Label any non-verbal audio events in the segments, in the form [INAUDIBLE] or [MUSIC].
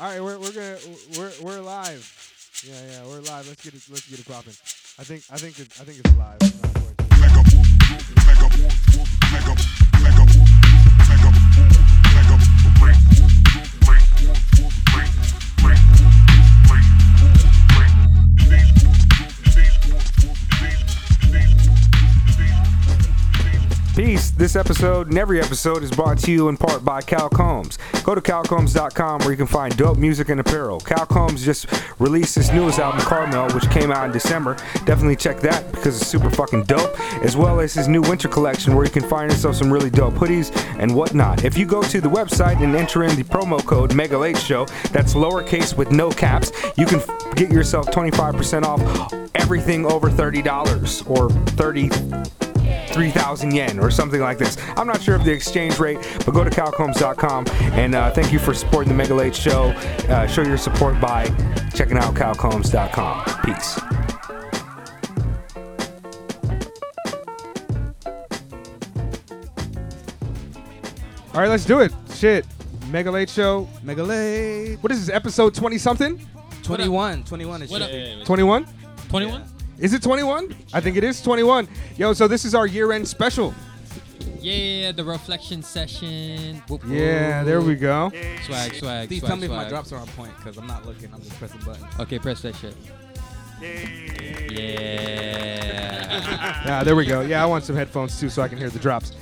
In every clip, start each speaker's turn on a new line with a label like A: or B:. A: All right, we're we're gonna we're we're live. Yeah, yeah, we're live. Let's get it let's get it popping. I think I think it's I think it's live. It's not recorded.
B: Peace. This episode and every episode is brought to you in part by Calcombs. Go to calcombs.com where you can find dope music and apparel. Calcombs just released his newest album, Carmel, which came out in December. Definitely check that because it's super fucking dope, as well as his new winter collection where you can find yourself some really dope hoodies and whatnot. If you go to the website and enter in the promo code Mega Late Show, that's lowercase with no caps, you can f- get yourself 25% off everything over $30 or 30 3,000 yen or something like this. I'm not sure of the exchange rate, but go to calcombs.com and uh, thank you for supporting the Mega Late Show. Uh, show your support by checking out calcombs.com. Peace.
A: All right, let's do it. Shit, Mega Late Show. Mega Late. What is this episode twenty something?
C: 21, 21 is
D: What up?
A: Twenty one?
D: 21?
A: Is it twenty one? I think it is twenty one. Yo, so this is our year end special.
D: Yeah, the reflection session. Whoop, whoop.
A: Yeah, there we go.
D: Swag, swag,
C: Please
D: swag,
C: tell me if my
D: swag.
C: drops are on point because I'm not looking. I'm just pressing buttons.
D: Okay, press that shit. Yeah.
A: Yeah, Ah, there we go. Yeah, I want some headphones too so I can hear the drops.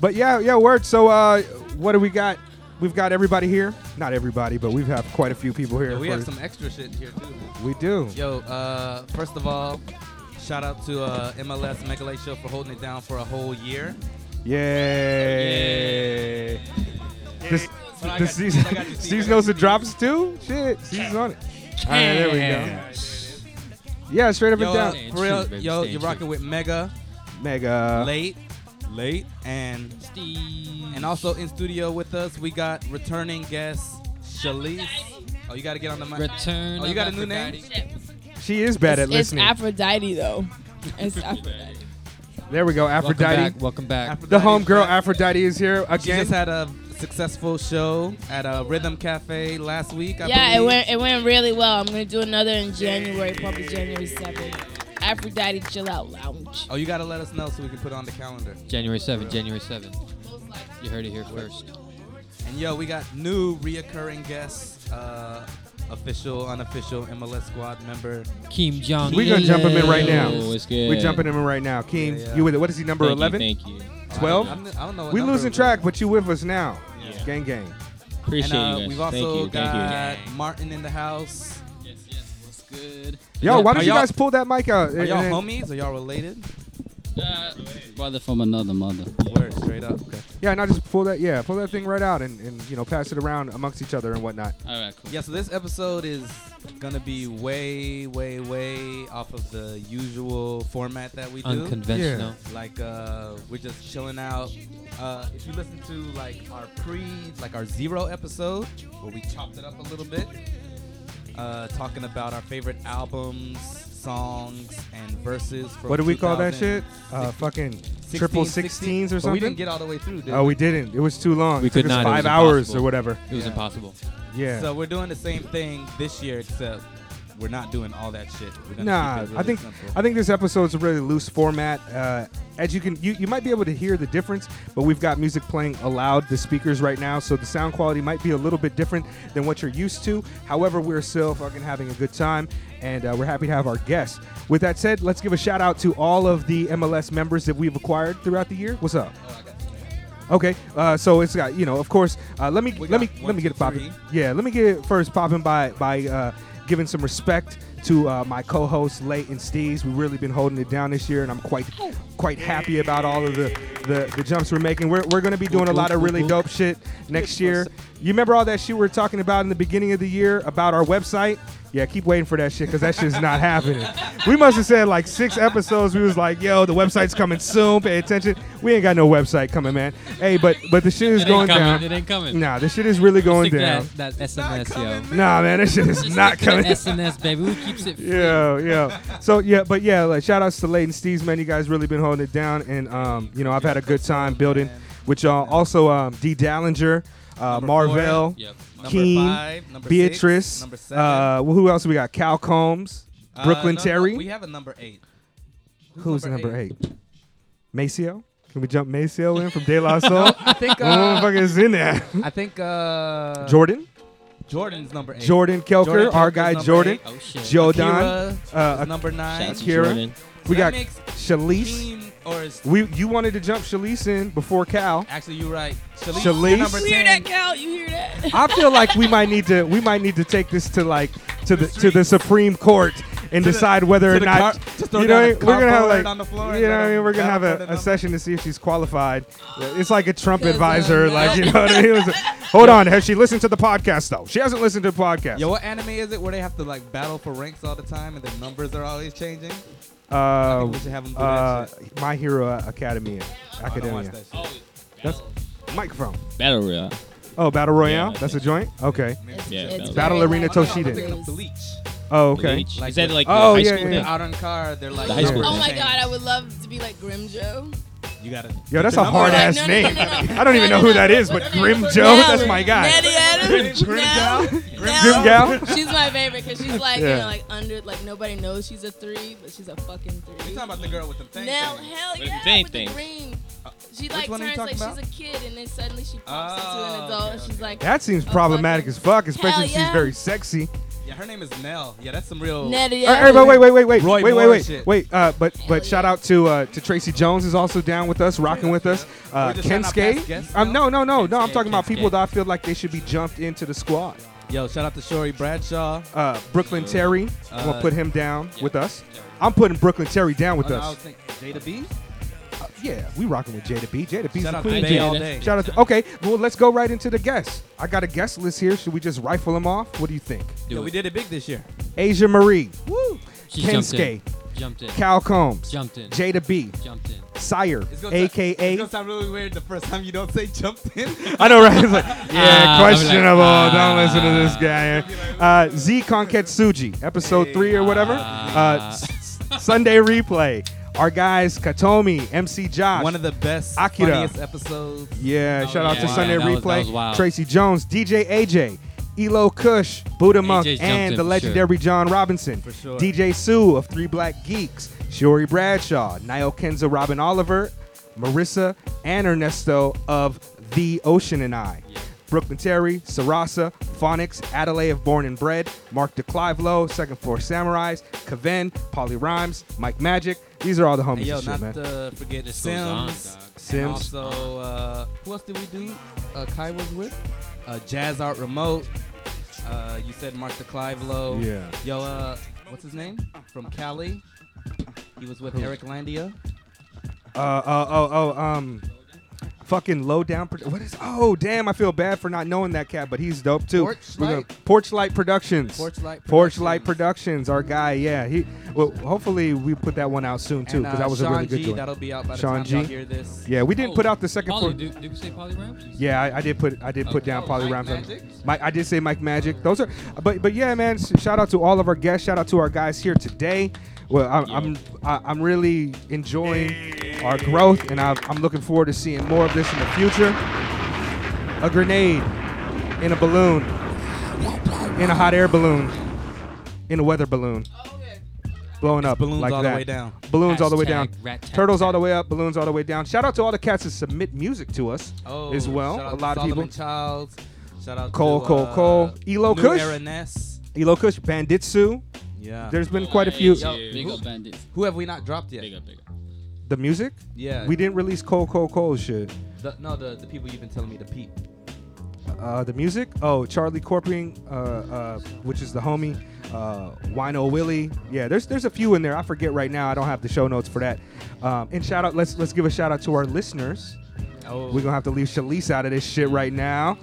A: But yeah, yeah, word. So uh what do we got? We've got everybody here. Not everybody, but we've have quite a few people here.
C: Yo, we
A: for-
C: have some extra shit here too.
A: we do.
C: Yo, uh, first of all, shout out to uh, MLS Mega Late Show for holding it down for a whole year.
A: Yay. This,
C: But I
A: this
C: got you,
A: season, [LAUGHS]
C: I got you, Steve.
A: season knows the drops too? Shit, season's on it. All right, there we
D: Yeah.
A: go. Yeah, straight up
C: Yo,
A: and
C: uh,
A: down.
D: Staying
C: for real,
D: true, baby,
C: yo,
D: staying
C: you're
D: true.
C: rocking with Mega
A: Mega.
C: Late, Late, and
D: Steve.
C: and also in studio with us we got returning guest Shalise. Oh, you got to get on the mic.
D: Return.
C: Oh, you
D: of
C: got a new name?
D: Aphrodite.
A: She is bad at
E: it's, it's
A: listening.
E: Aphrodite though. It's Aphrodite.
A: there we go,
D: Welcome
A: Aphrodite.
D: back. Welcome back.
A: The
C: Aphrodite.
A: homegirl Aphrodite is here
C: She
A: again.
C: just had a successful show at a Rhythm Cafe last week. I
E: yeah, it
C: believe.
E: went it went really well. I'm gonna do another in January, probably January seventh. Aphrodite Chill Out Lounge.
C: Oh, you gotta let us know so we can put it on the calendar.
D: January 7th, January 7th. You heard it here first.
C: And yo, we got new reoccurring guests, uh, official, unofficial MLS squad member.
D: Kim Jong
A: We're gonna jump him in right now.
F: Yo, what's good?
A: We're jumping him in right now. Keem,
C: Yeah, yeah.
A: you with it? What is he, number
F: Thank you,
A: 11?
F: Thank you.
A: 12?
C: I don't, I don't know. What
A: we
C: number
A: losing
C: it is.
A: track, but you with us now.
F: Yeah.
A: Gang, gang.
C: And
F: Appreciate
C: uh,
F: you guys.
C: we've also
F: thank you.
C: got
F: Thank
C: Martin in the house.
F: you. Yes, yes. What's good?
A: Yo,
C: Yeah,
A: why
C: are
A: don't you
C: y'all-
A: guys pull that mic out?
C: Are y'all
A: And-
C: homies? Are y'all related?
F: Uh, brother from another mother.
C: Word, straight up. Okay.
A: Yeah, not just pull that. Yeah, pull that thing right out and, and you know pass it around amongst each other and whatnot.
F: All right, cool.
C: Yeah, so this episode is gonna be way, way, way off of the usual format that we do.
D: Unconventional.
C: like uh we're just chilling out uh if you listen to like our pre like our zero episode where we chopped it up a little bit uh talking about our favorite albums songs and verses from
A: what do we call that
C: 2000
A: shit? Uh, fucking
C: 16,
A: triple
C: 16?
A: sixteens or
C: But we
A: something.
C: didn't get all the way through did
A: oh,
C: we?
A: we didn't. It was too long.
F: We
A: it took
F: could
A: us
F: not. It
A: Five
F: was
A: hours
F: impossible.
A: or whatever.
F: It was
C: Yeah.
F: impossible.
A: Yeah.
C: so we're doing the same thing this year except we're not doing all that shit we're gonna
A: Nah,
C: keep it really
A: I think
C: simple.
A: I think this episode's a really loose format. Uh, as you can, you, you might be able to hear the difference, but we've got music playing aloud the speakers right now, so the sound quality might be a little bit different than what you're used to. However, we're still fucking having a good time, and uh, we're happy to have our guests. With that said, let's give a shout out to all of the MLS members that we've acquired throughout the year. What's up?
C: Oh,
A: Okay, uh, so it's got you know, of course. Uh, let me
C: We
A: let
C: got
A: me
C: one,
A: let me
C: two,
A: get it popping.
C: three.
A: Yeah, let me get it first popping by by uh, giving some respect to uh, my co-hosts Late and Steez. We've really been holding it down this year, and I'm quite quite happy about all of the the, the jumps we're making. We're we're gonna be doing a lot of really dope shit next year. You remember all that shit we were talking about in the beginning of the year about our website? Yeah, keep waiting for that shit because that shit's not happening. We must have said like six episodes. We was like, "Yo, the website's coming soon. Pay attention." We ain't got no website coming, man. Hey, but but the shit is
F: It
A: going
F: ain't coming.
A: down.
F: It ain't coming.
A: Nah, this shit is really going
D: Stick
A: down.
D: That, that SNS, yo.
A: Nah, man, that shit is not
D: Stick to the
A: coming.
D: SNS, baby. Who keeps
A: [LAUGHS]
D: it?
A: Yeah, yeah. So yeah, but yeah, like shout outs to Leighton Steves, man. You guys really been holding it down, and um, you know I've had a good time building with y'all. Also, um, D Dallinger. uh,
C: Number four.
A: Marvell,
F: Yep.
C: Number
A: Keen,
C: five, number
A: Beatrice.
C: six, number seven.
A: uh, well, who else we got? Cal Combs,
C: Uh,
A: Brooklyn
C: no, no,
A: Terry.
C: we have a number eight.
A: Who's number, eight? Maceo. Can we jump Maceo in from De
C: [LAUGHS]
A: La Soul?
C: I think.
A: What
C: Uh,
A: motherfucker is in
C: [LAUGHS]
A: there?
C: I think. Uh,
A: Jordan,
C: Jordan's number eight.
A: Jordan Kelker,
C: Jordan
A: our
C: Kelker's
A: guy
C: number
A: Jordan,
C: eight.
F: Oh shit.
A: Jodan.
C: Akira is
A: uh, Ak-
C: number nine.
F: Shout out to
A: Kira.
F: Jordan.
A: We got
C: That makes
A: Shalice.
C: Keen or is
A: We you wanted to jump Shalice in before Cal.
C: actually you're right. Shalice,
A: Shalice?
C: you're number
E: You hear that,
C: ten.
E: Cal? You hear that?
A: I feel like we might need to we might need to take this to like to the,
C: The
A: to the
C: streets.
A: Supreme Court and
C: To the-
A: decide whether
C: to
A: or
C: the
A: not
C: car- just throw
A: you
C: down
A: know
C: a
A: what I mean? we're gonna have
C: carport
A: like
C: on the floor
A: you
C: and
A: know
C: let
A: what I mean?
C: them
A: we're gonna have
C: battle for
A: a,
C: the
A: a
C: number.
A: session to see if she's qualified. It's like a Trump
E: Good
A: advisor,
E: luck.
A: like you know what I mean? It was a- hold on, has she listened to the podcast though? She hasn't listened to the podcast.
C: Yo, what anime is it where they have to like battle for ranks all the time and the numbers are always changing? I
A: uh,
C: think we should have them do that
A: uh,
C: shit.
A: My Hero Academia,
C: I don't watch
A: Academia.
C: that shit.
F: Oh,
A: That's microphone.
F: Battle Royale.
A: Oh, Battle Royale.
F: Yeah.
A: That's a joint. Okay.
E: It's-
F: Yeah,
E: it's
F: that was-
A: Battle
E: very
A: Arena
E: loud.
C: Oh, no, I'm
A: Toshiden.
C: thinking of Bleach.
A: Oh, okay.
F: Bleach.
C: Like
F: Is that
C: the-
F: like
A: Oh,
F: the high
A: yeah,
F: school
A: yeah,
C: They're
A: yeah.
F: thing?
C: out on car. They're like
F: The high school
E: Oh my
C: Dang.
E: god, I would love to be like Grim Joe.
C: You gotta.
A: Yo, that's
C: The
A: a
C: number
A: hard
C: one-
A: ass
E: No, no, no,
A: name.
E: no, no, no.
A: I don't even
E: No,
A: know
E: no,
A: who
E: no.
A: that is, but Grim Joe,
E: Now,
A: that's my guy.
E: Natty Adams.
C: Grim
E: now,
C: Gal?
E: now,
A: Grim Gal?
E: She's my favorite because she's like
A: Yeah.
E: you know like under like nobody knows she's a three, but she's a fucking
C: You
E: three.
C: talking about the girl with the thing?
E: Now,
C: thing.
E: hell
F: With the
E: yeah,
F: thing
E: with
F: thing.
E: the green. She like
C: Uh, one are you
E: turns like
C: talking about?
E: she's a kid, and then suddenly she pops into
C: Oh,
E: an adult, and
C: okay,
E: she's like
A: That seems
E: Oh,
A: problematic
E: fucking-
A: as fuck, especially
E: Hell
A: if she's
E: yeah.
A: very sexy.
C: Yeah, her name is Nell. Yeah, that's some real.
E: Natty
A: Uh,
E: Adams.
A: everybody, wait, wait, wait, wait,
C: Roy
A: wait, wait,
C: Moore
A: wait,
C: shit.
A: wait. Uh, but but
E: Hell
A: shout
E: yeah.
A: out to uh, to Tracy Jones is also down with us, rocking with us. Uh,
C: We're just trying to pass
A: Kensuke,
C: guests
A: um, no, no, no, no. I'm
F: Kensuke,
A: talking about people
F: Kensuke.
A: that I feel like they should be jumped into the squad.
C: Yo, shout out to Shorey Bradshaw.
A: Uh, Brooklyn
E: Mm.
A: Terry, I'm gonna
C: Uh,
A: put him down with us. I'm putting Brooklyn Terry down with
C: Oh, no, I
A: us.
C: was thinking Jada B.
A: Uh, yeah, we rocking with Jada B. Jada B's
C: Shout
A: the
C: out to
A: queen.
F: Jada.
C: Bay all day.
A: Shout out to okay. Well, let's go right into the guests. I got a guest list here. Should we just rifle them off? What do you think?
C: Yo, we did it big this year.
A: Asia Marie,
C: Woo!
D: She
A: Kensuke,
D: jumped in. Jumped in.
A: Cal Combs,
D: Jumped in.
A: Jada B,
D: Jumped in.
A: Sire,
C: It's gonna sound,
A: aka
C: it's gonna sound really weird the first time you don't say jumped in.
A: I know, right? It's like, yeah,
D: Ah, I'm like,
A: questionable. Don't
D: ah.
A: listen to this guy. Uh, Z Konketsuji, episode three or whatever. Uh,
C: Ah.
A: s- s- Sunday replay. Our guys, Katomi, MC Josh.
C: [LAUGHS] One of the best,
A: Akira.
C: funniest episodes.
A: yeah,
D: Oh,
A: shout out to
D: yeah.
A: Sunday
D: Wow, that was- that
A: replay.
D: was wild.
A: Tracy Jones, DJ AJ, Elo Kush, Buddha Monk,
D: AJ's jumped in
A: and
D: for
A: the
D: sure.
A: legendary John Robinson.
C: For sure.
A: DJ Sue of Three Black Geeks, Shori Bradshaw, Niall Kenza, Robin Oliver, Marissa, and Ernesto of The Ocean and I. Brooklyn Terry, Sarasa, Phonics, Adelaide of Born and Bred, Mark DeClivelo, Second Floor Samurais, Kaven, Polly Rhymes, Mike Magic. These are all the homies
C: Hey, yo,
A: and shit,
C: not
A: man.
C: to forget
F: This goes on,
C: Sims.
F: dog.
A: Sims.
C: And also, uh, who else did we do? Uh, Kai was with. Uh, Jazz Art Remote. Uh, you said Mark DeClivelo.
A: Yeah.
C: Yo, uh, what's his name? From Cali. He was with Eric Landia.
A: Uh, uh, oh, oh, um, fucking low down. Pro- what is? Oh, damn! I feel bad for not knowing that cat, but he's dope too.
C: Porch
A: We're gonna-
C: Light?
A: Porch Light Productions.
C: Porch Light
A: Porch Light Productions.
C: Productions.
A: Our guy, yeah. He. Well, hopefully we put that one out soon too,
C: And,
A: because
C: uh,
A: that was
C: Sean
A: a really good
C: G,
A: joint.
C: That'll be out by the
A: Sean
C: time
A: G.
C: you hear this.
A: Yeah, we didn't
F: Oh,
A: put out the second.
D: Poly,
A: Porch.
D: did, did we say Poly Rams?
A: Yeah, I, I did put I did put
D: Okay.
A: down
C: Oh,
A: Polly
C: Mike
A: Rhymes.
C: Magic?
A: Mike, I did say Mike Magic. Those are, but but yeah, man. sh- Shout out to all of our guests. Shout out to our guys here today. Well, I'm I'm, I- I'm really enjoying our growth, and I've, I'm looking forward to seeing more of this in the future. A grenade in a balloon, in a hot air balloon, in a weather balloon,
D: Oh,
A: blowing up
C: balloons
A: like
C: all the
A: that.
C: way down.
A: Balloons all the way down.
D: Hashtag rat tat
A: Turtles all
D: tat.
A: the way up. Balloons all the way down. Shout out to all the cats that submit music to us
C: Oh,
A: as well.
C: shout out
A: A
C: to
A: lot of people.
C: Solomon Childs. Shout out
A: Cole,
C: to
A: Cole,
C: uh,
A: Cole. Elo
C: New
A: Kush?
C: Era Ness.
A: Elo Kush, Banditsu.
C: Yeah.
A: There's been quite a few.
C: Yo,
F: Big
C: who-
F: up bandits.
C: Who have we not dropped yet?
F: Big up, big up.
A: The music?
C: Yeah.
A: We didn't release Cole Cole Cole shit.
C: The, no, the, the people you've been telling me to peep.
A: Uh, the music? Oh, Charlie Corping, uh, uh, which is the homie. Uh, Wino Willie. Yeah, there's there's a few in there. I forget right now. I don't have the show notes for that. Um, and shout out. Let's let's give a shout out to our listeners.
C: Oh,
A: We're gonna have to leave Shalice out of this shit right
C: [LAUGHS]
A: now.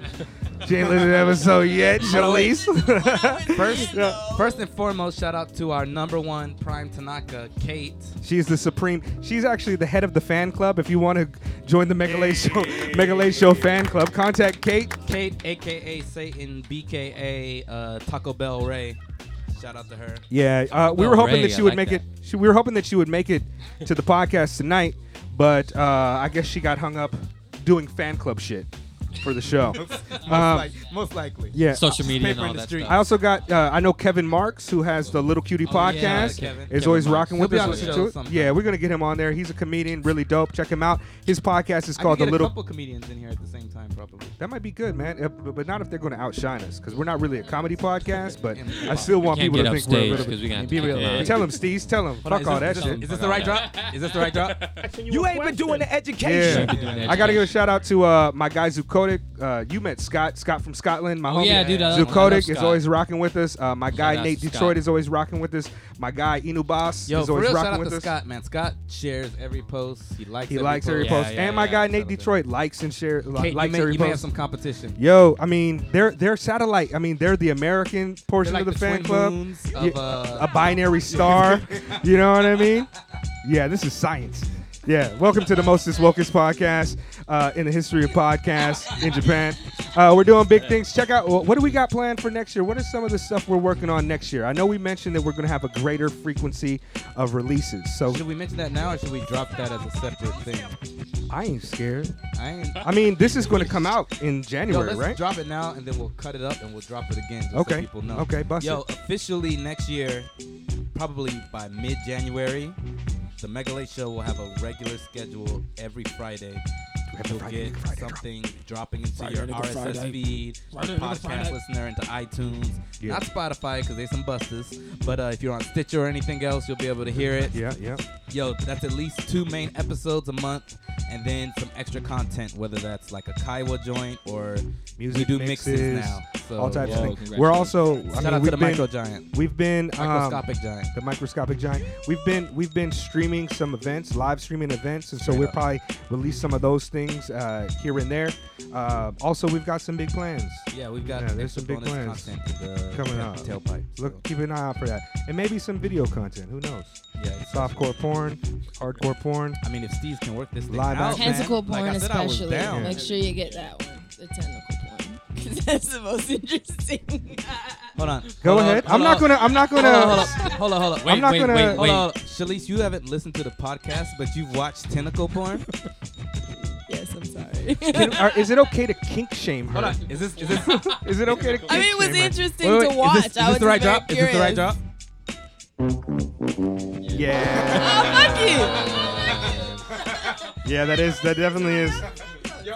A: She ain't listened to the episode yet,
C: Oh,
A: uh, Shalice.
C: first, first and foremost, shout out to our number one Prime Tanaka, Kate.
A: She's the supreme. She's actually the head of the fan club. If you want to join the Megalay Show, Megalay Show fan club, contact Kate.
C: Kate, aka Satan, BKA uh, Taco Bell Ray. Shout out to her.
A: Yeah, uh, we were
D: Well,
A: hoping
D: Ray,
A: that she
D: I
A: would make
D: like that.
A: it. She, we were hoping that she would make it to the podcast tonight, but uh, I guess she got hung up doing fan club shit. for the
C: [LAUGHS]
A: show.
C: most,
A: Um,
C: like, most likely.
A: Yeah.
D: Social media and
C: Paper in
D: all
C: the
D: that
C: street.
A: I
D: stuff.
A: also got uh, I know Kevin Marks who has the Little Cutie
D: Oh,
A: podcast.
D: yeah,
A: is
C: Kevin.
D: Kevin
A: always
C: Marks.
A: rocking with
C: He'll be
A: us.
C: on the
A: Listen
C: show
A: to it.
C: sometime.
A: Yeah, we're gonna get him on there. He's a comedian, really dope. Check him out. His podcast is
C: I could
A: called
C: get
A: the
C: a
A: Little.
C: couple comedians in here at the same time, probably.
A: That might be good, man. Uh, but but not if they're gonna outshine us because we're not really a comedy podcast. But
C: And
A: I still want
D: Can't
A: people to
D: get
A: think we're a
D: upstage
A: little [LAUGHS]
D: because
A: bit.
D: we got
G: Be real loud.
A: Tell him, Steez. Tell him.
C: Hold on,
A: Fuck all that
C: is this,
A: shit.
C: Is this the right
D: Yeah.
C: drop? Is this the right drop?
B: [LAUGHS]
G: You ain't been doing the
A: Yeah.
G: education.
A: I gotta give a shout out to uh, my guy Zukotic. Uh, you met Scott, Scott from Scotland, my
D: Oh,
A: homie.
D: yeah, dude, I love- I love
A: Zukotic is
D: Scott.
A: always rocking with us. Uh, my guy
D: out to
A: Nate
D: Scott.
A: Detroit is always rocking with us. My guy Inubas
C: Yo,
A: is
C: for
A: always
C: real,
A: rocking
C: shout out
A: with
C: to
A: us.
C: Scott, man. Scott shares every post. He likes.
A: He
C: every
A: likes every
C: post.
A: post,
D: Yeah, yeah,
A: and my
D: yeah.
A: guy Nate Detroit likes and share li-
C: Kate, you
A: likes
C: may,
A: every
C: you may have
A: post.
C: some competition.
A: Yo, I mean, they're they're satellite. I mean, they're the American
C: They're
A: portion
C: like
A: of the, fan
C: twin
A: club.
C: moons
A: Yeah,
C: Of, uh,
A: a binary star. you know what I mean? Yeah, this is science. Yeah, welcome to the Mostest Wokest podcast uh, in the history of podcasts in Japan. Uh, we're doing big things. Check out what do we got planned for next year? What are some of the stuff we're working on next year? I know we mentioned that we're going to have a greater frequency of releases. So
C: should we mention that now, or should we drop that as a separate thing?
A: I ain't scared.
C: I ain't.
A: I mean, this is going to come out in
C: Yo,
A: January,
C: let's
A: right?
C: drop it now, and then we'll cut it up, and we'll drop it again. Just
A: Okay.
C: So people know.
A: Okay, bust
C: Yo,
A: it.
C: officially next year, probably by mid-January, the Mega Late Show will have a regular schedule every Friday.
A: have the
C: You'll
A: Friday,
C: get
A: nigga, Friday drop.
C: something dropping into your
G: nigga,
C: RSS
G: Friday.
C: feed,
G: Friday, nigga,
C: podcast
G: Friday.
C: listener, into iTunes.
A: Yeah.
C: Not Spotify because they some busters, but uh, if you're on Stitcher or anything else, you'll be able to hear it.
A: Yeah, yeah.
C: Yo, that's at least two main episodes a month, and then some extra content, whether that's like a Kaiwa joint or
A: Music
C: we do
A: mixes,
C: mixes, now. So,
A: All types
F: Whoa,
A: of things. We're also. I
C: Shout
A: mean,
C: out
A: we've
C: to the
A: been,
C: micro giant,
A: We've been um,
C: microscopic giant.
A: the microscopic giant. We've been we've been streaming some events, live streaming events, and so
C: Straight
A: we'll
C: up.
A: probably release some of those things uh, here and there. Uh, also, we've got some big plans.
C: Yeah, we've got
A: Yeah, there's
C: extra
A: some big
C: bonus
A: plans
C: content in the
A: coming
C: tail-
A: up.
C: Tailpipe. so,
A: Look, keep an eye out for that, and maybe some video content. Who knows?
C: yeah, it's-
A: Softcore porn, hardcore porn.
C: I mean, if Steve can work this thing
A: Live
C: out,
A: action.
E: Tentacle
C: man,
E: porn,
C: like I said, I was
E: especially.
C: down.
E: Make sure you get that one. The tentacle porn. 'Cause [LAUGHS] that's the most interesting.
C: Hold on.
A: Go
C: Hold on,
A: ahead.
C: hold
A: I'm not
C: on.
A: gonna. I'm not
C: Hold
A: gonna.
C: on, hold on, hold on, hold on.
D: Wait,
A: I'm not
D: wait,
A: gonna-
D: wait,
C: Hold
D: wait.
C: on, Shalise, you haven't listened to the podcast, but you've watched tentacle porn.
E: [LAUGHS] yes, I'm [LAUGHS] sorry.
A: Can- are- uh, is it okay to kink shame her?
C: Hold on, is this is this
A: Is it okay to kink
E: I mean, it was
A: shame her?
E: interesting
C: Wait, wait,
E: to watch.
C: Is this, is
E: I
C: this
E: was
C: the right
E: just very
C: drop? Is this the right
E: curious.
C: drop?
A: Yeah.
E: Oh, fuck
A: Yeah, that is. That definitely
C: [LAUGHS]
A: is.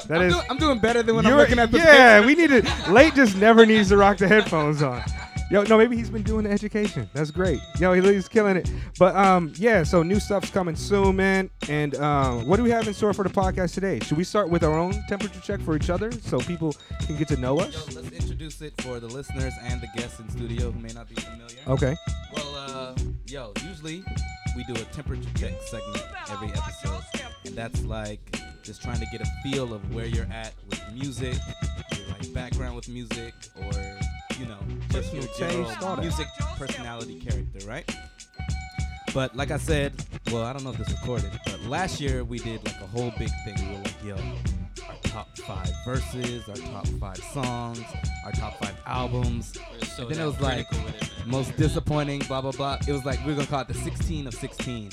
A: That
C: I'm,
A: is.
C: doing, I'm doing better than when I'm
A: You're-
C: looking at the
A: yeah, we need to. Late just never needs to rock the headphones on. Yo, no, maybe he's been doing the education. That's great. Yo, he- he's killing it. But um, yeah, so new stuff's coming soon, man. And um, what do we have in store for the podcast today? Should we start with our own temperature check for each other so people can get to know
C: Yo,
A: us?
C: let's introduce it for the listeners and the guests in studio who may not be familiar.
A: Okay.
C: Well, uh, yo, usually we do a temperature check segment every episode, and that's like just trying to get a feel of where you're at with music, your like background with music, or you know, just your
A: Personal taste, all
C: general
A: that.
C: music personality character, right? But like I said, well, I don't know if this recorded, but last year we did like a whole big thing. We were like, yo, our top five verses, our top five songs, our top five albums,
D: So
C: then it was like most disappointing, blah blah blah. It was like we are gonna call it the 16 of 16,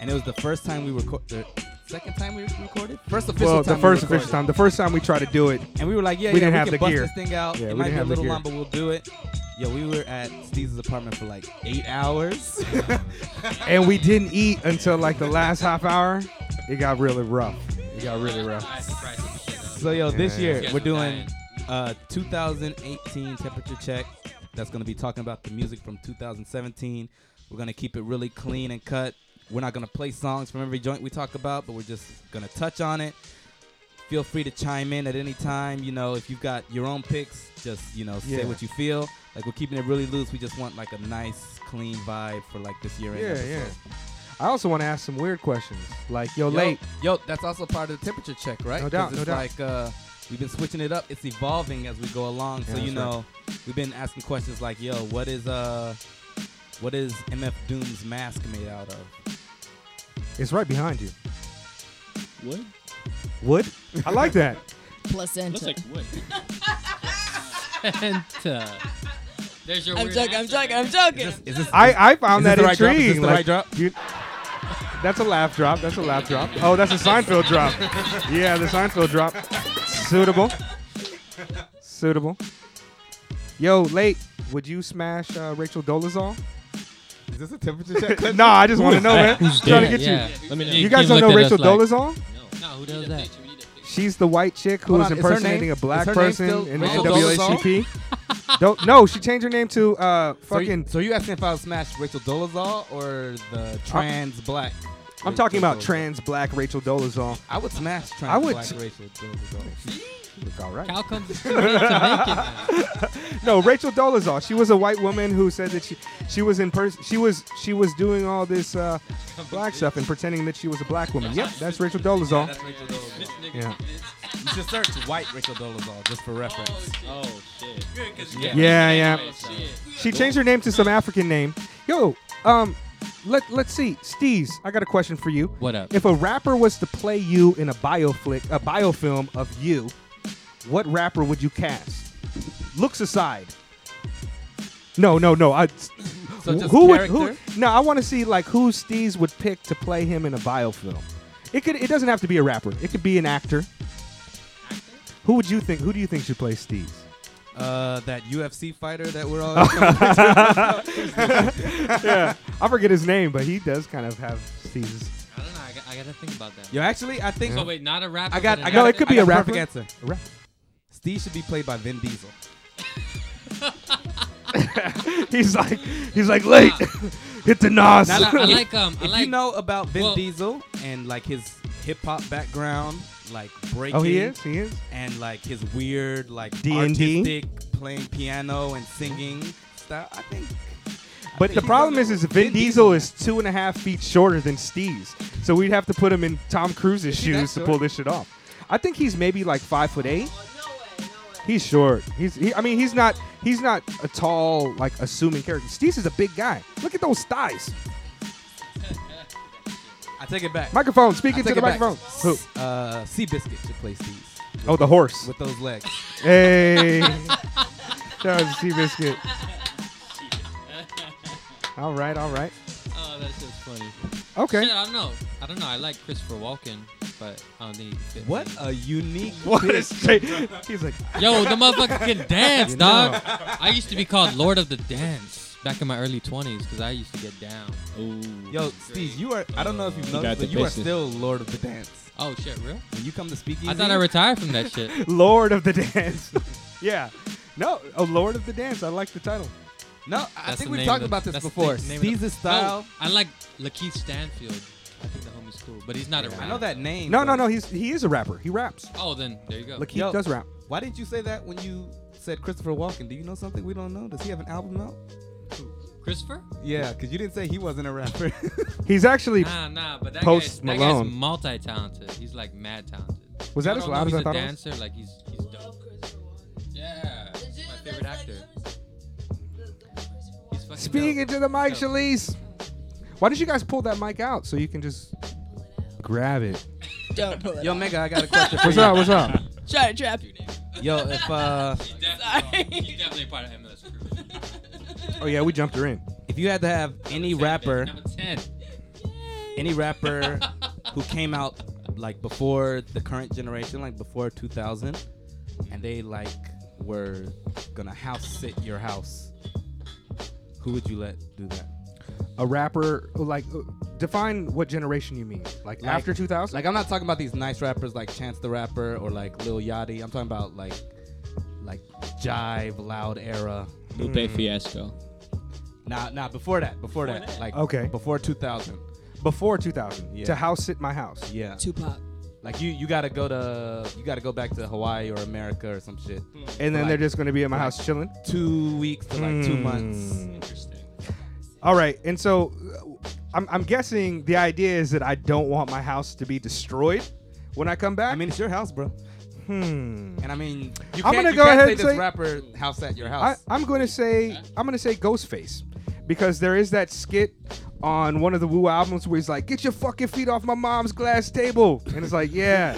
C: and it was the first time we record, the second time we recorded, first official
A: Well,
C: time.
A: the first
C: we recorded.
A: official time. The first time we tried to do it.
C: and we were like, yeah,
A: We
C: yeah,
A: didn't
C: we
A: have
C: can
A: the
C: bust
A: gear.
C: this thing out.
A: Yeah,
C: it
A: we
C: might
A: didn't
C: be a
A: have the
C: little
A: gear.
C: long, but we'll do it. Yo, we were at Steve's apartment for like eight hours. [LAUGHS]
A: And we didn't eat until like the last half hour. It got really rough. It got really rough.
C: so yo, this
A: Yeah.
C: year
D: Guys
C: we're
D: were
C: doing
D: dying.
C: uh, 2018 temperature check. That's gonna be talking about the music from 2017. We're gonna keep it really clean and cut. We're not gonna play songs from every joint we talk about, but we're just gonna touch on it. Feel free to chime in at any time. You know, if you've got your own picks, just you know, say
A: Yeah.
C: what you feel. Like we're keeping it really loose. We just want like a nice, clean vibe for like this year.
A: Yeah, yeah. I also want to ask some weird questions. Like, yo,
C: Yo,
A: late.
C: Yo, that's also part of the temperature check, right?
A: No doubt,
C: 'Cause it's
A: no doubt.
C: Like uh, we've been switching it up. It's evolving as we go along.
A: Yeah,
C: so you
A: that's
C: know, we've been asking questions like, "Yo, what is uh, what is MF Doom's mask made out of?"
A: It's right behind you.
F: What?
A: Wood? I like that.
E: you. Placenta.
F: Looks like
D: [LAUGHS]
F: what?
D: There's your
E: I'm
D: weird
E: joking. I'm
D: answer,
E: joking.
D: man.
E: I'm joking.
C: Is this
A: I, I found
C: Is this
A: that
C: the right drop? Is
A: intriguing.
C: this the right drop?
A: you- that's a laugh drop. That's a laugh drop. Oh, that's a Seinfeld drop. Yeah, the Seinfeld drop. Suitable. Suitable. Yo, late. Would you smash uh, Rachel Dolezal?
C: Is this a temperature [LAUGHS] check? question?
A: nah, I just want to know, man.
G: Who's
A: trying to
G: that?
A: get you.
D: Yeah.
G: Let me know.
A: You guys
D: He
A: don't know
D: looked at
A: Rachel
D: us like-
A: Dolezal?
D: No, who does that?
A: She's the white chick who
C: Hold
A: was
C: on, is her
A: impersonating
C: name-
A: a black
C: is her name
A: person
C: still
A: in
C: Rachel
A: NAACP. don't, no, she changed her name to uh,
C: So you-
A: fucking.
C: So, you asking if I would smash Rachel Dolezal or the trans black?
A: I'm talking
C: Rachel
A: about
C: Dolezal?
A: trans black Rachel Dolezal.
C: I would smash trans
A: I would
C: black
A: t-
C: Rachel
A: [LAUGHS]
C: Dolezal.
A: Look, all right.
D: How come [LAUGHS] it's Jamaican? now?
A: No, Rachel Dolezal. She was a white woman who said that she she was in person. She was she was doing all this uh, black stuff and pretending that she was a black woman. Yep, that's Rachel Dolezal.
C: That's Rachel Dolezal.
A: Yeah.
C: You should search white Rachel Dolezal just for reference.
F: Oh shit.
A: Yeah, yeah. She changed her name to some African name. Yo, um, let let's see, Steez. I got a question for you.
D: What up?
A: If a rapper was to play you in a bioflick, a biofilm of you, what rapper would you cast? Looks aside. No, no, no. I.
C: So just
A: who?
C: character?
A: No, I want to see like who Steez would pick to play him in a biofilm. It could. It doesn't have to be a rapper. It could be an actor. Who would you think? Who do you think should play Steez?
C: Uh, that UFC fighter that we're
A: [LAUGHS]
C: all.
A: I forget his name, but he does kind of have Steez's.
D: I don't know. I, got, I gotta think about that.
C: Yo, actually, I think
D: So wait, not a rapper.
C: I got.
D: but
C: I
D: an
C: got
A: No, it could
C: I
A: be a
C: got the
A: rapper.
C: perfect answer.
A: a rapper. [LAUGHS]
C: Steve should be played by Vin Diesel.
A: He's like, he's like late.
C: Ah.
A: [LAUGHS] Hit the nos. [LAUGHS]
D: actor. I, I like um. I
C: if
D: like.
C: you know about Vin
D: well-
C: Diesel and like his hip hop background, like breaking,
A: oh, he is. He is.
C: and like his weird like
A: D&D?
C: artistic playing piano and singing style. I think.
A: But the problem is, is Vin Diesel is two and a half feet shorter than Steez, so we'd have to put him in Tom Cruise's
C: he that
A: shoes to
C: short?
A: pull this shit off. I think he's maybe like five foot eight. He's short. He's. He, I mean, he's not. He's not a tall, like assuming character. Steez is a big guy. Look at those thighs.
C: I take it back.
A: Microphone. Speaking
C: I
A: to
C: take
A: the
C: it back.
A: microphone. Who?
C: Uh, Seabiscuit should play Steve
A: Oh, the horse.
C: with those legs.
A: Hey. [LAUGHS] Shout out to
C: [LAUGHS]
A: Seabiscuit. All right, all right.
D: oh, that's just funny.
A: Okay.
D: Shit, I don't know. I don't know. I like Christopher Walken, but I don't think he fit.
C: What
D: me.
C: a unique.
A: What a straight. He's like,
D: Yo, the motherfucker can dance, dog. I used to be called Lord of the Dance back in my early 20s because I used to get down.
F: Ooh.
C: Yo, Steve, you are. I don't know if you've
F: got
C: noticed,
F: the
C: but you are
F: business.
C: still Lord of the Dance.
D: Oh, shit, real?
C: When you come to Speakeasy,
D: I thought I retired from that shit.
A: Lord of the Dance. [LAUGHS] yeah. No, oh, Lord of the Dance. I like the title.
C: No, I
D: That's
C: think
D: the
C: we've
D: name
C: talked
D: of-
C: about this
D: that's the
C: before.
D: name of the-
C: Steve's style.
D: No, I like Lakeith Stanfield. I think the homie's cool, but he's not a rapper.
C: I know that name.
A: No, no,
C: but-
A: no. He's he is a rapper. He raps.
D: Oh, then there you go.
A: Look, he
C: Yo.
A: does rap.
C: Why didn't you say that when you said Christopher Walken? Do you know something we don't know? Does he have an album out?
D: Christopher?
C: Yeah, because you didn't say he wasn't a rapper.
A: He's actually
D: Nah, nah, but that
A: Post
D: guy's, that
A: Malone.
D: guy's multi-talented. He's like mad talented.
A: Was that
D: I
A: as
D: don't
A: loud
D: know,
A: as
D: he's
A: I thought
D: a
A: it was?
D: dancer, like he's he's dope. Yeah, he's my favorite actor. He's fucking
A: speaking
D: dope.
A: to the mic,
D: Dope.
A: Shalise. Why did you guys pull that mic out so you can just grab it?
E: Don't pull it.
C: Yo,
E: off.
C: Mega, I got [LAUGHS] a question for
A: What's
C: you.
A: up? What's up?
E: Try to trap you.
C: Yo, if uh,
D: He's definitely, he's definitely part of MLS crew.
A: Oh yeah, we jumped her in.
C: if you had to have any rapper,
D: Number ten.
C: any rapper who came out like before the current generation, like before 2000, and they like were gonna house sit your house, who would you let do that?
A: A rapper like uh, define what generation you mean. Like,
C: Like-
A: after 2000?
C: Like I'm not talking about these nice rappers like Chance the Rapper or like Lil Yachty. I'm talking about like like Jive, Loud Era.
F: Lupe Fiasco.
C: Nah, nah. Before that, before that, like
A: Okay.
C: before 2000.
A: before 2000
C: Yeah.
A: to house sit my house.
C: Yeah,
E: Tupac.
C: like you you gotta go to you gotta go back to Hawaii or America or some shit.
A: And then
C: Like-
A: they're just going to be at my house chilling.
C: Two weeks to like two
A: Hmm.
C: months.
A: All right. And so uh, I'm, I'm guessing the idea is that I don't want my house to be destroyed when I come back.
C: I mean, it's your house, bro.
A: hmm.
C: And I mean, you
A: I'm
C: can't,
A: gonna
C: you
A: go
C: can't
A: ahead
C: say
A: and
C: this
A: say-
C: rapper house at your
A: I,
C: house.
A: I'm going to say I'm going to say Ghostface because there is that skit on one of the Wu albums where he's like, "Get your fucking feet off my mom's glass table," and it's like,
C: [LAUGHS]
A: "Yeah,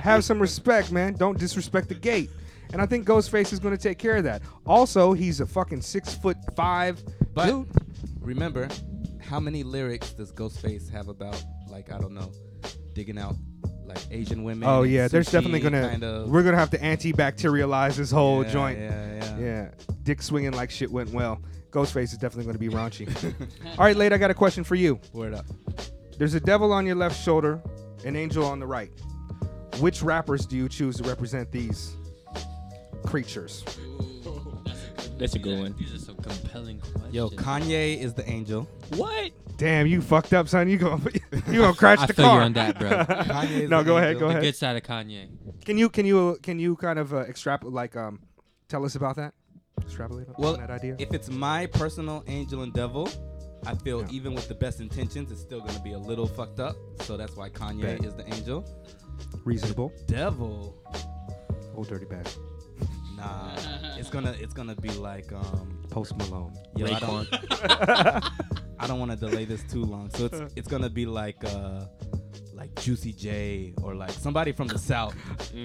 A: have some respect, man. Don't disrespect the gate." And I think Ghostface is going to take care of that. Also, he's a fucking six foot five
C: But
A: dude.
C: remember, how many lyrics does Ghostface have about like I don't know, digging out like Asian women.
A: Oh
C: and
A: yeah, there's
C: sushi
A: definitely gonna
C: kind of-
A: we're gonna have to antibacterialize this whole
C: Yeah,
A: joint. Yeah.
C: Yeah, yeah.
A: dick swinging like shit went well. Ghostface is definitely gonna be
C: [LAUGHS]
A: raunchy. All right, late. I got a question for you.
C: Word up.
A: There's a devil on your left shoulder, an angel on the right. Which rappers do you choose to represent these creatures?
F: That's a good one.
D: These are some compelling questions.
C: Yo, Kanye is the angel.
F: What?
A: Damn, you fucked up, son. You gonna [LAUGHS] you gonna crash
D: I
A: the
D: feel
A: car?
D: you on
A: [LAUGHS]
D: that, bro.
C: Kanye is
A: No,
C: the
A: go ahead,
C: angel.
A: go ahead.
D: Good side of Kanye.
A: Can you can you can you kind of uh, extrapolate like um tell us about that? Extrapolate on
C: Well,
A: that idea.
C: if it's my personal angel and devil, I feel
A: Yeah.
C: even with the best intentions, it's still gonna be a little fucked up. So that's why Kanye
A: Bet.
C: is the angel.
A: Reasonable.
C: Devil,
A: Old dirty bad.
C: nah, it's gonna it's gonna be like um,
A: Post Malone.
C: yo, I don't,
A: [LAUGHS]
C: I don't want to delay this too long. So it's it's gonna be like uh, like Juicy J or like somebody from the south.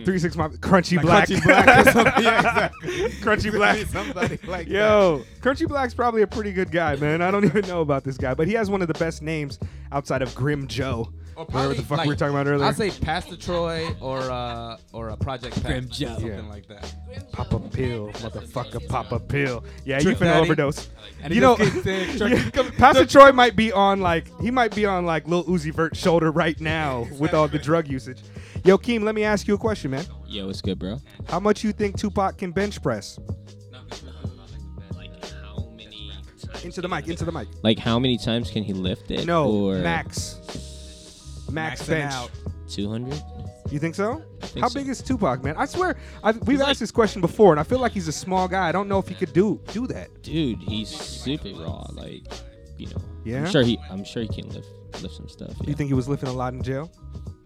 A: Three six mafia. Crunchy black.
C: Crunchy Black or
A: [LAUGHS]
C: something. Yeah, exactly.
A: Crunchy black.
C: [LAUGHS] somebody like
A: Yo, Crunchy Black's probably a pretty good guy, man. I don't even know about this guy, but he has one of the best names outside of Grim Joe.
C: Or
A: Whatever the
C: Oh, probably,
A: fuck we were
C: like,
A: talking about earlier.
C: I'll say Pastor Troy or uh or a Project Pat,
F: Grim Joe.
C: something
A: Yeah.
C: like that.
A: pop a pill, motherfucker, pop a pill. Yeah, you
C: Trick
A: finna
C: Daddy.
A: overdose.
C: And
A: you
C: he
A: know,
C: just keeps
A: [LAUGHS]
C: saying, "Trick-
A: yeah,
C: [LAUGHS] come-
A: Pastor Troy might be on like he might be on like Lil Uzi Vert's shoulder right now
C: [LAUGHS]
A: with all the drug usage. Yo, Keem, let me ask you a question, man.
F: Yo, what's good, bro?
A: How much you think Tupac can bench press?
F: Like how many?
A: Into the mic, into the mic.
F: Like how many times can he lift it?
A: No,
F: or
A: max. Max
C: Maxing
A: bench.
C: out.
F: 200?
A: You think so?
F: think
A: How
F: so.
A: big is Tupac, man? I swear, I've, we've asked this question before, and I feel like he's a small guy. I don't know if he could do do that.
F: Dude, he's super raw. Like, you know.
A: Yeah?
F: I'm sure he. I'm sure he can lift lift some stuff. Yeah.
A: You think he was lifting a lot in jail?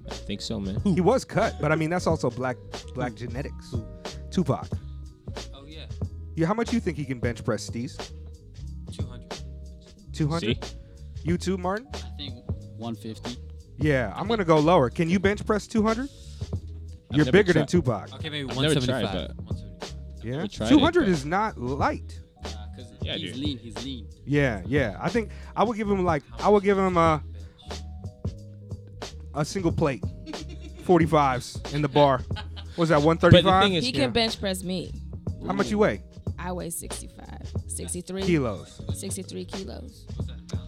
F: I think so, man.
A: He was cut, but I mean that's also black black genetics. Tupac.
D: Oh yeah,
A: Yeah, how much you think he can bench press, Steez?
D: 200.
A: Two
F: See?
A: hundred. You too, Martin.
H: I think 150.
A: Yeah, I'm gonna go lower. Can you bench press two hundred?
F: I've
A: You're
F: never
A: bigger
F: tri-
A: than Tupac.
D: Okay, maybe
F: I've never tried,
D: 175.
F: but-
D: 175.
A: Yeah,
F: never tried it,
A: two hundred
F: but-
A: is not light.
H: Because
F: Yeah,
H: he's
F: dude.
H: lean. He's lean.
A: Yeah, yeah. I think I would give him like I would give him a a single plate, forty fives in the bar. What's that? One thirty
F: thing
A: five.
F: is-
I: He
A: Yeah.
I: can bench press me.
A: How much you weigh?
I: I weigh 65, 63,
A: Kilos.
I: 63 kilos.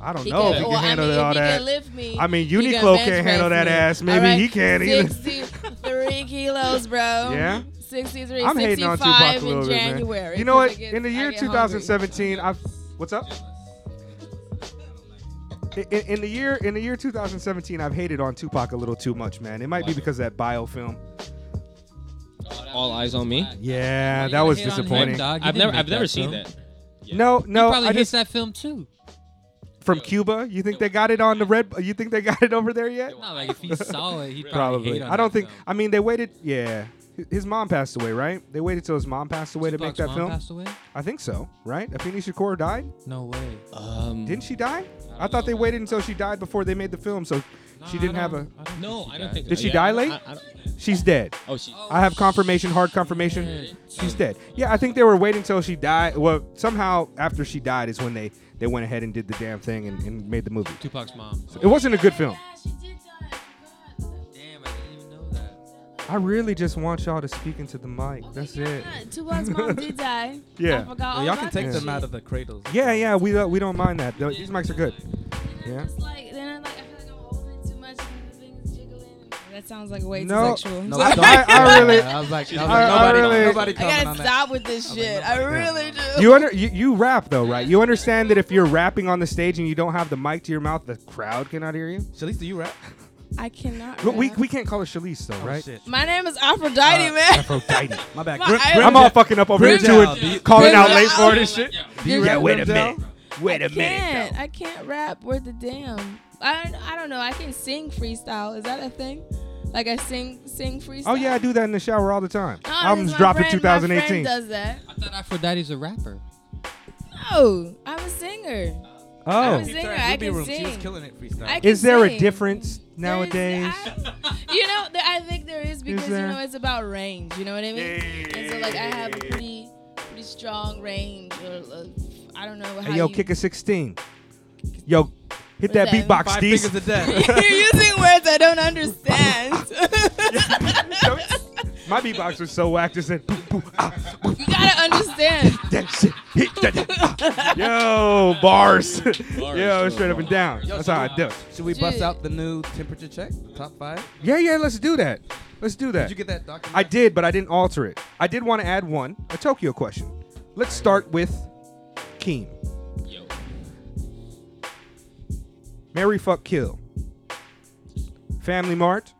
A: I don't
I: He
A: know
I: can-
A: if you
I: well,
A: can handle
I: I mean, if
A: all
I: he
A: that.
I: Can lift me,
A: I mean,
I: he can
A: Uniqlo
I: bench
A: can't handle
I: press
A: that
I: me.
A: ass. Maybe he can't either.
I: 63 kilos, bro.
A: Yeah?
I: 63,
A: I'm
I: 65
A: hating on Tupac a
I: in
A: little bit, man.
I: January.
A: You know what?
I: 'cause I get-
A: in the
I: I
A: year
I: get hungry.
A: 2017, I've what's up? In, in- in the year in the year 2017, I've hated on Tupac a little too much, man. It might be because of that biofilm.
F: All eyes on me.
A: Yeah,
D: You
A: that was
D: hit on him,
A: disappointing.
D: dog. You
F: I've
D: didn't
F: never.
D: make
F: I've never seen
D: film.
F: that.
A: No,
D: He
A: no,
D: probably
A: I just,
D: hits that film too.
A: from Cuba. You think they got it on the red? You think they got it over there yet?
D: No, like if
A: [LAUGHS]
D: he saw it, he probably.
A: Probably.
D: hate on
A: I don't
D: that
A: think.
D: film.
A: I mean, they waited. Yeah, H- his mom passed away, right? They waited till his mom passed away to
D: Tupac's
A: make that
D: mom
A: film.
D: Passed away?
A: I think so, right? Afeni Shakur died.
D: No way.
F: Um,
A: Didn't she die? I thought they waited until she died before they made the film, so she didn't have a.
F: no, I don't think.
A: Did she
F: yeah,
A: die
F: I don't-
A: late?
F: I- I don't-
A: She's dead.
F: oh, she.
A: I have confirmation, hard confirmation. She's dead. Yeah, I think they were waiting till she died. Well, somehow after she died is when they they went ahead and did the damn thing and, and made the movie.
D: Tupac's mom.
A: It wasn't a good film.
D: Damn, I didn't even know that.
A: I really just want y'all to speak into the mic. That's it.
I: Tupac's mom did die.
A: [LAUGHS] Yeah.
F: Oh
I: I forgot
C: Well,
I: all
C: y'all can
I: about
C: take
I: that
C: them
I: shit.
C: out of the cradles.
A: Yeah, yeah. We uh, we don't mind that. Th- These mics are good.
I: Then
A: Yeah.
I: I'm just like, then I'm like, I feel like I'm holding too much and the thing's jiggling. That sounds like way
A: No.
I: too sexual. [LAUGHS]
C: No,
I: So-
A: I-
C: don't-
A: I- I really-
C: I was like, I was like,
A: I- I
C: nobody,
A: really-
C: nobody
I: I
C: comment
I: gotta
C: on that.
I: stop with this shit. I really do.
A: You under you, you rap though, right? You understand that if you're rapping on the stage and you don't have the mic to your mouth, the crowd cannot hear you.
C: Shalise, do you rap?
I: I cannot.
A: But we
I: rap.
A: we Uh, can't call her Shalice though, right?
C: shit.
I: My name is Aphrodite, man. [LAUGHS]
A: [LAUGHS] Aphrodite.
C: My bad.
I: My
C: Grim-
I: eyes-
C: Grim
A: I'm all
C: Joe-
A: fucking up over here
C: Grim
A: too,
C: Joe, do you-
A: and calling
I: Grim
A: out
I: Joe.
A: late for it and shit.
C: do
A: [LAUGHS]
C: you
A: Yeah,
C: rap,
A: wait
C: Grim
A: a
C: Joe?
A: minute. Wait a minute.
I: can't. I can't rap worth a damn. I don't, I don't know. I can sing freestyle. Is that a thing? Like I sing sing freestyle.
A: Oh yeah, I do that in the shower all the time.
I: No,
A: Albums
I: Oh, this is my
A: dropped in
I: friend- my friend
A: 2018.
I: does that?
D: I thought Aphrodite's a rapper.
I: No, I'm a singer.
A: Oh,
I: was
C: She tried
I: singer, I
C: Ruby
I: can
C: Room. She was
I: sing.
C: killing it freestyle.
I: I can
A: is there a
I: sing.
A: difference
I: There is-
A: nowadays?
I: I- you know, there, I think there is because
A: there?
I: you know it's about range. You know what I mean? And so like I have a pretty pretty strong range. Or, uh, I don't know how
A: Hey, yo,
I: you.
A: kick a 16. Yo, hit that
I: What's that?
A: beatbox,
C: Five
A: Steez.
I: [LAUGHS]
C: fingers of death.
I: You're using words I don't understand.
A: My beatbox was so whack. Just said, "Boop, boop, ah,
E: You gotta understand.
A: that shit, hit that, ah, that." [LAUGHS] Yo, bars. [LAUGHS] Yo,
F: Bars.
A: straight up and down.
C: Yo,
A: That's how I do. it.
C: Should we bust
E: Dude.
C: out the new temperature check? Top five?
A: Yeah, yeah. Let's do that. Let's do that.
C: Did you get that document?
A: I did, but I didn't alter it. I did want to add one, a Tokyo question. Let's start with Keem.
F: Yo.
A: Mary Fuck Kill. Family Mart.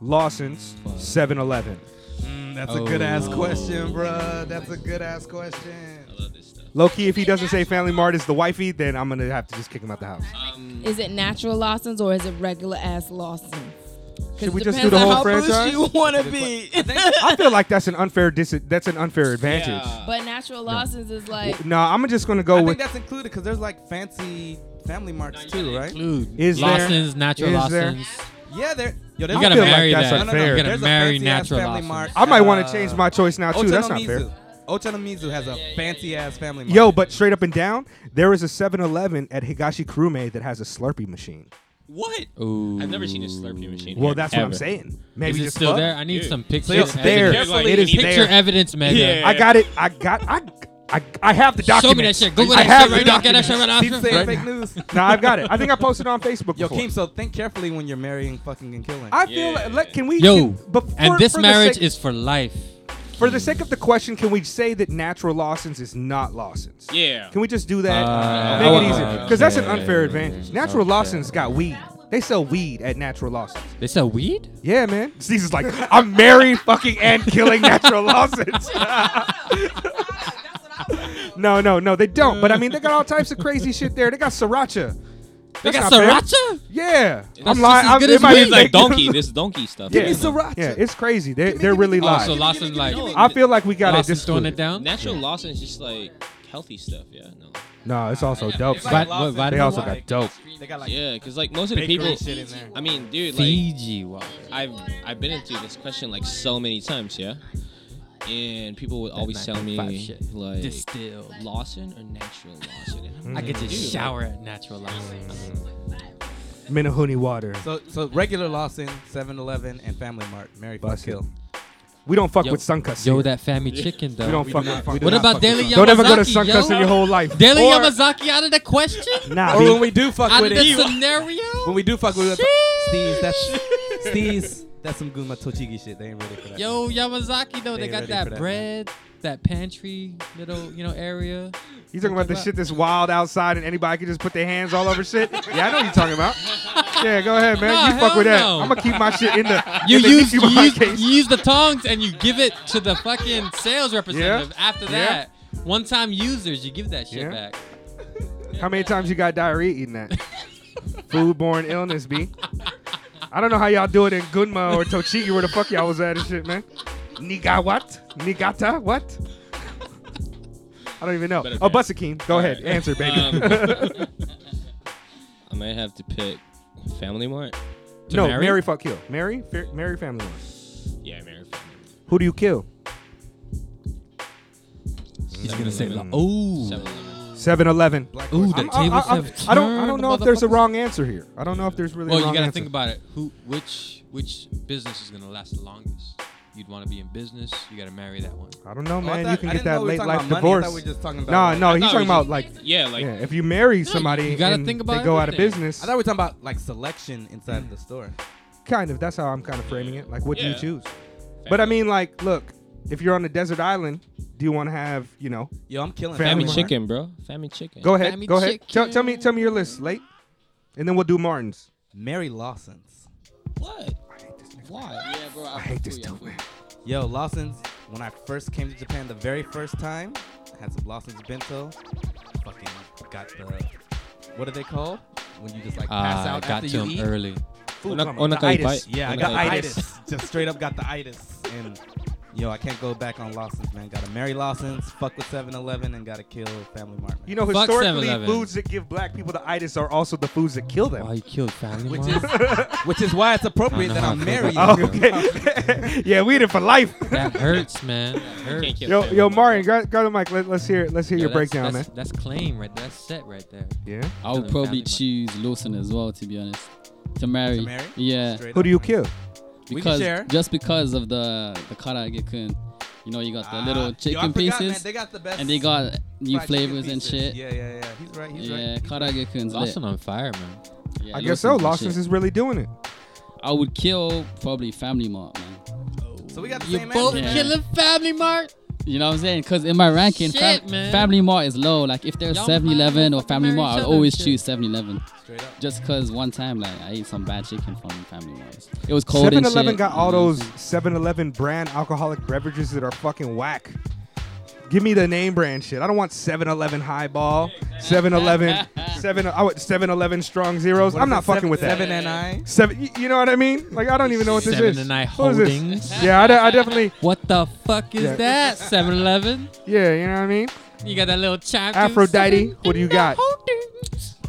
A: Lawson's. 7 Eleven.
C: Mm, that's a good ass question, bruh. That's a good ass question.
F: I love this stuff.
A: Low key, if he doesn't say Family Mart is the wifey, then I'm going to have to just kick him out the house.
F: Um,
E: Is it natural Lawson's or is it regular ass Lawson's? 'Cause
A: Should we
E: it
A: just
E: depends
A: do the
E: on
A: whole
E: how bullish
A: franchise?
E: You want to be,
A: I feel like that's an unfair dis- that's an unfair advantage.
F: yeah.
E: but natural Lawson's is like
A: No, I'm just going to go
C: I think
A: with
C: that's included because there's like fancy family marks too, right?
F: Include.
A: is there
D: Lawson's, natural
A: Is there-
D: Lawson's.
C: Yeah, there. Yo, there's
D: You
A: I
D: gotta
A: feel like
D: marry
A: that's
D: that.
A: unfair.
D: You gotta
C: There's a
D: marry
C: fancy-ass
D: natural Lawson's.
C: family mark.
A: I might want
C: Uh,
A: to change my choice now too. That's not
C: Ochanomizu.
A: fair.
C: Ochanomizu has a fancy ass family mark.
A: Yo, but straight up and down, there is a 7-Eleven at Higashi Kurume that has a Slurpee machine.
F: What?
D: Ooh.
F: I've never seen a Slurpee machine.
A: Well,
F: here,
A: that's what I'm
F: ever.
A: saying. Maybe
D: is it
A: just
D: still
A: fuck.
D: there? I need
F: Dude.
D: some picture.
A: It's there.
D: evidence.
F: Carefully,
A: It is
F: you need
D: Picture
A: there.
D: evidence, Mega.
F: Yeah.
A: I got it. I got. I. I, I have the document.
D: Show me that shit. Google
A: I
D: that
A: have
D: shit right
A: the
D: now. Get that shit
A: document.
D: right now.
C: Keep saying
A: Right. [LAUGHS]
C: fake news.
A: Nah, I've got it. I think I posted it on Facebook
C: Yo,
A: before.
C: Keem, so think carefully when you're marrying, fucking, and killing.
A: I feel
F: Yeah.
A: like, let- can we?
D: Yo,
A: can- but for-
D: and this
A: for the
D: marriage
A: sake-
D: is for life.
A: for the sake of the question. Can we say that natural Lawson's is not Lawson's?
F: Yeah.
A: Can we just do that?
D: Uh,
A: Make
D: okay.
A: it easier, because that's an
D: Okay.
A: unfair advantage. Natural
D: Okay.
A: Lawson's got weed. They sell weed at Natural Lawson's.
D: They sell weed?
A: Yeah, man. Steve's is like, I'm married, fucking, and killing
D: [LAUGHS]
A: Natural Lawson's. [LAUGHS] No, no, no, they don't. But I mean, they got all types of crazy shit there. They got sriracha.
D: They
A: That's
D: got
A: not fair.
D: sriracha?
A: Yeah, I'm
D: just
A: lying.
D: as
A: I'm,
D: good
A: it
D: as
A: might
D: weed.
A: be
F: It's like
A: fake.
F: donkey. This is donkey stuff.
A: Yeah.
F: you know?
A: Yeah, it's crazy. They they're really
D: Oh,
A: live.
D: so Lawson's like,
A: I feel like we got it.
D: Lawson's
A: This
D: throwing it down?
F: Natural Lawson is just like healthy stuff. Yeah. No.
A: No, it's also dope.
C: It's
D: But-
C: like Lawson's,
D: but
A: They also
C: like,
A: got dope.
C: They got like
F: Yeah, because like most of the
C: bakery
F: people.
C: shit in there.
F: I mean, dude, like
D: Fiji water.
F: I've I've been into this question like so many times, yeah. And people would always tell me
D: 9.5 shit.
F: like
D: Distilled.
F: Lawson or natural Lawson. And I'm
D: I could
F: Dude,
D: just shower at natural Lawson's.
A: Minnehuni water.
C: So, so regular Lawson, 7-Eleven, and Family Mart. Mary fuck
A: Bust it.
C: kill.
A: We don't fuck
D: Yo-
A: with Suncus.
D: Yo,
A: here.
D: that family chicken,
A: we
D: though.
A: don't fuck with.
D: What
A: Suncus.
D: about Daily Yamazaki?
A: Don't ever go to
D: yo?
A: Suncus in your whole life.
D: Daily
C: Or-
D: Yamazaki out of
A: [LAUGHS]
D: the question?
A: Nah,
C: Or
A: B.
C: when we do fuck
D: Out of
C: with
D: the
C: it,
D: scenario?
C: when we do fuck with it, Steve's
D: Sheesh.
C: that's Steve's that's some Guma Tochigi shit. They ain't ready for that.
D: Yo, Yamazaki though,
C: They
D: they, got
C: ain't ready for
D: that
C: that,
D: bread, that pantry little, you know,
A: [LAUGHS]
D: area.
A: you talking about the shit that's wild outside and anybody can just put their hands all over [LAUGHS] shit? Yeah, I know what you're talking about. Yeah, go ahead, man.
D: Nah,
A: you fuck
D: hell
A: with that.
D: no.
A: I'm gonna keep my shit in the.
D: You
A: in the
D: use you
A: Nicki Minaj
D: use,
A: case.
D: you use the tongs and you give it to the fucking sales representative. After
A: Yeah.
D: that, one time users, you give that shit
A: Yeah.
D: back.
A: How many times you got diarrhea eating
D: [LAUGHS]
A: that? Foodborne illness, B. I don't know how y'all do it in Gunma or Tochigi, where the fuck y'all was at and shit, man. Niga what? Nigata what? I don't even know.
F: Better
A: Oh,
F: guess.
A: Busakeem, go ahead,
F: Alright.
A: answer, baby. [LAUGHS]
F: Um, I might have to pick Family Mart.
D: To
A: no,
D: marry?
A: Mary fuck kill. Mary, Fa- Mary family one.
F: Yeah, Mary.
A: Who do you kill?
D: He's gonna say, like, oh,
A: Seven Eleven.
D: ooh, the
A: I'm- I, I-
D: tables
A: I-
D: have
A: I don't. I don't
D: turned,
A: know if there's a
D: motherfuckers.
A: wrong answer here. I don't know if there's really.
D: Well,
A: a
D: you
A: wrong
D: gotta
A: answer.
D: think about it. Who, which, which business is gonna last the longest? You'd want to be in business. You gotta marry that one.
A: I don't know,
C: Oh, I
A: man.
C: thought-
A: you can
C: I
A: get
C: didn't know
A: that
C: we were
A: late
C: talking
A: life
C: about money. I
A: divorce.
C: thought we were just talking about.
A: No,
C: like-
A: no,
F: I
A: he's
F: thought
A: talking
F: we were
A: about
F: just-
A: like
F: Yeah, like
A: yeah, if you marry somebody,
D: you gotta
A: and
D: think about
A: they go out of
D: everything.
A: business.
C: I thought we were talking about like selection inside the store.
A: kind of. That's how I'm kind of framing it. Like, what do you
F: Yeah.
A: choose? But I mean, like, look, if you're on a desert island, do you want to have, you know?
C: Yo, I'm killing
A: Family
C: Family
F: Family
A: Mart.
F: Chicken, bro. Family Chicken.
A: Go ahead,
D: Family
A: go ahead. Tell, tell me,
D: chicken.
A: tell me your list, late, and then we'll do Martin's.
C: Mary Lawson's.
F: What?
A: I hate this nigga.
F: Why? Yeah, bro.
A: I hate this dude, man.
C: Yo, Lawson's. When I first came to Japan the very first time, I had some Lawson's bento. Fucking got the what are they called? When you just like pass
D: Ah, I
C: out
D: got
C: after
D: to
C: you
D: him
C: eat.
D: early.
A: Food
F: Ona-
A: coma,
F: ona
A: the
F: kai
A: itis.
F: bai-
C: Yeah, I
F: Ona
C: got
F: kai bai.
C: itis. Just straight up got the itis. And yo, I can't go back on Lawson's, man. Gotta marry Lawson's, fuck with 7 Eleven, and gotta kill Family Mart. Man.
A: You know,
D: Fuck
A: historically,
D: 7-Eleven.
A: foods that give black people the itis are also the foods that kill them.
D: Why you killed family?
C: Which
D: Mart?
C: Which is why it's appropriate
D: I
C: that
D: don't
C: I'm
D: know how I
C: married.
D: feel
A: Oh, [LAUGHS]
D: about
A: okay. yeah, we in it for life.
C: [LAUGHS]
D: that hurts, man. That hurts.
F: Can't kill
A: yo,
F: Family
A: yo,
F: Mart.
A: Martin, grab, grab the mic. Let, let's hear, let's hear
D: Yo,
A: your
D: that's-
A: breakdown,
D: that's,
A: man.
D: That's claim right there. That's set right there.
A: Yeah.
G: I would
D: Killing
G: probably
D: family, man.
G: choose Lawson as well, to be honest. To marry.
C: To marry?
G: Yeah.
C: Straight
A: Who
C: up,
A: do you
C: man.
A: kill?
C: We can
G: because
C: share.
G: just because of the the karagekun, you know, you got the
C: Ah,
G: little
C: yo, I
G: chicken
C: forgot, man,
G: pieces,
C: they got the best
G: and they got
C: fried
G: new
C: chicken
G: flavors and
C: pieces.
G: shit.
C: Yeah, yeah, yeah. He's right. He's
G: yeah,
C: right.
G: karagekun's lit.
D: Lawson on fire, man.
G: Yeah,
A: I guess so.
G: Lawson's the
A: Lawson's
G: shit.
A: is really doing it.
G: I would kill probably Family Mart, man.
C: So we got the
D: You
C: same
D: both
C: answer.
G: man.
D: killing Family Mart.
G: You know what I'm saying? Because in my ranking, fam-
D: Shit, man.
G: Family Mart is low. Like if there's
D: Y'all
G: 7-Eleven or
D: motherfucking
G: Family
D: marry
G: Mart,
D: each
G: I'd
D: other and
G: always
D: shit.
G: choose 7-Eleven.
C: Straight up.
G: Just cause one time, like I ate some bad chicken from Family Mart. It was cold
A: 7
G: and shit.
A: Eleven got
G: you
A: all
G: know?
A: those 7 Eleven brand alcoholic beverages that are fucking whack. Give me the name brand shit. I don't want 7 Eleven highball, 7 Eleven, 7 I want 7 Eleven strong zeros.
C: What
A: I'm
C: is
A: not
C: it,
A: fucking
C: seven-
A: with that.
C: Seven and I.
A: Seven, y- you know what I mean? Like I don't even know what this
D: Seven
A: is.
D: and I
A: What is this?
D: Holdings.
A: Yeah, I, de- I definitely.
D: What the fuck is
A: Yeah. [LAUGHS]
D: that? 7-Eleven.
A: Yeah, you know what I mean.
D: You got that little chime.
A: Aphrodite, what do you got?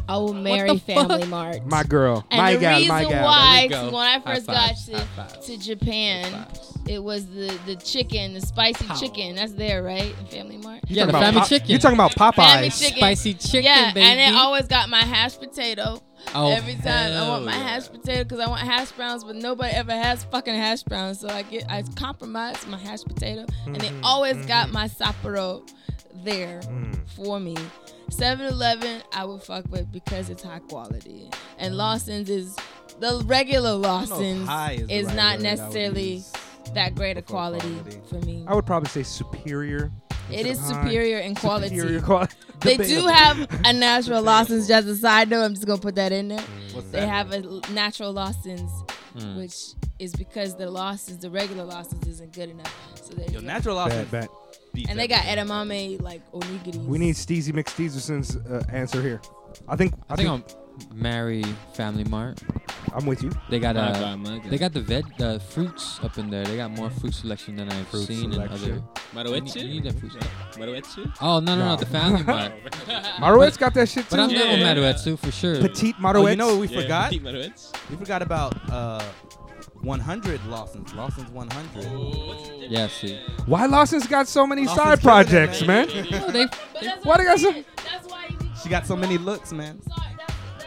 I: I will marry
D: the
I: Family
D: fuck?
I: Mart.
A: My girl,
I: and
A: my
I: the
A: gal,
I: reason
A: my gal.
I: why,
D: There we go.
I: 'cause when I
D: High
I: first
D: fives,
I: got
D: high fives,
I: to, to Japan, it was the, the chicken, the spicy chicken. That's there, right? Family Mart.
A: You
D: Yeah,
A: talking
D: the
A: about
D: family
A: Pop-
D: chicken.
A: You talking about
I: Family
A: Popeyes?
I: chicken.
D: Spicy chicken,
I: yeah,
D: baby.
I: and it always got my hashed potato
D: Oh,
I: every time. I want my
D: hell
I: hashed potato because I want hash browns, but nobody ever has fucking hash browns, so I get I compromise my hash potato, and
C: Mm-hmm.
I: they always got my Sapporo there
C: Mm.
I: for me. 7-Eleven, I would fuck with because it's high quality, and Lawson's is the regular
C: Mm. I don't know if
I: Lawson's
C: high is, the
I: is
C: right
I: not
C: word I would Hmm.
I: necessarily
C: use.
I: that great a
C: Before
I: quality,
C: quality.
I: for me.
A: I would probably say superior. instead
I: It is
A: of high.
I: superior in quality.
A: Superior quality.
I: [LAUGHS]
C: [LAUGHS]
I: They do have a natural Lawson's. Just a side note, I'm just gonna put that in there.
C: What's
I: They
C: that?
I: have a l- natural Lawson's,
C: Hmm.
I: which is because the Lawson's, the regular Lawson's, isn't good enough. So they
C: Yo, natural options.
A: Bad, bad.
C: beats
I: and they got
C: everything.
I: edamame like onigiri.
A: We need Steezy McSteezelson's uh, answer here. I think
D: I think I'll marry Family Mart.
A: I'm, with you.
D: They got
F: My
D: uh,
F: God, my God.
D: they got the veg, the fruits up in there. They got more fruit selection than I've
A: Fruit
D: seen
A: selection.
D: in other. You need- you need
F: Maruetsu?
D: that fruit selection.
F: Maruetsu?
D: Oh no no no, the Family Mart.
A: Marouette's got that shit too.
D: But I'm down with
F: Yeah.
D: Maruetsu for sure.
A: Petite Marouette.
C: Oh, you know what we
F: Yeah,
C: forgot?
F: Maruetsu.
C: We forgot about uh, 100 Lawson's. Lawson's 100.
D: Yeah, see.
A: Why Lawson's got so many side
C: Lawson's killing it,
A: projects,
C: man.
A: man?
C: [LAUGHS]
D: Oh, they
I: But that's
A: Why
I: what
A: they
I: I'm
A: got so-
I: saying. That's why you
C: She got so many looks, man.
I: Sorry, that's-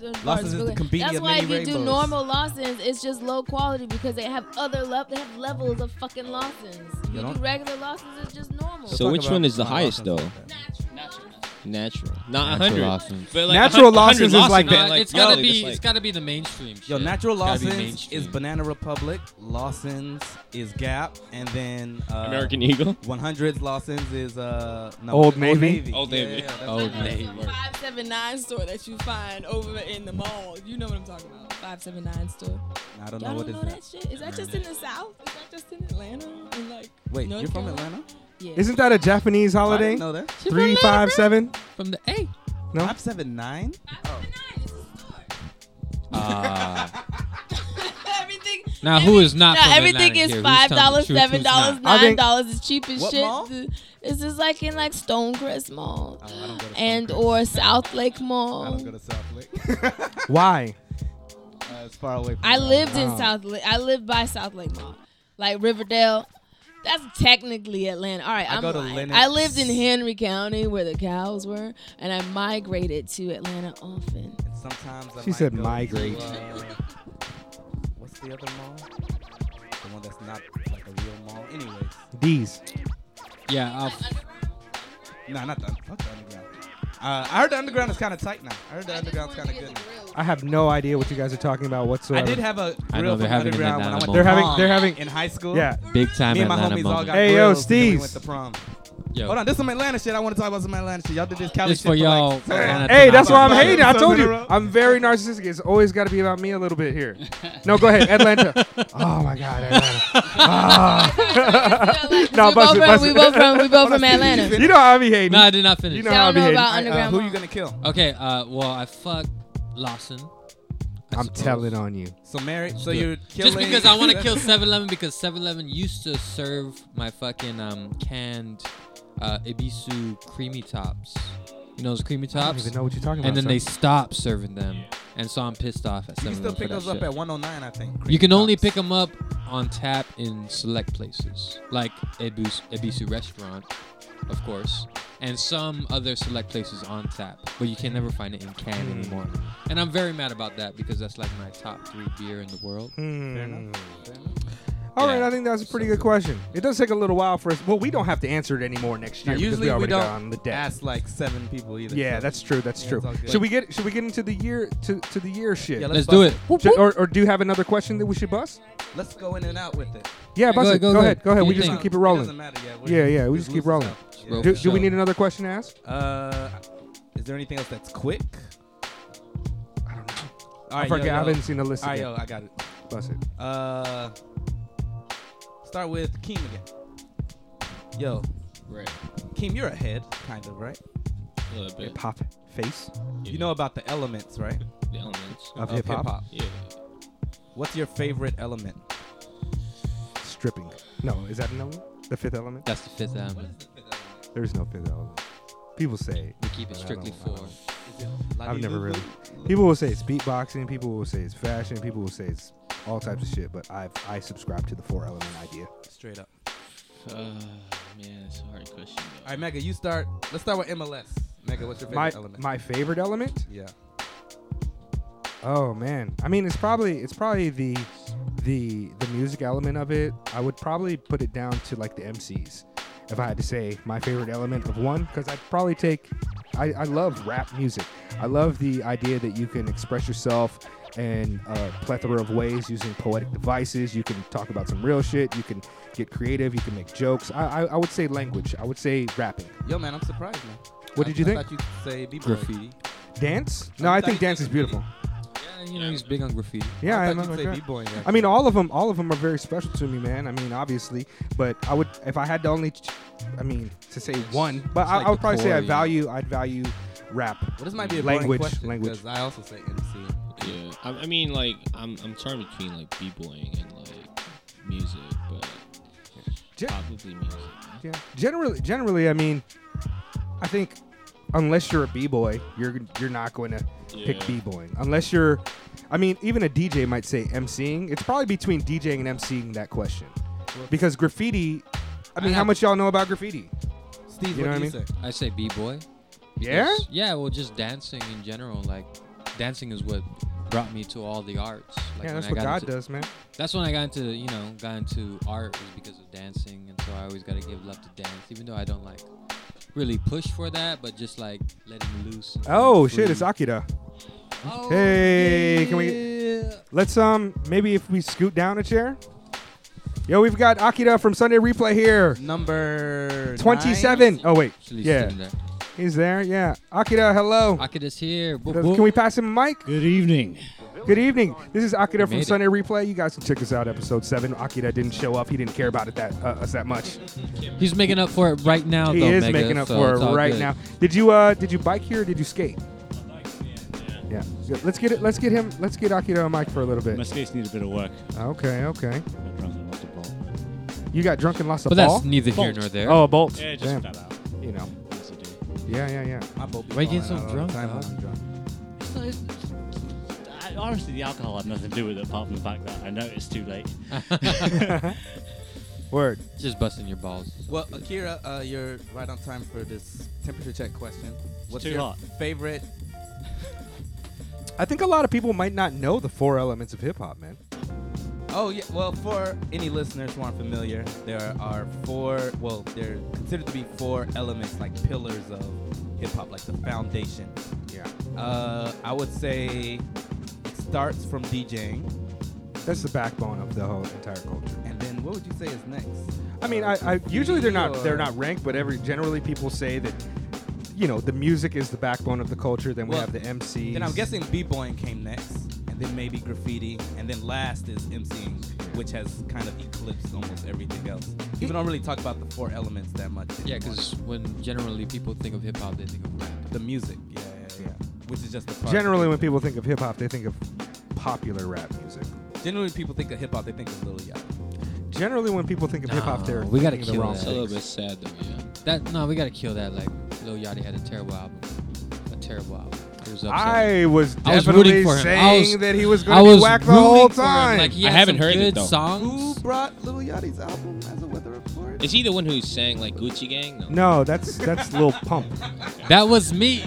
I: that's-
C: Lawson's is the convenient
I: That's
C: of
I: why
C: many
I: if you do
C: rainbows.
I: normal Lawson's, it's just low quality because they have other love. They have levels of fucking Lawson's. If
C: You
I: you
C: don't-
I: do regular Lawson's, it's just normal.
F: So which one is the highest though?
I: Natural.
F: Natural, not
D: Natural
F: hundred.
D: Lawson's.
A: Natural Lawson's is like
D: Uh,
A: that.
D: it's gotta
F: yo,
D: be
F: just
D: it's
F: like-
D: gotta be the mainstream.
C: Yo,
D: shit.
C: Natural
D: It's gotta be
C: Lawson's
D: mainstream.
C: is Banana Republic. Lawson's is Gap, and then uh,
F: American Eagle.
C: 100's Lawson's is uh no,
A: Old Navy?
F: Old
C: Yeah,
F: Navy.
C: yeah, yeah, that's
D: Old
C: right.
D: Navy.
E: Five seven nine store that you find over in the mall. You know what I'm talking about.
I: Five seven nine store.
C: I don't know
E: Y'all
C: what
E: don't
C: is
E: know
C: that.
E: that shit. Is that just in the South? Is that just in Atlanta? And like
C: Wait,
E: North
C: you're from
E: Carolina?
C: Atlanta?
I: Yeah.
A: Isn't that a Japanese
C: I
A: holiday?
C: didn't know that.
D: She from
A: Three
D: Atlanta,
A: five
D: bro.
A: seven.
D: from the A.
A: No?
C: Five seven nine.
D: Ah.
C: Oh.
E: [LAUGHS]
I: everything.
D: now who is not?
I: Nah,
D: from
I: everything
D: Atlanta
I: is
D: here? Who's telling
I: five
D: the
I: dollars,
D: truth? Who's
I: seven dollars,
A: not? I
I: nine
A: think-
I: dollars. It's cheap as
C: What
I: shit.
C: mall?
I: This is like in like Stonecrest Mall
C: Oh, I don't go to
I: and
C: South
I: or South Lake
C: Lake. I don't
I: Mall.
C: go to South Lake. [LAUGHS]
A: Why?
C: Uh, it's far away. From
I: I
C: where
I: lived
A: Wow.
I: in South Lake. I lived by South Lake Mall, like Riverdale. That's technically Atlanta. All right,
C: I
I: I'm
C: go to
I: lying.
C: Lenox.
I: I lived in Henry County where the cows were, and I migrated to Atlanta often.
C: And sometimes I
A: She
C: might
A: said
C: go to,
A: migrate.
C: uh, what's the other mall? The one that's not like a real mall. Anyways,
A: These.
D: Yeah, I'll
C: nah, not the fuck the underground. Uh, I heard the underground is kind of tight now. I heard the underground's kind of good. now.
A: I have no idea what you guys are talking about
C: I
A: whatsoever.
C: did have a
D: I know
C: grill
D: they're
C: from
D: having it in
C: underground when I went.
D: Alamo.
C: to
A: They're having-
C: prom
A: they're having-
C: in high school.
A: yeah.
D: big time
C: Me and my
D: Atlanta
C: homies all
D: moment.
C: got
A: Hey, yo,
C: grills and then We
A: Steez.
C: went to prom.
D: Yo,
C: Hold on, this is some Atlanta shit. I want to talk about some Atlanta shit. Y'all did this Cali
D: This
C: shit
D: for y'all.
C: Like,
D: Atlanta
A: Hey, that's why I'm
D: tonight.
A: hating. I told you,
C: Episodes in a row.
A: I'm very narcissistic. It's always got to be about me a little bit here. No, go ahead, Atlanta. Oh my God, Atlanta. Nah,
I: we,
A: bust it,
I: both from,
A: bust
I: we
A: it.
I: both from
A: [LAUGHS]
I: we both from Atlanta.
A: You know how I be hating.
D: No, I did not finish.
A: You know how I
I: Y'all
A: be
I: know
A: hating.
I: about
C: All right, uh,
I: underground.
C: who you
I: Mall.
C: gonna kill?
D: Okay, uh, well, I fucked Lawson. I
A: I'm
D: suppose.
A: telling on you.
C: So married. So
D: Do it.
C: you're killing.
D: Just because I want
C: [LAUGHS]
D: to kill 7-Eleven because 7-Eleven used to serve my fucking um canned uh, Ibisu creamy tops. You know those creamy
A: I don't
D: tops?
A: even know what you're talking about.
D: And then they
A: son.
D: stopped serving them, and so I'm pissed off at
C: You can
D: 7-Eleven
C: still
D: for
C: pick
D: that
C: those up
D: shit.
C: at 109, I think.
D: You can only pick
C: up.
D: them up on tap in select places, like Ebisu, Ebisu Restaurant, of course, and some other select places on tap, but you can never find it in can
A: Hmm.
D: anymore. And I'm very mad about that because that's like my top three beer in the world.
A: Hmm. All right,
D: Yeah.
A: I think that's a pretty good question. It does take a little while for us. Well, we don't have to answer it anymore next year.
C: Now,
A: because we
C: usually we,
A: already
C: don't
A: got on the deck.
C: ask like seven people either.
A: Yeah,
C: so-
A: that's true. That's
C: Yeah,
A: true.
C: it's all good.
A: Should we get Should we get into the year to, to the year shit?
C: Yeah,
D: Let's
C: bust
D: do it.
A: Should- or, or do you have another question that we should bust?
C: Let's go in and out with it.
A: Yeah, bust
D: go
A: it.
D: ahead,
A: Go,
D: go ahead.
A: ahead. Go ahead.
D: You
A: We just
D: think-
A: can keep it
C: It
A: rolling.
C: doesn't mamatter, yeah,
A: Yeah, yeah, we just keep
C: lose
A: rolling.
C: ourselves.
D: Roll
A: Do,
D: for
A: do we
D: show.
A: need another question to ask?
C: Uh, is there anything else that's quick? I don't know. All
A: I
C: right, yo,
A: forget.
C: yo.
A: I haven't seen the list.
C: All right,
A: yet.
C: yo, I got it.
A: Bust it.
C: Uh, start with Keem again. Yo,
F: Right.
C: Keem, you're ahead, kind of, right?
F: A little bit.
A: Pop face
C: You know about the elements, right?
F: The elements.
A: of hip hop.
F: Yeah.
C: What's your favorite element?
A: Stripping. No, is that an element? The fifth element?
D: That's the fifth element.
A: There's no fifth element. People say
D: We keep it
A: But I
D: strictly
A: don't- I
D: four.
A: don't- I've never really. People will say it's beatboxing. People will say it's fashion. People will say it's all types of shit. But I I subscribe to the four element idea.
C: Straight up.
F: Uh, man, it's a hard question.
C: All right, Mega, you start. Let's start with MLS. Mega, what's your favorite
A: My
C: element?
A: my favorite element.
C: yeah.
A: Oh man, I mean it's probably it's probably the the the music element of it. I would probably put it down to like the MCs. If I had to say my favorite element of one, because I'd probably take, I, I love rap music. I love the idea that you can express yourself in a plethora of ways using poetic devices. You can talk about some real shit. You can get creative. You can make jokes. I, I, I would say language. I would say rapping.
C: Yo, man, I'm surprised, man.
A: What
C: I-
A: did you
C: I
A: think?
C: thought you'd say b-boy.
D: Graffiti.
A: Dance? No, I think dance is beautiful.
D: Yeah, you know he's big on graffiti.
A: Yeah,
C: I
A: I'm
C: thought
A: not
C: you'd
A: sure.
C: say b-boy. yeah.
A: I mean, all of them, all of them are very special to me, man. I mean, obviously, but I would, if I had to only, ch- I mean, to say one, but I,
D: like
A: I would
D: the
A: probably say
D: core,
A: I
D: yeah.
A: value, I'd value rap.
C: Well, this might be a
A: Language,
C: boring question
A: language.
C: because I also say MC.
F: Yeah. I, I mean, like, I'm I'm torn between like b-boying and like music, but
A: Ju-
F: probably music.
A: Yeah. Generally, generally, I mean, I think unless you're a b boy, you're you're not going to pick
F: Yeah.
A: b boying. Unless you're, I mean, even a DJ might say MCing. It's probably between DJing and MCing that question, because graffiti. I mean, how
D: have-
A: much y'all know about graffiti?
C: Steve,
A: You know
C: what do you
A: what I
C: say?
D: I say b boy.
A: Yeah.
D: Yeah, well, just dancing in general. Like, dancing is what brought me to all the arts. Like,
A: yeah,
D: when
A: that's
D: I
A: what
D: got
A: God
D: into-
A: does, man.
D: That's when I got into, you know, got into art was because of dancing, and so I always got to give love to dance, even though I don't like really push for that, but just like letting loose. and being
A: Oh shit, it's
D: free.
A: Akira.
D: Oh,
A: Hey, can we-
D: yeah.
A: Let's um maybe if we scoot down a chair. Yo, we've got Akira from Sunday Replay here.
C: Number
A: 27. Oh wait,
D: Actually
A: yeah,
D: sitting there.
A: he's there. Yeah, Akira, hello.
D: Akida's here. Boop, boop.
A: Can we pass him a mic?
J: Good evening.
A: Good evening. This is Akira
D: We made
A: from
D: it.
A: Sunday Replay. You guys can check us out, episode seven. Akira didn't show up. He didn't care about it that uh, us that much.
D: He's making up for it right now.
A: He
D: though,
A: is
D: Mega,
A: making up
D: so
A: for it
D: it's all
A: right
D: good.
A: now. Did you uh did you bike here? or Did you skate? Yeah. Yeah, Let's get it. Let's get him. Let's get Akira a mic for a little
J: My
A: bit.
J: skates need a bit of work.
A: Okay. Okay.
J: I got drunk and lost a bolt.
A: You got drunk and lost a
D: But
A: ball.
D: that's neither here
J: Bolt.
D: nor there.
A: oh, a bolt.
J: Yeah, it just
A: Damn.
J: fell out.
A: You know.
J: Yes, I do. Uh,
A: Yeah. Yeah. Yeah.
C: Nine. My boat be
D: Why you getting
C: falling
D: so
C: out all
D: drunk,
C: the time when
D: dog?
C: I'm drunk.
J: So it's- I- Honestly, the alcohol had nothing to do with it apart from the fact that I noticed too late.
A: Oh. Word.
D: [LAUGHS] Just busting your balls.
C: Well, Akira, uh, you're right on time for this temperature check question. What's
J: too
C: your
J: hot.
C: favorite?
A: I think a lot of people might not know the four elements of hip hop, man.
C: Oh yeah. Well, for any listeners who aren't familiar, there are four. Well, they're considered to be four elements, like pillars of hip hop, like the foundation.
A: Yeah.
C: Uh, I would say it starts from DJing,
A: That's the backbone of the whole entire culture.
C: and then what would you say is next?
A: I mean,
D: Oh,
A: I, I usually they're not they're not ranked, but every generally people say that you know the music is the backbone of the culture. Then we
C: Well,
A: have the MCs.
C: Then I'm guessing b-boying came next, and then maybe graffiti, and then last is MCing, which has kind of eclipsed almost everything else. Even don't really talk about the four elements that much.
D: Yeah,
C: anymore.
D: because when generally people think of hip hop, they think of rap.
C: the music, yeah, yeah, yeah, which is just the part.
A: generally when people think of hip hop, they think of popular rap music.
C: generally people think of hip hop, they think of Lil Yachty.
A: Generally, when people think of hip hop, they're
D: No, Oh, we gotta
A: thinking the
D: kill
A: wrong
D: that.
F: It's a
A: thing.
F: little bit sad though, yeah.
D: That no, we gotta kill that. Like Lil Yachty had a terrible album, a terrible album. rappers up. so-
A: I was
D: I was
A: definitely
D: rooting for him. I
A: saying
D: was,
A: that he was
D: I
A: going to
D: was
A: be whack the whole
D: rooting for him.
A: time.
D: Like, he
F: I
D: had
F: haven't
D: some
F: heard it,
D: good
F: though.
C: Who
D: Songs.
C: brought Lil Yachty's album as a weather report?
F: Is he the one who sang like Gucci Gang? No.
A: no, that's that's Lil Pump.
D: That
A: [LAUGHS]
D: was me.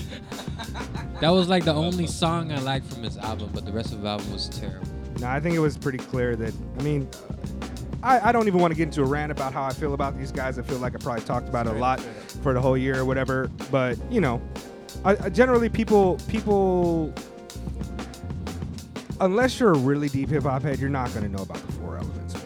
D: That was like the only song I liked from his album, but the rest of the album was terrible.
A: No, I think it was pretty clear that. I mean, I, I don't even want to get into a rant about how I feel about these guys. I feel like I probably talked about it a lot for the whole year or whatever. But you know, I, I generally people people unless you're a really deep hip hop head, you're not going to know about the four elements. of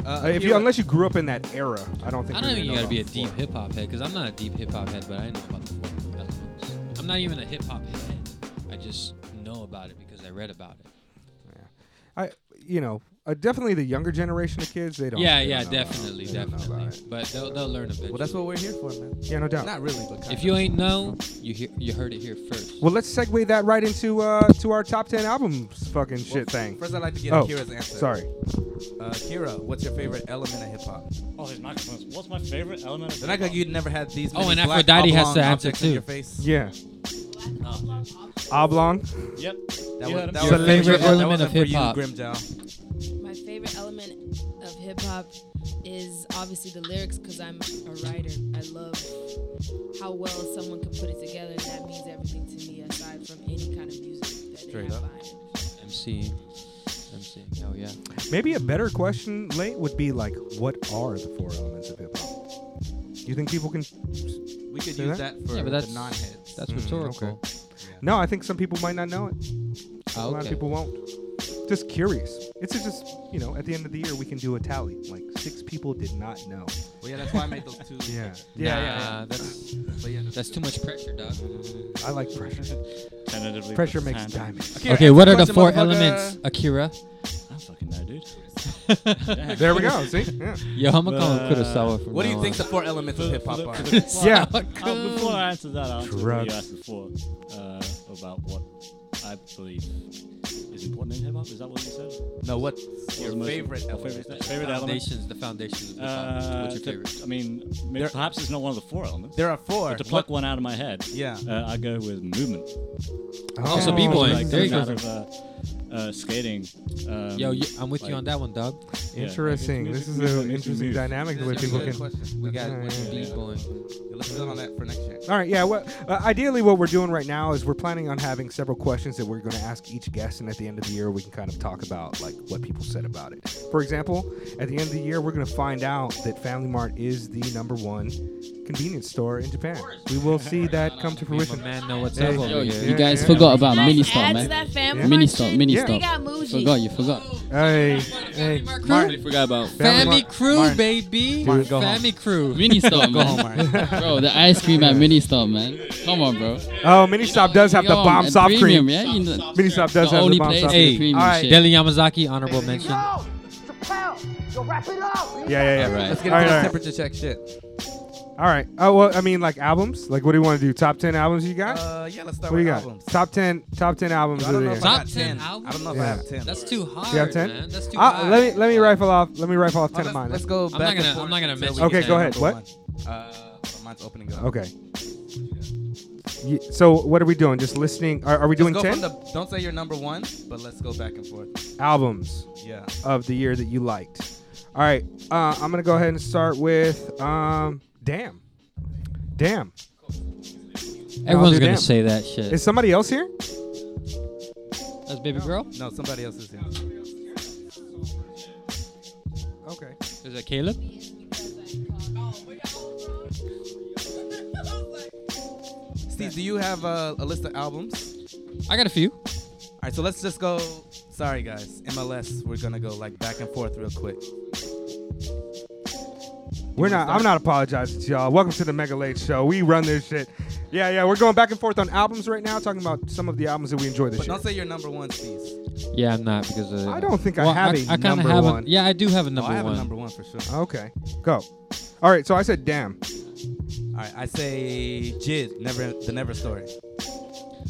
A: it. Uh, if you unless you grew up in that era, I don't think.
D: I don't
A: you're
D: think you
A: gonna
D: gotta
A: know
D: be a
A: about the
D: deep
A: four.
D: hip hop head because I'm not a deep hip hop head, but I know about the four elements. I'm not even a hip hop head. I just know about it because I read about it.
A: I you know uh, definitely the younger generation of kids they don't.
D: yeah,
A: they
D: yeah,
A: don't know about it.
D: definitely,
A: They don't know
D: definitely.
A: about it.
D: But they'll, they'll learn eventually.
C: well, that's what we're here for, man.
A: Yeah, no doubt.
C: Not really, but kind
D: If
C: of.
D: you ain't know, you hear, you heard it here first.
A: Well, let's segue that right into uh, to our top ten albums, fucking
C: Well,
A: shit thing.
C: First, I'd like to get
A: Oh,
C: Kira's answer.
A: sorry.
C: Uh, Kira, what's your favorite element of hip hop?
J: Oh, these microphones. What's my favorite element of
C: Then I
J: hip-hop?
C: got you never had these.
D: Oh,
C: many
D: and
C: black
D: Aphrodite has
C: oblong
D: to answer
C: objects in
D: too.
C: Your face.
A: Yeah,
J: Oh,
A: oblong.
J: yep.
C: That
J: You
C: was,
J: heard him.
C: that
D: Your
C: was
D: favorite
C: that
D: element
C: wasn't
D: of
C: for you,
D: hip-hop.
C: Grimjow.
I: My favorite element of hip hop is obviously the lyrics because I'm a writer. I love how well someone can put it together, and that means everything to me aside from any kind of music that
C: Straight
I: they have
C: up.
I: behind it.
D: MC, MC, oh yeah.
A: Maybe a better question late would be like, what are the four elements of hip hop? Do you think people can?
C: We could
A: Say
C: use
A: that?
C: that, for
D: Yeah, but that's-
C: the non-heads.
D: That's
A: Mm,
D: rhetorical.
A: okay. No, I think some people might not know it.
D: Oh,
A: A lot of
D: okay.
A: people won't. Just curious. It's just you know, at the end of the year we can do a tally. Like six people did not know.
C: well, yeah, that's why I made those two.
A: Yeah,
D: Nah,
A: yeah, yeah.
D: That's,
C: But yeah.
D: that's too much pressure, dog.
A: yeah. I like pressure.
J: Tentatively
A: Pressure
J: put
A: makes
J: hand-
A: diamonds.
C: [LAUGHS] Akira,
D: Okay,
C: answer
D: what are the uh,
C: question,
D: four
C: motherfucker.
D: elements, Akira?
J: I don't fucking know, dude.
A: There we go. See? Yeah.
D: Yo, I'm gonna call him
J: Uh,
D: Kurosawa from
C: What do
D: now
C: you think
D: on.
C: the four elements of hip hop
J: For the-
C: are?
J: for [LAUGHS] the- well,
A: Yeah.
J: uh, before I answer that, I'll answer what
A: Drugs.
J: you asked before uh, about what I believe is important in hip hop. Is that what you said?
C: No, what's your
J: the most-
C: favorite element?
J: favorite, favorite element?
D: foundations, the foundations of the
J: Uh,
D: What's your
J: to-
D: favorite?
J: I mean, maybe,
C: There-
J: perhaps it's not one of the four elements.
C: There are four.
J: but to pluck one out of my head,
C: Yeah.
J: uh, I go with movement.
D: Also,
A: Oh,
D: b-boy.
J: Like
D: There you
J: coming
D: go.
J: out of uh, uh, skating. Um,
D: Yo, you- I'm with you
J: like-
D: on that one, dog.
J: Yeah,
A: Interesting.
J: like,
A: this
J: it's
A: is
J: music-
A: an
J: music-
A: interesting
J: music.
A: dynamic the way
C: That's a
A: people
C: good
A: can.
C: question. We got
A: Yeah,
C: we should
A: yeah,
C: be
A: yeah.
C: going. Let's build on that for next year.
A: All right, yeah. Well, uh, ideally, what we're doing right now is we're planning on having several questions that we're going to ask each guest, and at the end of the year, we can kind of talk about like what people said about it. For example, at the end of the year, we're going to find out that Family Mart is the number one convenience store in Japan. We will see that come to
D: Me and my
A: fruition.
D: man know what's
A: Hey,
D: up over
A: yo,
D: here.
G: You guys
A: yeah.
G: forgot about
I: Guys,
G: Ah, mini
I: add
G: stop,
I: to
G: man.
I: that family
A: Yeah.
G: Mini
I: market
G: stop,
I: shit.
G: mini
A: Yeah.
I: They
G: stop.
I: got Muji.
G: Forgot, you forgot.
A: Hey, hey,
D: Family Mart
A: Martin,
F: Totally forgot about.
A: Family
D: Family
A: Mart-
D: crew,
A: Mart-
D: baby.
A: Mart, go home.
D: Family crew.
G: Mini
D: [LAUGHS]
G: stop,
A: Oh,
C: Go home,
G: man.
C: Martin.
G: [LAUGHS] Bro, the ice cream at mini stop, man. Come on, bro.
A: [LAUGHS] Oh, Mini Stop does have the
G: Yo,
A: bomb
G: and
A: soft
G: premium,
A: cream.
G: Yeah, you know,
A: Mini Stop does
G: the
A: have the
G: only
A: bomb
G: place
A: soft
G: with
D: Hey,
G: the
A: cream.
G: premium
A: All right.
G: shit.
D: Deli Yamazaki, honorable mention.
A: Yeah, yeah, yeah. All
C: Let's get
G: All right.
C: into
A: right, all
C: this
A: right.
C: temperature check shit.
A: All right. Oh well, I mean, like albums. Like, what do you want to do? Top ten albums you got?
C: Uh, yeah, let's start
A: what do
C: with
A: you got?
C: albums.
A: Top ten. Top ten albums
C: I
A: of
C: don't
A: the
C: know
A: year.
C: if I
D: Top
C: got
D: 10
C: ten. I don't know if
A: Yeah.
C: I have ten.
D: That's too hard,
A: You have ten?
D: man. That's too
A: Uh,
D: hard.
A: let me let me rifle off. Let me rifle off
C: Oh,
A: ten of
C: let's-
A: mine.
C: Let's go
D: I'm
C: back
D: not gonna-
C: and forth
D: I'm not gonna
C: until
D: mention
C: we
A: Okay,
C: get
A: go
C: to
A: ahead.
C: number one. Uh, mine's opening up.
A: Okay. Ye- So what are we doing? Just listening? Are, are we doing
C: Let's go
A: ten
C: from the- Don't say you're number one, but let's go back and forth.
A: albums
C: Yeah.
A: of the year that you liked? All right. Uh, I'm gonna go ahead and start with um. Damn. Damn. I'll
D: Everyone's
A: do
D: gonna
A: damn.
D: say that shit.
A: Is somebody else here?
D: That's baby girl.
C: No, somebody else is here.
A: Okay.
D: Is that Caleb?
C: Steve, do you have uh, a list of albums?
D: I got a few.
C: All right, so let's just go. Sorry, guys. MLS, we're gonna go like back and forth real quick.
A: We're not. I'm not apologizing to y'all. Welcome to the Mega Late Show. We run this shit. Yeah, yeah. We're going back and forth on albums right now, talking about some of the albums that we enjoy this
C: But
A: year.
C: don't say you're number one, Steve.
D: Yeah, I'm not because uh,
A: I don't think I
D: well,
A: have a
D: I, I kinda
A: number
D: have
A: one.
D: A, yeah, I do have a
C: No,
D: number
C: Oh, I have
D: one.
C: a number one for sure.
A: Okay. Go. All right. So I said, damn.
C: All right, I say Jid, never the Never Story.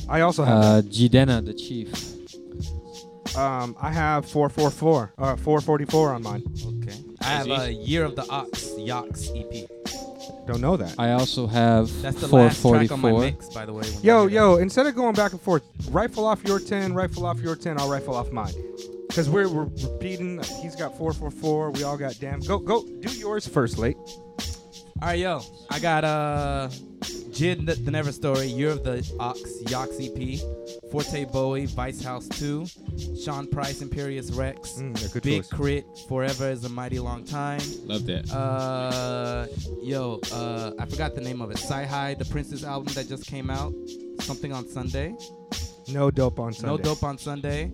A: I also have.
D: Uh, Jidena, the chief. Uh,
A: Um, I have 444, uh, 444 on mine.
C: Okay. I have a Year of the Ox, Yox EP.
A: Don't know that.
D: I also have
C: E That's the last track on my
D: 444.
C: mix, by the way. when
A: Yo,
C: you hear
A: yo, instead of going back and forth, rifle off your 10, rifle off your 10, I'll rifle off mine. Because we're, we're repeating. He's got 444. We all got damn. Go, go, do yours first, late.
C: All right, yo. I got uh, Jid the, the Never Story, Year of the Ox, Yox EP, Forte Bowie, Vice House 2, Sean Price, Imperious Rex,
A: Mm, yeah, good
C: Big
A: choice.
C: Crit, Forever is a Mighty Long Time.
F: Love that.
C: Uh, yo, uh, I forgot the name of it. Sci High, the Prince's album that just came out. Something on Sunday.
A: No dope on Sunday.
C: No Dope on Sunday.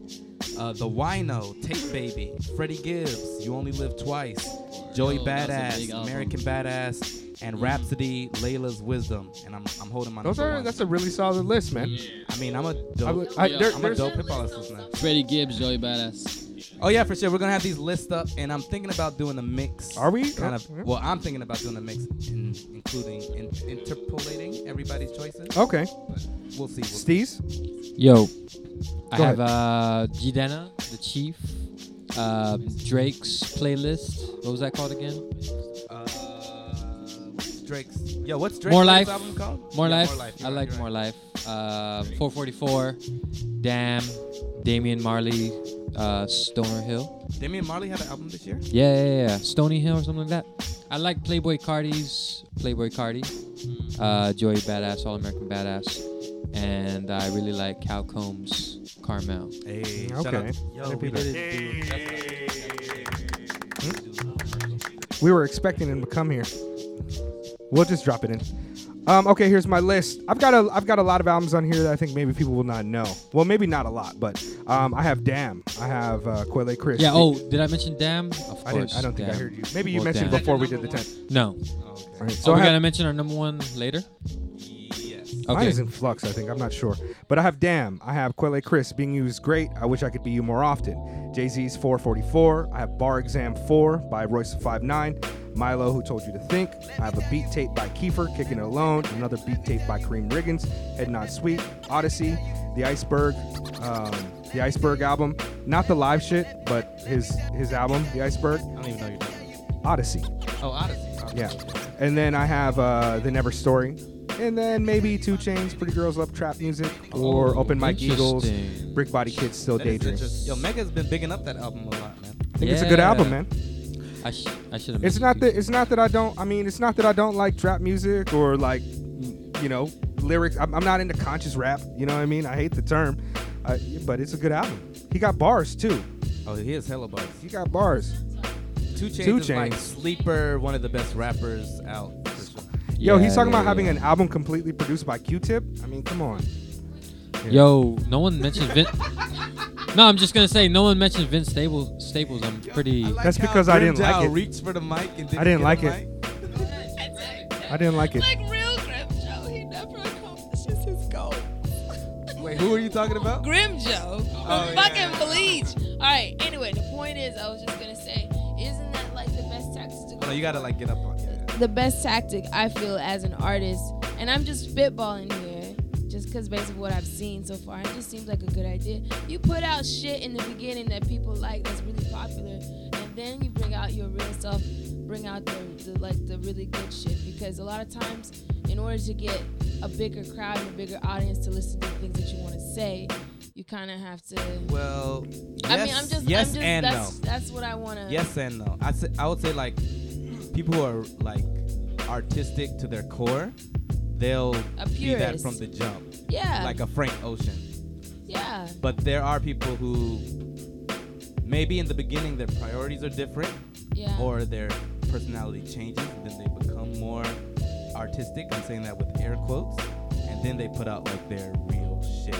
C: Uh, the Wino, Tape Baby, Freddie Gibbs, You Only Live Twice, Joey
G: Yo, that's a big
C: Badass,
G: album.
C: American Badass, and Rhapsody, Layla's Wisdom. And I'm, I'm holding my
A: Those
C: number
A: are,
C: one.
A: that's a really solid list, man.
C: I mean, I'm a
A: I
C: dope,
A: would- I- there-
C: I'm a
A: there's-
C: dope hip hop listener.
G: Freddie Gibbs, Joey Badass.
C: Oh yeah, for sure. We're gonna have these lists up, and I'm thinking about doing a mix.
A: Are we?
C: Kind of.
A: Okay.
C: Well, I'm thinking about doing a mix, in, including in, interpolating everybody's choices.
A: Okay.
C: We'll see. We'll see.
A: Steez?
D: Yo, I
A: Go
D: have uh, Gidana, the Chief, uh, Drake's playlist. What was that called again?
C: Uh, Drake's. Yo, what's Drake's
D: More
C: latest
D: Life.
C: album called?
D: More,
C: Yeah,
D: life.
C: You're
D: I
C: right,
D: like
C: you're
D: more
C: right.
D: life. Uh, 444. Damn. Damian Marley. Uh, Stoner Hill.
C: Damian Marley had an album this year.
D: Yeah, yeah, yeah. Stony Hill or something like that. I like Playboy Cardi's Playboy Cardi. Uh, Joey Badass, All American Badass, and I really like Cal Combs Carmel.
C: Hey,
A: shout out- Okay.
C: Yo, we did it, dude.
A: We were expecting him to come here. We'll just drop it in. Um, okay, here's my list. I've got a I've got a lot of albums on here that I think maybe people will not know. Well, maybe not a lot, but um, I have Damn. I have uh, Quelle Chris.
D: Yeah. Oh, did I mention Damn? Of course.
A: I didn't. I don't think I
D: Damn.
A: heard you. Maybe you
D: Well,
A: mentioned
D: Damn.
A: before we did the ten.
D: No.
A: All right,
D: So
A: so
D: oh,
A: I
D: we
A: have,
D: gotta mention our number one later.
C: Yes.
A: Mine
D: Okay.
A: is in flux, I think. I'm not sure. But I have Damn. I have Quelle Chris being used great. I wish I could be you more often. Jay Z's 444. I have Bar Exam 4 by Royce 59. Milo, Who Told You to Think. I have a beat tape by Kiefer, Kicking It Alone. Another beat tape by Kareem Riggins, Head Not Sweet. Odyssey, The Iceberg, um, The Iceberg album. Not the live shit, but his his album, The Iceberg.
C: I don't even know your name.
A: Odyssey.
C: Oh, Odyssey.
A: Yeah. And then I have uh, The Never Story. And then maybe Two Chains, Pretty Girls Love Trap Music, or
D: Oh,
A: Open Mike Eagles,
D: interesting.
A: Brick Body Kids Still
C: That is
A: Daydream. I
C: interesting. Yo, Mega's been bigging up that album a lot, man.
A: think it's a good album,
D: Yeah.
A: man.
D: I, sh- I should have.
A: It's not that it's not that I don't. I mean, it's not that I don't like trap music or like, you know, lyrics. I'm, I'm not into conscious rap. You know what I mean? I hate the term, uh, but it's a good album. He got bars too.
C: Oh, he is hella bugs.
A: He got bars.
C: Two Chainz
A: Two
C: is like
A: Chainz.
C: sleeper, one of the best rappers out. for sure.
A: Yo, he's talking about having an album completely produced by Q-Tip. I mean, come on.
D: Yo, no one mentioned Vin. [LAUGHS] no, I'm just gonna say no one mentioned Vince Staples. Staples, I'm pretty.
A: That's because I didn't like
C: Grimjow
A: it.
C: reached for the mic and didn't
A: I didn't
C: get
A: like
C: the
A: it.
C: mic.
A: I didn't like it.
I: Like real Grim Joe, he never accomplishes his goal.
C: Wait, who are you talking about?
I: Grim Joe from
C: Oh,
I: fucking
C: yeah.
I: Bleach. All right. Anyway, the point is, I was just gonna say, isn't that like the best tactic? To go
C: Oh, no, you gotta like get up on. Yeah.
I: the best tactic I feel as an artist, and I'm just spitballing here, just because based on what I've seen so far, it just seems like a good idea. You put out shit in the beginning that people like, that's really popular, and then you bring out your real self, bring out the, the like the really good shit, because a lot of times, in order to get a bigger crowd and a bigger audience to listen to the things that you want to say, you kind of have to.
C: Well,
I: I
C: yes,
I: mean, I'm just,
C: yes
I: I'm just
C: and no.
I: that's, that's what I want to.
C: Yes and no. I say, I would say like people who are like artistic to their core, they'll
I: A
C: be that
I: purist.
C: from the jump,
I: Yeah.
C: like a Frank Ocean.
I: yeah.
C: But there are people who maybe in the beginning their priorities are different
I: Yeah.
C: or their personality changes, and then they become more artistic. I'm saying that with air quotes, and then they put out like their real shit.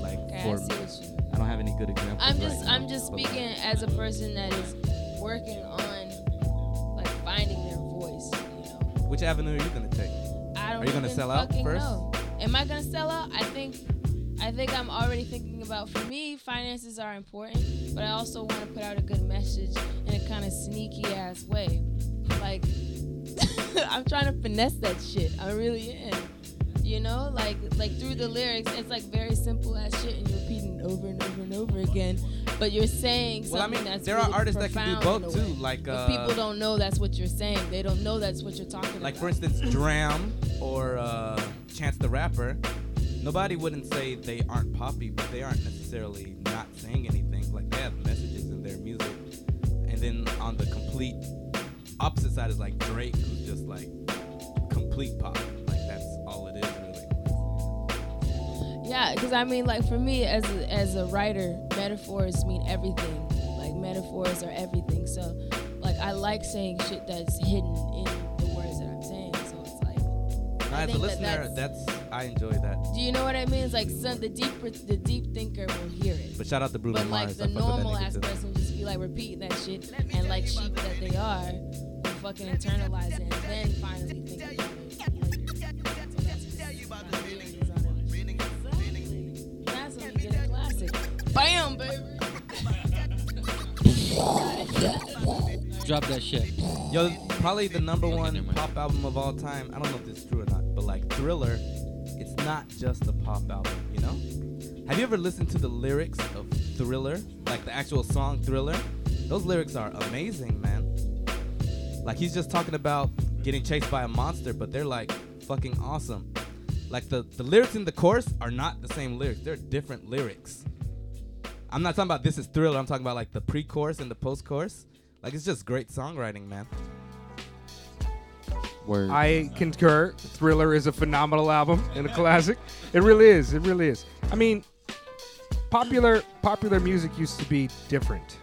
C: Like
I: Okay, I
C: for
I: see what you-
C: I don't have any good examples.
I: I'm
C: right
I: just
C: now,
I: I'm just
C: but, like,
I: speaking as a person that is working on like finding their voice. You know,
C: Which avenue are you gonna take?
I: I don't.
C: Are you gonna
I: even
C: sell out
I: fucking
C: first?
I: Know. Am I gonna sell out? I think I think I'm already thinking about. For me, finances are important, but I also want to put out a good message in a kind of sneaky ass way. Like [LAUGHS] I'm trying to finesse that shit. I really am. You know, like like through the lyrics, it's like very simple as shit, and you're repeating it over and over and over again. But you're saying something
C: Well, I mean,
I: that's
C: there are
I: really
C: artists that can do
I: profound
C: both
I: in a way.
C: too. Like,
I: But
C: uh,
I: people don't know that's what you're saying. They don't know that's what you're talking
C: like
I: about.
C: for instance, Dram or uh, Chance the Rapper. Nobody wouldn't say they aren't poppy, but they aren't necessarily not saying anything. Like they have messages in their music. And then on the complete opposite side is like Drake, who's just like complete pop. Like that's all it is really.
I: Yeah, because I mean, like for me as a, as a writer, metaphors mean everything. Like metaphors are everything. So, like I like saying shit that's hidden in the words that I'm saying. So it's like, I
C: As a
I: think that
C: listener, that's, I enjoy that.
I: do you know what I mean? It's like some, the deeper, the deep thinker will hear it.
C: But shout out to Bruno
I: But like
C: Mars.
I: the
C: I fuck with that
I: normal
C: nigga,
I: ass
C: too.
I: person just be like repeating that shit, and like sheep that they are, will fucking internalize it and then finally think about it. later. So that's just my feelings on it. Exactly. That's when you get a classic. Bam, baby.
D: Drop that shit.
C: Yo, probably the number one
D: never mind.
C: pop album of all time. I don't know if this is true or not, but like Thriller, it's not just a pop album, you know? Have you ever listened to the lyrics of Thriller? Like the actual song Thriller? Those lyrics are amazing, man. Like he's just talking about getting chased by a monster, but they're like fucking awesome. Like the, the lyrics in the chorus are not the same lyrics, they're different lyrics. I'm not talking about this is Thriller, I'm talking about like the pre chorus and the post chorus. Like it's just great songwriting, man.
D: Word.
A: I concur. Thriller is a phenomenal album and a classic. It really is. It really is. I mean, popular popular music used to be different.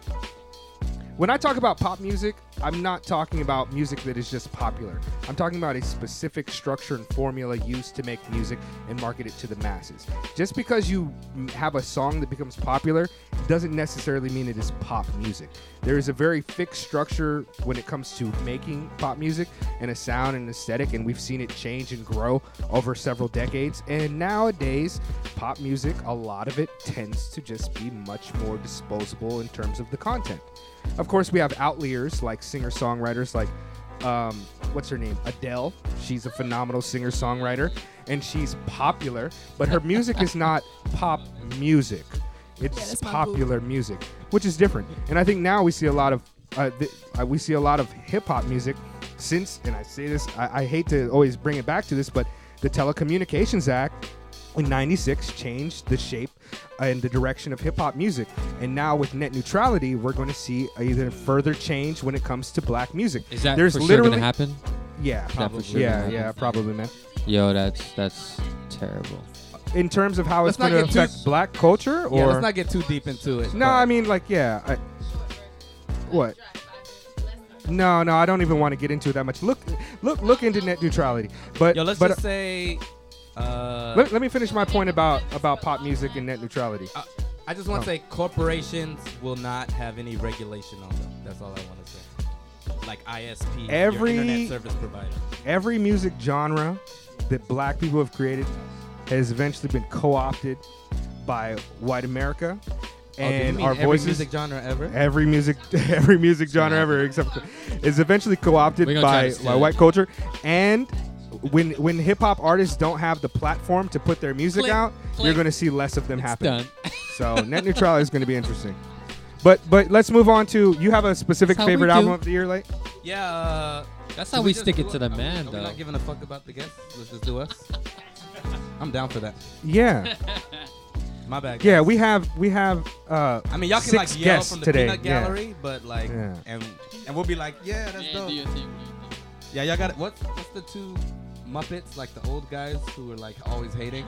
A: When I talk about pop music, I'm not talking about music that is just popular. I'm talking about a specific structure and formula used to make music and market it to the masses. Just because you m- have a song that becomes popular doesn't necessarily mean it is pop music. There is a very fixed structure when it comes to making pop music and a sound and aesthetic, and we've seen it change and grow over several decades. And nowadays, pop music, a lot of it tends to just be much more disposable in terms of the content. Of course, we have outliers like singer songwriters like, um, what's her name? Adele. She's a phenomenal singer songwriter and she's popular, but her music is not pop music. It's
I: that's my boo.
A: popular music, which is different. And I think now we see a lot of uh, th- uh, we see a lot of hip hop music since, and I say this, I-, I hate to always bring it back to this, but the Telecommunications Act in 96 changed the shape and the direction of hip hop music. And now with net neutrality, we're going to see a even further change when it comes to black music.
D: Is that for sure gonna happen?
A: Yeah, probably.
D: sure
A: yeah,
D: gonna
A: yeah,
D: happen?
A: probably, man.
D: Yo, that's that's terrible.
A: In terms of how
C: Let's
A: it's
C: not
A: going to
C: get too-
A: affect black culture or
C: yeah, let's not get too deep into it.
A: No,
C: but
A: I mean like yeah, I, what? No, no, I don't even want to get into it that much. Look look look into net neutrality. But
C: yo, let's
A: but
C: just say. Uh,
A: let, let me finish my point about about pop music and net neutrality.
C: I, I just want
A: Oh.
C: to say corporations will not have any regulation on them. That's all I want to say. Like ISP,
A: Every-
C: your internet service provider.
A: every music genre that black people have created has eventually been co-opted by white America
C: Oh,
A: and our voices Eh.
C: music genre ever.
A: every music [LAUGHS] every music genre ever except is eventually co-opted
D: We're gonna try
A: by,
D: to steal
A: by
D: it.
A: white culture and when when hip hop artists don't have the platform to put their music
D: Click,
A: out you're
D: click.
A: going to see less of them happen
D: done.
A: [LAUGHS]
D: [LAUGHS]
A: so net neutrality is going to be interesting but but let's move on to you have a specific
D: That's how we
A: favorite album
D: do.
A: of the year late
C: Yeah. Uh,
D: That's
C: do
D: how we
C: just
D: stick
C: do
D: it to the
C: Are we-
D: man,
C: are we
D: though.
C: not giving a fuck about the guests. Let's just do us. I'm down for that.
A: yeah
C: My bad.
A: yeah
C: guys.
A: we have we have uh
C: I mean, y'all can
A: six
C: like yell
A: guests
C: from the
A: today,
C: peanut
A: yeah.
C: gallery, but like,
A: Yeah.
C: and and we'll be like, yeah, that's dope. Yeah, y'all got it. What's what's the two Muppets like the old guys who were like always hating?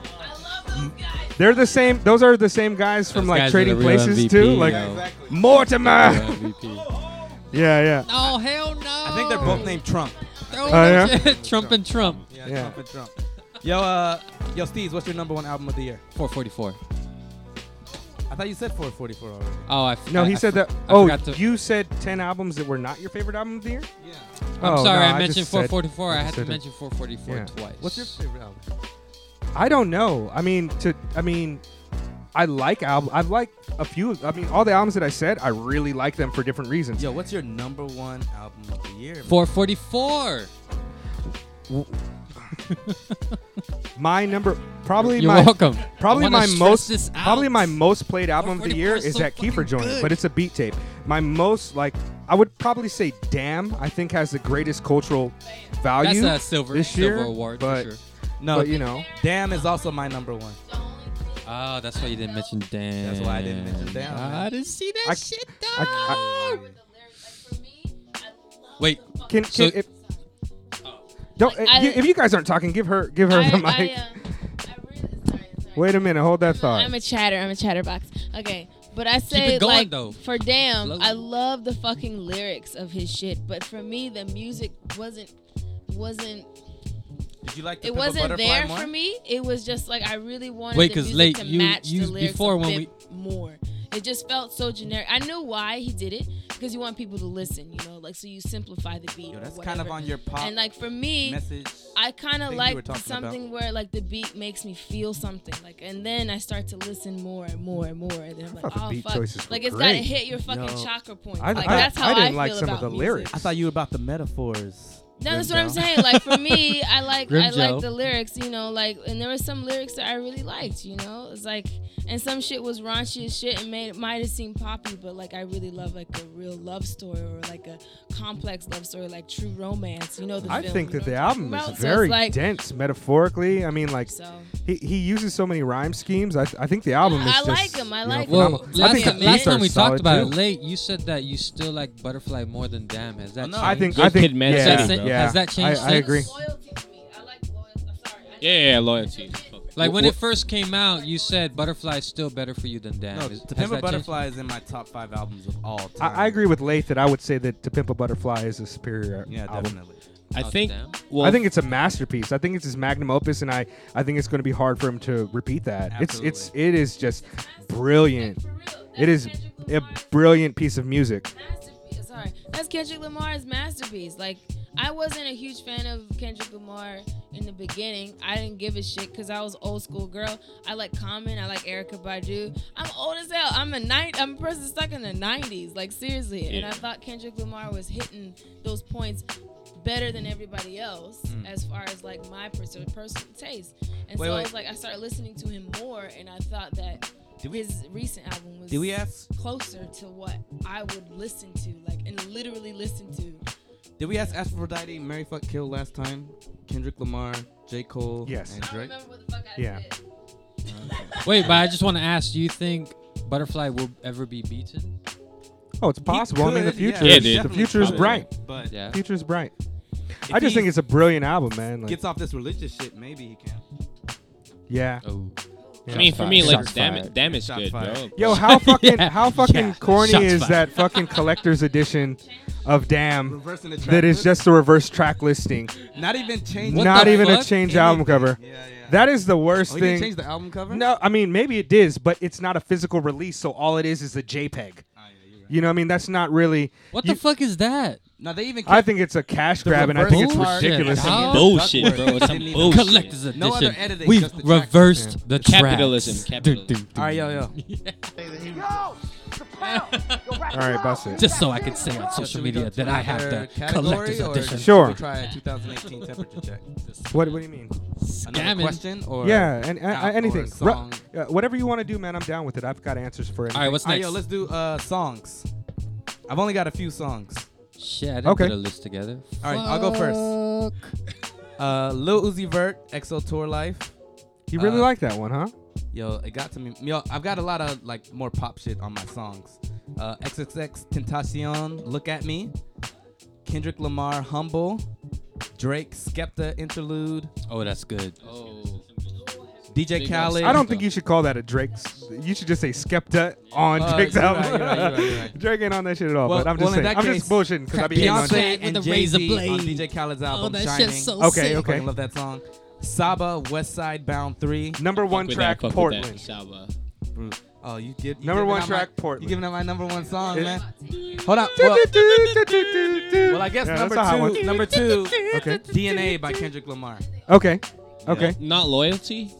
A: They're the same. Those are the same guys from
D: Those
A: like
D: guys are
A: Trading
D: the real
A: Places
D: MVP,
A: too. Like
C: Oh.
D: yo.
A: Mortimer.
D: MVP.
A: [LAUGHS] yeah, yeah.
D: Oh hell no!
C: I think they're both named Trump.
D: Oh,
A: yeah?
D: [LAUGHS] Trump and Trump.
C: Yeah,
A: Yeah.
C: Trump and Trump. [LAUGHS] Yo, uh, yo, Steez, what's your number one album of the year?
D: 444.
C: I thought you said 444 already.
D: Oh, I. f-
A: No,
D: I-
A: he
D: I
A: said
D: f-
A: that.
D: I
A: oh,
D: forgot to-
A: you said ten albums that were not your favorite album of the year.
C: Yeah.
D: I'm
A: Oh,
D: sorry,
A: no,
D: I
A: just
D: mentioned
A: said-
D: 444. I
A: just
D: had to
A: said it.
D: mention 444
A: Yeah.
D: twice.
C: What's your favorite album?
A: I don't know. I mean, to I mean, I like album. I like a few. I mean, all the albums that I said, I really like them for different reasons.
C: Yo, what's your number one album of the year? man?
D: 444?
A: My number Probably
D: You're
A: my
D: welcome.
A: probably
F: I wanna
A: my
F: stress
A: most
F: this out.
A: probably my most played album of the
F: 144
A: year
F: is
A: is
F: so
A: that
F: fucking
A: Kiefer joint,
F: good.
A: but it's a beat tape. My most like I would probably say Damn. I think has the greatest cultural
D: That's
A: value
D: a silver,
A: this year.
D: silver award
A: but,
D: for sure.
C: No,
A: but, you know,
C: Damn is also my number one.
D: Oh, that's why you didn't mention Dan.
C: That's why I didn't mention Dan,
D: Ah,
C: man.
D: I didn't see that
A: I-
D: shit though.
A: I- I-
D: Wait,
A: can, can
D: So-
A: if, don't
I: Like, Oh. I-
A: if you guys aren't talking, give her give her
I: I,
A: the mic.
I: I, uh, I really, sorry, sorry.
A: Wait a minute, hold that thought.
I: I'm a chatter. I'm a chatterbox. Okay, but I say
D: going,
I: like
D: though.
I: for damn,
D: Slow.
I: I love the fucking lyrics of his shit. But for me, the music wasn't wasn't
C: Did you like the
I: it
C: Pimp a
I: wasn't
C: Butterfly
I: there
C: more?
I: for me. It was just like I really wanted
D: Wait,
I: the
D: 'cause
I: music
D: late,
I: to
D: you-
I: match
D: you-
I: the lyrics
D: before
I: a
D: when
I: bit more. It just felt so generic. I knew why he did it because you want people to listen, you know, like so you simplify the beat.
C: Yo,
I: or
C: that's kind
I: whatever.
C: of on your pop
I: And like for me,
C: message.
I: I kind
C: thing
I: of
C: you were
I: like
C: talking
I: something where like the beat makes me feel something, like, and then I start to listen more and more and more, and then I'm
A: thought
I: like,
A: the
I: oh
A: beat
I: fuck,
A: choices were
I: like it's gotta
A: great.
I: hit your fucking
C: No.
I: chakra point.
A: I-
I: like
A: I-
I: that's how
A: I
I: I,
A: didn't
I: feel
A: like some of
I: about
A: the
I: music.
A: lyrics.
C: I thought you were about the metaphors.
I: No, that's
C: Grimjow.
I: what I'm saying. Like
D: [LAUGHS]
I: for me, I like
D: Grim
I: I
D: Joe.
I: like the lyrics, you know, like and there were some lyrics that I really liked, you know. It's like and some shit was raunchy as shit and made might have seemed poppy, but like I really love like a real love story or like a complex love story, like true romance, you know the
A: I
I: film,
A: think
I: you
A: that
I: know
A: the
I: what I'm
A: album
I: talking
A: is
I: about? So it's
A: very
I: like-
A: dense metaphorically. I mean, like
I: So
A: he, he uses so many rhyme schemes. I, I think the album
I: Yeah,
A: is
I: I
A: just,
I: like 'em, I
A: you know,
I: like 'em.
D: well,
A: phenomenal.
I: Phenomenal.
D: last,
A: I think
D: time,
A: the
D: last
A: beats
D: time
A: are
D: we talked
A: solid,
D: about it,
A: too.
D: late, you said that you still like Butterfly more than Damn. Has that
C: Oh, no,
D: changed?
A: I think
F: Good
A: I think
F: Kid, Mad
A: yeah,
F: City,
A: yeah,
F: bro.
D: Has that changed
A: I, I
D: since?
A: agree.
I: loyalty to me. I like loyalty. I'm sorry. I-
F: Yeah, yeah, loyalty.
D: Like when
F: Wh-
D: it first came out, you said Butterfly is still better for you than Damn.
C: No,
D: Is- has
C: To Pimp a
D: that changed?
C: Butterfly is in my top five albums of all time.
A: I, I agree with Lath that I would say that To Pimp a Butterfly is a superior
C: Yeah,
A: album.
C: definitely.
F: I
D: Oh,
F: think.
D: damn.
F: Well,
A: I think it's a masterpiece. I think it's his magnum opus, and I, I think it's going to be hard for him to repeat that. It's it's
C: Absolutely.
A: it is just brilliant. It is a brilliant piece of music.
I: masterpiece. Sorry, that's Kendrick Lamar's masterpiece. Like I wasn't a huge fan of Kendrick Lamar in the beginning. I didn't give a shit because I was old school girl. I like Common. I like Erica Badu. I'm old as hell. I'm a night. I'm a person stuck in the '90s. Like seriously. And I
F: Yeah.
I: thought Kendrick Lamar was hitting those points better than everybody else as far as like my personal personal taste. And
C: Hmm. Wait,
I: so
C: wait.
I: I was like, I started listening to him more, and I thought that.
C: Did we-
I: his recent album was
C: Did we ask?
I: closer to what I would listen to, like, and literally listen to.
C: Did we ask Aphrodite, Mary Fuck Kill last time? Kendrick Lamar, J Cole,
A: Yes.
C: and
I: I don't
C: Drake.
I: remember what the fuck I
A: Yeah.
I: said.
D: Wait, but I just want to ask: Do you think Butterfly will ever be beaten?
A: Oh, it's possible. I mean, the
C: Could, yeah,
A: future
F: Yeah,
A: is,
F: dude.
A: the
C: definitely
A: future is
C: possible,
A: bright.
C: But
D: Yeah.
A: The future is bright.
C: if
A: I just
C: he
A: think it's a brilliant album, man. Like,
C: gets off this religious shit. Maybe he can.
A: yeah.
D: Oh,
F: I
A: yeah.
F: mean, for me, like
G: Shots
F: damn it,
G: fired.
F: damn it's
C: Shots
F: good, bro.
C: fired.
A: Yo, how fucking
D: Yeah.
A: how fucking
D: Yeah.
A: corny
D: Shots
A: is
D: fired.
A: that fucking collector's edition of Damn
C: Reversing the track.
A: that is
C: list.
A: just a reverse track listing,
C: not even changing.
D: What
A: not
D: the
A: even a
D: fuck?
A: change album cover.
C: Yeah, yeah.
A: That is the worst
C: oh, he didn't
A: thing.
C: change the album cover.
A: No, I mean maybe it is, but it's not a physical release, so all it is is a JPEG.
C: Oh, yeah, you're right.
A: You know, what I mean that's not really.
D: what
A: You-
D: the fuck is that?
C: No, they even.
A: I
C: kept-
A: think it's a cash
C: The
A: grab, and I think it's
C: reverse part-
A: ridiculous.
D: Yeah.
C: Yeah.
F: Bullshit,
C: Duckworth.
F: bro. It's some
C: Didn't even-
F: bullshit.
D: Collector's edition.
C: No other editing.
D: We've
C: just the track.
D: reversed the tracks.
F: Capitalism, capitalism.
C: All right, yo, yo.
A: All right, bust it.
D: Just so I can say on
C: So
D: social
C: should we go
D: media
C: to
D: that I have
C: another
D: the
C: category,
D: collector's
C: or
D: edition.
C: should
A: Sure.
C: We try a 2018 temperature check.
A: What, what do you mean?
C: Another
D: Scamming.
C: question or
A: yeah, and, and-
C: app or
A: anything. Ru-
C: song.
A: uh, whatever you want to do, man, I'm down with it. I've got answers for it.
D: All right, what's
C: All right,
D: next?
C: yo, let's do uh, songs. I've only got a few songs.
D: Shit, I didn't
A: Okay.
D: put a list together.
C: All right, I'll go first. Uh, Lil Uzi Vert, EXO Tour Life.
A: you really
C: uh,
A: like that one, huh?
C: Yo, it got to me. Yo, I've got a lot of like more pop shit on my songs. Uh, XXX Tentacion, Look at Me. Kendrick Lamar, Humble. Drake, Skepta interlude.
D: Oh, that's good.
F: Oh.
C: DJ
F: Big
C: Khaled.
F: ups.
A: I don't think you should call that a Drake's. You should just say Skepta on
C: Uh,
A: Drake's
C: you're right,
A: album.
C: you're right, you're right, you're
A: [LAUGHS]
C: right.
A: Drake ain't on that shit at all.
C: Well-
A: but I'm
C: well,
A: just saying.
C: in that
A: I'm just
C: case,
A: bullshting because I be hating on
D: Beyonce
C: Beyonce
D: with
C: and
D: a
C: Jay
D: razor
C: Z on
D: blade.
C: DJ Khaled's album
I: Oh,
D: that
C: Shining.
D: shit's so
A: Okay,
D: sick.
C: I fucking
A: okay.
C: love that song. Saba, West Side Bound 3.
A: Number one
F: Fuck with
A: track,
F: that, fuck with that,
A: Portland.
F: Saba.
C: Oh, you get you
A: Number
C: giving
A: one
C: out my-
A: track, Portland.
C: You giving out my number one song,
A: It-
C: man? Hold on.
A: [LAUGHS]
C: Well, well, I guess
A: Yeah, that's
C: number
A: a hot one.
C: two, number two,
I: [LAUGHS]
A: Okay.
C: DNA by Kendrick Lamar.
A: [LAUGHS] Okay. Okay.
F: Not loyalty.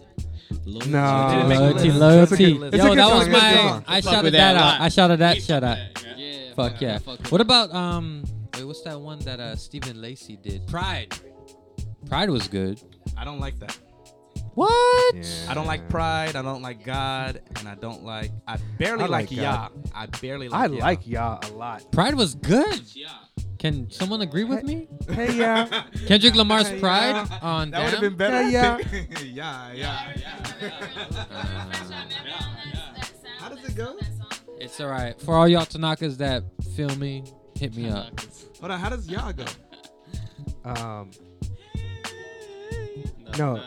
F: Loyalty.
A: No.
C: Didn't make the
D: Loyalty,
C: list.
D: loyalty.
C: It's a good-
A: it's a
D: Yo,
A: good
D: that
A: song, it's
D: was
A: a good
D: my.
A: song.
D: I
F: Fuck
D: shouted
F: with
D: that
F: that
D: out.
F: lot.
D: I shouted that shout out.
F: Yeah.
D: Fuck yeah.
F: fuck with
D: What about um? Wait, what's that one that uh Stephen Lacey did? Pride. Pride was good.
C: I don't like that.
D: What?
E: What?
C: I don't like pride. I don't like God, and I don't like. I barely
A: I like
C: like, Yah. I barely like.
A: I
C: Yah.
A: like Yah a lot.
D: Pride was good. Can someone agree with me?
A: Hey, [LAUGHS]
C: [LAUGHS]
A: yeah.
D: Kendrick
G: [LAUGHS]
D: Lamar's
A: Yeah.
D: Pride on
C: That would have
D: Damn.
C: been better.
A: Yeah,
C: yeah, [LAUGHS] yeah, How does it go?
D: It's all right for all y'all Tanakas that feel me. Hit me up.
C: Hold on. How does Yah go?
A: Um, No.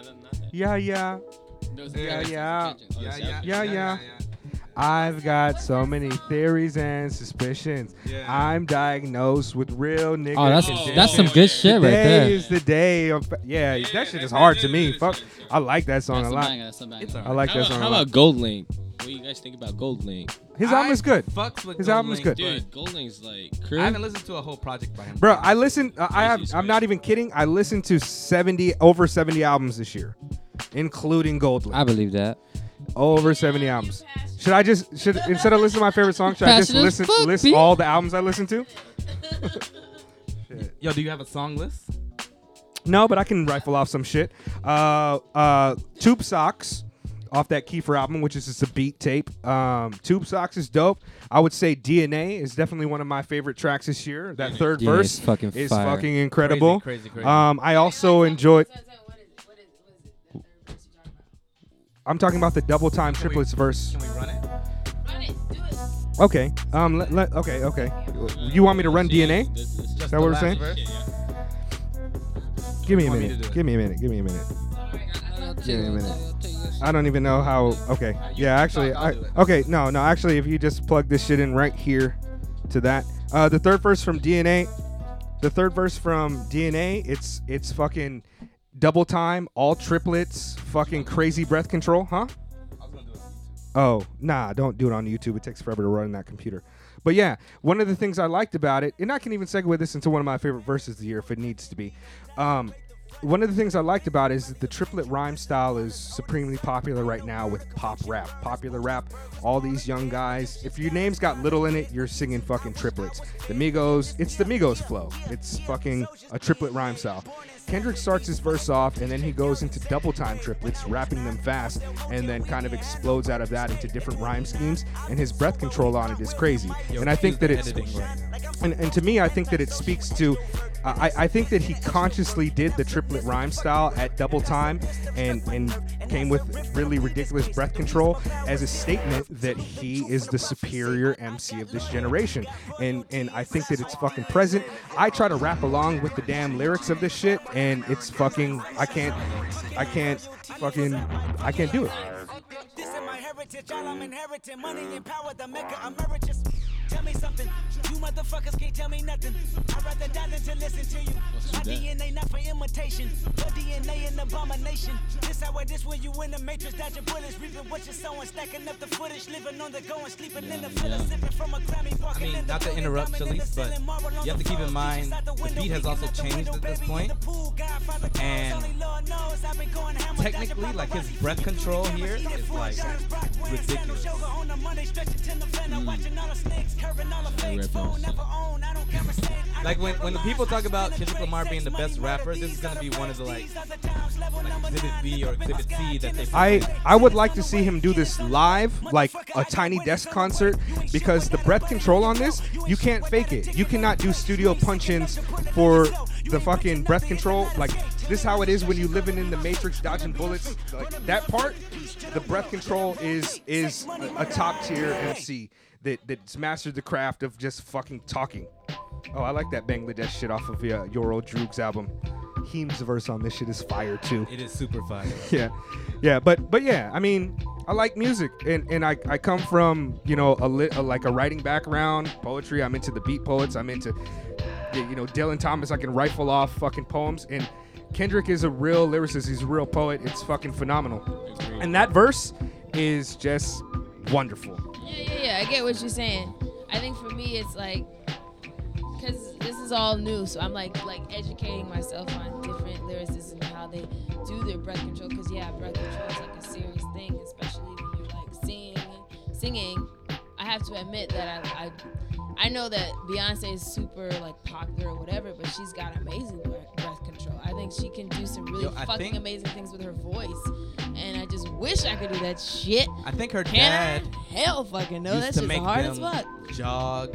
A: yeah, yeah. Yeah, yeah.
C: Yeah, yeah,
A: Yeah, yeah. I've got so many theories and suspicions.
C: Yeah.
A: I'm diagnosed with real nigga.
D: Oh, that's
A: condition.
D: that's some good shit right
A: Today
D: there.
A: is the day of yeah. that shit is hard to me. Fuck, I like that song
G: That's
A: a
G: a
A: lot.
G: banger. That's a banger.
C: It's
A: I
C: alright.
A: like
F: How
A: that
F: about,
A: song
F: how
A: a lot.
F: about Gold Link? What do you guys think about Gold Link?
A: His album
C: I
A: is good,
C: Fucks with
A: His
C: Gold
A: album is
C: Link,
A: good.
C: but
F: Dude, Gold Link's like
C: I
F: crib.
C: haven't listened to a whole project by him.
A: bro. I listen. I I have.
F: Jesus
A: I'm not
F: Christ.
A: even kidding. I listened to 70 over 70 albums this year, including Gold
D: I
A: Link.
D: believe that.
A: Over 70 albums. Should I just should instead of listening to my favorite song, should I just
D: Passionate as
A: listen
D: fuck,
A: list
D: B.
A: all the albums I listen to?
C: Yo, do you have a song list?
A: No, but I can rifle off some shit. Uh, uh, Tube Socks off that Kiefer album, which is just a beat tape. Um, Tube Socks is dope. I would say DNA is definitely one of my favorite tracks this year. That third
D: Yeah,
A: verse
D: it's fucking
A: is
D: fire.
A: fucking incredible.
C: Crazy, crazy, crazy.
A: Um, I also enjoyed. I'm talking about the double time
C: Can we-
A: triplets verse.
C: Can we run it?
A: Okay. Um. Let, let, okay. Okay. You want me to run DNA?
C: Just
A: that
C: the
A: what we're
C: last
A: saying?
C: verse?
A: Give me a
C: Want me to
A: minute.
C: do it?
A: Give me a minute. Give me a minute. Give me a minute. I don't even know how. Okay. Yeah, actually.
C: I'll
A: I,
C: do it.
A: okay, no, no. Actually, if you just plug this shit in right here to that. Uh, the third verse from DNA. The third verse from DNA. It's it's fucking double time, all triplets, fucking crazy breath control, huh? Oh, nah, don't do it on YouTube. It takes forever to run that computer. But yeah, one of the things I liked about it, and I can even segue this into one of my favorite verses of the year if it needs to be. Um, one of the things I liked about it is that the triplet rhyme style is supremely popular right now with pop rap. Popular rap, all these young guys. If your name's got little in it, you're singing fucking triplets. The Migos, it's the Migos flow. It's fucking a triplet rhyme style. Kendrick starts his verse off and then he goes into double time triplets, rapping them fast, and then kind of explodes out of that into different rhyme schemes. And his breath control on it is crazy.
C: Yo,
A: And I
C: excuse
A: think that
C: the
A: it's
C: editing right now.
A: and, and to me, I think that it speaks to. I, I think that he consciously did the triplet rhyme style at double time and, and came with really ridiculous breath control as a statement that he is the superior MC of this generation. And and I think that it's fucking present. I try to rap along with the damn lyrics of this shit and it's fucking I can't I can't fucking I can't do it.
K: This is my heritage, all I'm inheriting. Money and power, the mecca emeritus. Tell me something, you motherfuckers can't tell me nothing. I'd rather die than to listen to you. My DNA not for imitation, but DNA an abomination. This how I this when you in the matrix, dodging bullets, reaping what you're sowing, stacking up the footage, living on the go and sleeping in the villa, sipping from a Grammy,
C: I
K: walking
C: mean,
K: in the
C: not to
K: building,
C: interrupt,
K: diamond in the
C: Shalise, but
K: ceiling, marble on
C: you have to
K: the
C: keep in
K: floor,
C: mind
K: beaches out the
C: the
K: window,
C: beat
K: peeking
C: has also
K: out the
C: changed
K: window,
C: at this
K: baby, in
C: point.
K: the pool, Godfather calls,
C: And
K: only Lord knows I've been going ham, I'm dodging
C: Technically, like his
K: paparazzi,
C: breath control here
K: Eat it
C: is
K: for
C: like
K: John's Brock wearing
C: ridiculous.
K: sandals, yoga on the Monday, stretching till the fan. I'm watching all the snakes, curving all the fakes.
F: rap
K: Phone
F: also.
K: never own, I don't conversate. I
C: Like
K: don't
C: when, when the
K: compromise.
C: people talk about
K: Spinning
C: Kendrick
K: trade,
C: Lamar being the
K: sex,
C: best
K: money, murder,
C: rapper, this is
K: these
C: gonna
K: are
C: be
K: the
C: one of the
K: first.
C: like
K: These are the times, level number
C: Exhibit
K: nine,
C: B
K: look
C: or
K: up in my
C: Exhibit
K: sky,
C: C that they
A: I I would like to see him do this live, like a Tiny Desk concert, because the breath control on this, you can't fake it. You cannot do studio punch-ins for the fucking breath control. Like this, is how it is when you living in the Matrix, dodging bullets. Like that part, the breath control is is a- a top tier MC that that's mastered the craft of just fucking talking. Oh, I like that Bangladesh shit off of uh, your old Droog's album. Heem's verse on this shit is fire too
C: It is super fire.
A: [LAUGHS] yeah yeah but but yeah i mean i like music and and i, I come from you know a, lit, a like a writing background poetry i'm into the beat poets i'm into y- you know dylan thomas i can rifle off fucking poems and kendrick is a real lyricist he's a real poet it's fucking phenomenal and that verse is just wonderful
E: Yeah, yeah, yeah. I get what you're saying. I think for me, it's like because this is all new, so I'm like like educating myself on different lyricists and how they do their breath control. Because yeah, breath control is like a serious thing, especially when you're like singing. Singing, I have to admit that I. I I know that Beyonce is super like popular or whatever, but she's got amazing breath breath control. I think she can do some really
C: Yo, I
E: fucking
C: think-
E: amazing things with her voice, and I just
I: wish I could do that shit.
C: I think her
I: Can
C: dad
I: I? Hell fucking no.
C: used
I: That's
C: to
I: just
C: make
I: hard
C: them
I: as fuck.
C: jog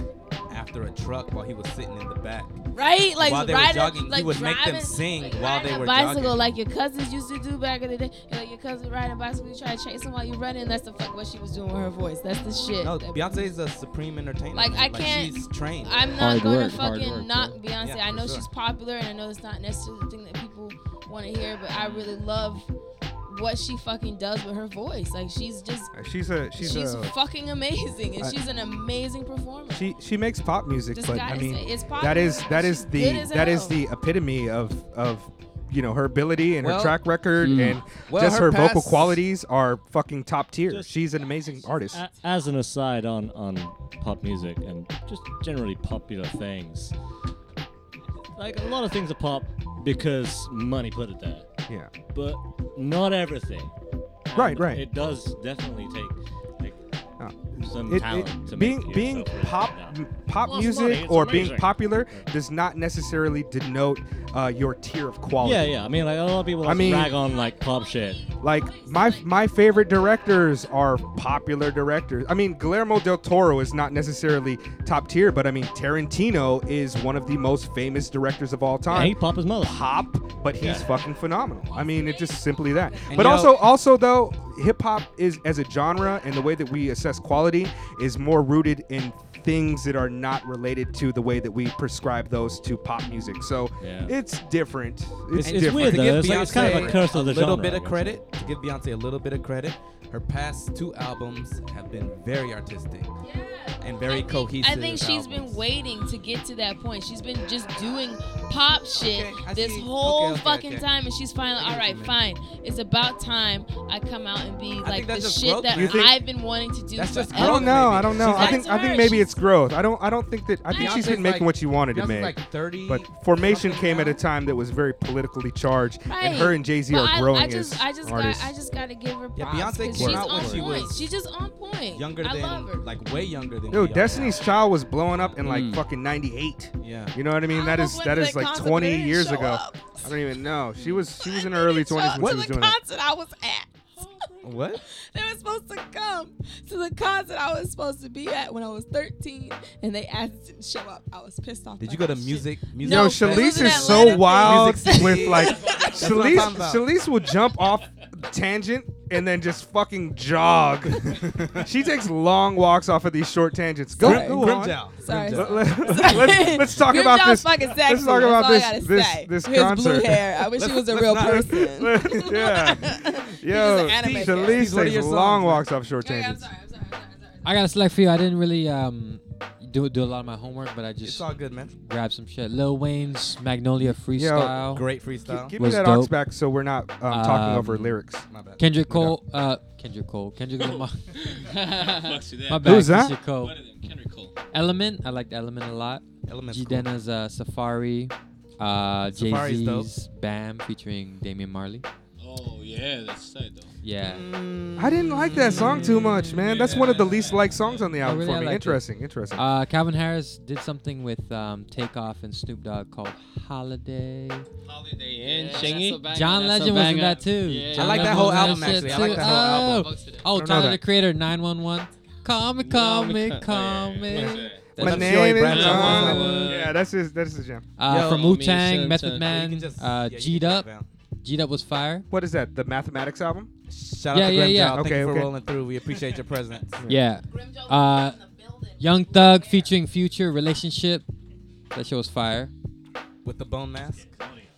C: after a truck while he was sitting in the back.
I: Right? Like
C: while they
I: riding,
C: were jogging,
I: like
C: he would
I: driving,
C: make them sing
I: like
C: while
I: riding
C: they
I: a
C: were
I: bicycle
C: jogging.
I: like your cousins used to do back in the day. You know, your cousin riding a bicycle, you try to chase him while you're running. That's the fuck what she was doing with her voice. That's the shit.
C: no,
I: that-
C: Beyonce is a supreme entertainer.
I: Like,
C: man.
I: I can't-
C: She's trained.
I: I'm not
C: Hard
I: gonna
C: work, hard
I: fucking
C: work,
I: knock
C: bro.
I: Beyonce.
C: Yeah,
I: I
C: for
I: know
C: sure.
I: she's popular, and I know it's not necessarily the thing that people want to hear, but I really love what she fucking does with her voice. Like she's just
A: She's a she's, a
I: fucking amazing, and
A: I-
I: she's an amazing performer.
A: she she makes pop music,
I: Just
A: but
I: gotta
A: I mean
I: say, it's
A: that
I: popular.
A: is that is
I: She's
A: the
I: good as
A: that is
I: hell.
A: the epitome of of you know her ability and
C: Well-
A: her track record
C: Mm.
A: and
C: Well,
A: just
C: her
A: her, vocal
C: past-
A: qualities are fucking top tier. she's an amazing artist.
F: [LAUGHS] A- as an aside on on pop music and just generally popular things, like a lot of things are pop because money put it there.
A: Yeah.
F: But not everything.
A: Right, right.
F: um,
A: Uh,
F: It does definitely take like some
A: It-
F: talent
A: it-
F: to
A: being
F: make
A: being
F: yourself
A: pop
F: relevant
A: m-
F: now.
A: pop
F: Well, it's
A: music
F: money, it's
A: or being
F: amazing.
A: popular does not necessarily denote uh, your tier of quality.
F: Yeah, yeah. I mean, like a lot of people
A: I mean-
F: rag on like pop shit.
A: Like my my favorite directors are popular directors. I mean, Guillermo del Toro is not necessarily top tier, but I mean Tarantino is one of the most famous directors of all time.
F: he pop his mother.
A: Pop, but he's fucking phenomenal. I mean, it's just simply that.
C: And
A: but
C: yo-
A: also also though, hip hop is as a genre and the way that we assess quality is more rooted in things that are not related to the way that we prescribe those to pop music. So it's different. It's,
F: It's- it's
A: different.
F: weird,
A: To
F: though.
A: give
F: It's like- it's kind of a
A: Beyonce-
F: curse of the
C: little
F: genre,
C: bit
F: I
C: of
F: guess.
C: credit to give Beyonce a little bit of credit. Her past two albums have been very artistic and very cohesive.
I: I think she's
C: albums.
I: been waiting to get to that point. She's been just doing pop shit
L: Okay, I
I: this
L: see.
I: whole
L: Okay, okay,
I: fucking
L: okay.
I: time, and she's finally, all right, fine. It's about time I come out and be like the
A: that's just
I: shit
A: growth,
I: that
A: man. You think-
I: I've been wanting to do.
C: That's just
I: forever.
A: I don't know. I don't know.
I: She's
A: I
I: like-
A: think I
I: That's
A: think
I: her.
A: maybe it's growth. I don't I don't think that I think she's
C: Beyonce's
A: been making
C: like-
A: what she wanted to
C: Beyonce's
A: make.
C: like 30
A: but formation came at a time that was very politically charged, and her and Jay Z
I: But
A: are
I: I-
A: growing
I: I just,
A: as
I: I just
A: artists.
I: Got, I just gotta give her props.
C: Yeah,
I: 'cause
C: Beyonce
I: she's
C: came out
I: on
C: when she
I: point.
C: was
I: She's just on point.
C: younger
I: I
C: than,
I: love her.
C: like way younger than.
A: Dude,
C: we are.
A: Destiny's Child was blowing up in like
C: Mm.
A: fucking '98.
C: Yeah.
A: You know what I mean? that is
I: went
A: that
I: to
A: is
I: that
A: like
I: concert,
A: 20
I: but it
A: years
I: show
A: ago.
I: up.
A: I don't even know. She was she was in her early 20s when she
I: To
A: was
I: the
A: doing that.
I: concert I was at.
C: What?
I: They were supposed to come to the concert I was supposed to be at when I was 13, and they asked to show up. I was pissed off.
C: Did
I: [LAUGHS]
C: you go to music? music
A: [LAUGHS] Yo,
C: fest?
A: Shalice is so wild
C: Music
A: with
C: City?
I: [LAUGHS]
A: like
C: That's what I'm
A: Shalice.
C: talking about.
A: Shalice will jump off tangent and then just fucking jog.
I: [LAUGHS]
A: she takes long walks off of these short tangents. Go,
C: Sorry.
A: go
C: Grim
A: on.
C: Jow.
A: [LAUGHS]
I: Sorry.
A: Let, us let's talk
I: Grim
A: about
I: Jow's
A: this.
I: fucking
A: let's
I: sexy.
A: talk
I: That's
A: about
I: all I
A: this
I: gotta
A: this
I: say.
A: this
I: His blue
A: concert.
I: hair. I wish he was
A: [LAUGHS]
I: a
A: Let's
I: real
A: not-
I: [LAUGHS]
A: yeah, yeah.
I: anime
A: Shalice
I: character.
A: takes
D: These were your songs,
A: long
D: man.
A: walks off short tangents.
D: I got a slack for you. I didn't really um, do do a lot of my homework, but I just
C: It's all good, man.
D: grabbed some shit. Lil Wayne's Magnolia freestyle,
C: great freestyle.
A: Gi- give me
D: was
A: that
D: dope.
A: ox back so we're not um, talking over
D: Um,
A: lyrics.
D: Kendrick Cole, uh, Kendrick Cole, Kendrick
C: [LAUGHS]
D: Lamar.
M: Fucks with that.
D: My bad,
A: Who's that?
D: Kendrick Cole.
M: One of them, Kendrick Cole.
D: Element, I liked Element a lot.
C: Element's
D: G Denna's uh, Safari, uh, Jay
C: Safari's dope.
D: Z's Bam featuring Damian Marley.
M: Oh yeah, that's tight though.
D: Yeah.
A: I didn't like that song too much, man. That's one of the least liked songs on the
D: I
A: album
D: really-
A: for
D: I
A: me.
D: liked it.
A: Interesting, interesting.
D: Uh, Calvin Harris did something with um, Takeoff and Snoop Dogg called Holiday.
M: Holiday Inn,
G: Yeah,
M: Shingy.
G: that's a banger,
D: John
G: that's a
D: Legend was in
G: banger.
D: that too.
G: Yeah.
D: John
G: I like that
D: Legend
G: whole
D: was in
G: album,
D: shit,
G: actually. I like
D: too.
G: that whole
D: oh.
G: album. Bugs today.
D: Oh,
G: Don't know
D: Tyler
G: that.
D: the Creator, 911. Call me, call me, call me.
A: My
D: That's-
A: name is
D: Brandon
A: John.
D: Wood.
A: Yeah, that's his. That's his jam.
D: Uh,
A: Yo,
D: from
A: I mean,
D: Wu Tang,
A: so-
D: Method
A: so-
D: Man,
A: you can just-
D: uh,
A: yeah, you
D: G'd
A: can
D: Up.
A: jump
D: G'd Up was fire.
A: What is that? The Mathematics album?
C: Shout out to Grim Jow. Thank
A: Okay,
C: you for
A: okay.
C: rolling through. We appreciate your presence.
D: Yeah. Uh, Young Thug featuring Future, Relationship. That show was fire.
C: With the bone mask.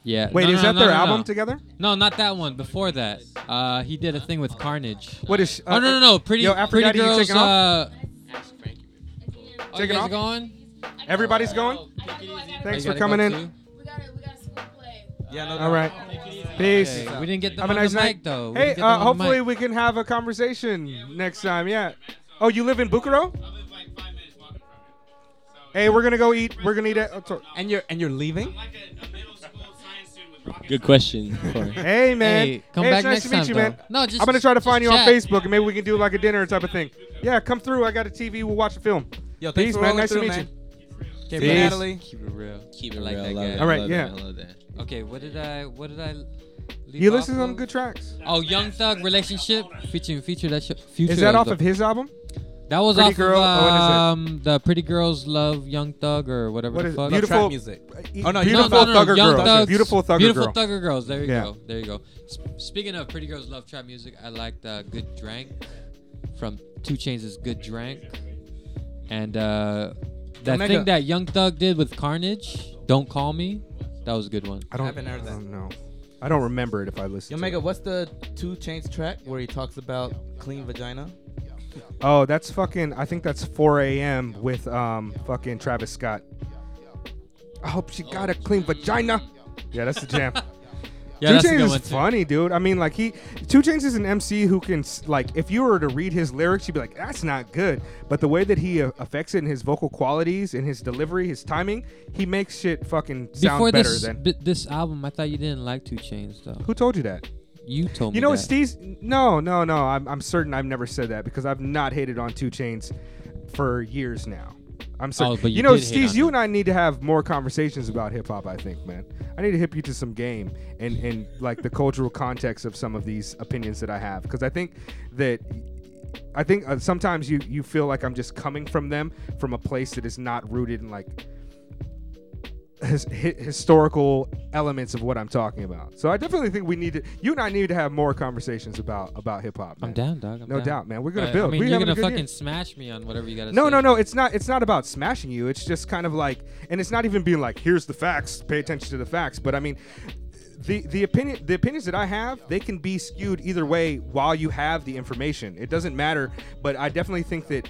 D: Yeah.
A: Wait,
D: No,
A: is
D: no,
A: that
D: no,
A: their
D: no, no.
A: album together?
D: No, not that one. Before that, uh, he did a thing with Carnage.
A: What is?
D: oh no no no! Pretty
A: Yo,
D: pretty
A: Aphrodite, you
D: girls.
A: taking off?
D: Uh, oh, you
A: Taking
D: guys
A: off?
D: going?
A: Everybody's going. Thanks
D: You
A: for
D: gotta go
A: coming in.
D: too?
C: Yeah, no
A: All right. Peace.
D: Okay, we didn't get them
A: Have a
D: on
A: nice
D: the
A: night.
D: mic, though. We
A: Hey,
D: didn't get them
A: uh,
D: on the mic.
A: hopefully we can have a conversation next time. Yeah. Oh, you live in Bucaro? Hey, we're gonna go eat. We're gonna eat at. oh, sorry.
C: And you're and you're leaving?
M: Good question.
J: [LAUGHS]
M: Corey.
A: Hey man,
M: Hey, come
A: Hey, it's
M: back
A: nice
M: next
A: to meet
M: time,
A: you,
M: though.
A: man.
M: No, just-
A: I'm gonna try to find you
M: just
A: on
M: chat.
A: Facebook, and maybe we can do like a dinner type of thing. Yeah, come through. I got a TV. We'll watch a film.
C: Yo,
A: Peace,
C: thanks for
A: man.
C: rolling
A: Nice
C: through,
A: to meet
C: man.
A: you.
C: Keep
A: Peace.
C: it Natalie.
D: Keep it real.
M: Keep it
D: I like
M: real.
D: that
M: I love
D: guy.
M: it,
A: All right,
M: love
A: yeah.
M: It, I love that.
D: Okay, what did I? What did I?
A: He listens to some good tracks.
D: Oh, Young Thug relationship featuring feature that sh- future.
A: Is that off
D: the-
A: of his album?
D: That was
A: Pretty
D: off
A: Girl?
D: of
A: Oh, what is it?
D: um, the Pretty Girls Love Young Thug or whatever
A: What
D: the
A: is it?
D: fuck.
A: Beautiful- Trap
C: music.
A: Oh, no, Beautiful Thugger
D: Young
A: Girls.
D: Thugs,
A: Beautiful Thugger
D: beautiful
A: Girl.
D: Thugger Girls. There you
A: Yeah.
D: go. There you go. Sp- speaking of Pretty Girls Love Trap music, I liked uh, Good Drank from Two Chainz's Good Drank, and uh, that
C: Omega.
D: thing that Young Thug did with Carnage, Don't Call Me, that was a good one.
A: I don't.
C: haven't heard
A: I
C: that.
A: don't know. I don't remember it if I listen.
C: Yo,
A: to it.
C: Mega, what's the Two Chains track where he talks about clean vagina?
A: Oh, that's fucking. I think that's 4 a.m. with um fucking Travis Scott. I hope she got a clean vagina. Yeah, that's the jam.
D: Yeah,
A: Two
D: that's a
A: Chainz
D: good
A: is
D: one, too.
A: funny, dude. I mean, like he, Two Chainz is an MC who can s- like, if you were to read his lyrics, you'd be like, that's not good. But the way that he uh, affects it in his vocal qualities, in his delivery, his timing, he makes shit fucking sound
D: Before
A: better
D: this
A: than.
D: bi- this album, I thought you didn't like Two Chains though.
A: Who told you that?
D: You told me.
A: You know what,
D: that.
A: Steve's? No, no, no. I'm, I'm certain I've never said that because I've not hated on Two Chains for years now. I'm certain.
D: Oh, but you
A: know,
D: did hate
A: Steve's,
D: on
A: you
D: him.
A: and I need to have more conversations about hip hop. I think, man. I need to hip you to some game and and like the cultural context of some of these opinions that I have because I think that. I think uh, sometimes you, you feel like I'm just coming from them from a place that is not rooted in like his, hi historical elements of what I'm talking about. So I definitely think we need to. You and I need to have more conversations about about hip hop.
D: I'm
A: man.
D: down, dog. I'm
A: no
D: down.
A: doubt, man. We're gonna
D: But,
A: build.
D: I mean,
A: We're
D: you're
A: having a
D: gonna
A: good
D: fucking
A: year.
D: smash me on whatever you gotta
A: No,
D: say.
A: no, no. It's not. It's not about smashing you. It's just kind of like, and it's not even being like, here's the facts. Pay attention to the facts. But I mean, the the opinion, the opinions that I have, they can be skewed either way while you have the information. It doesn't matter. But I definitely think that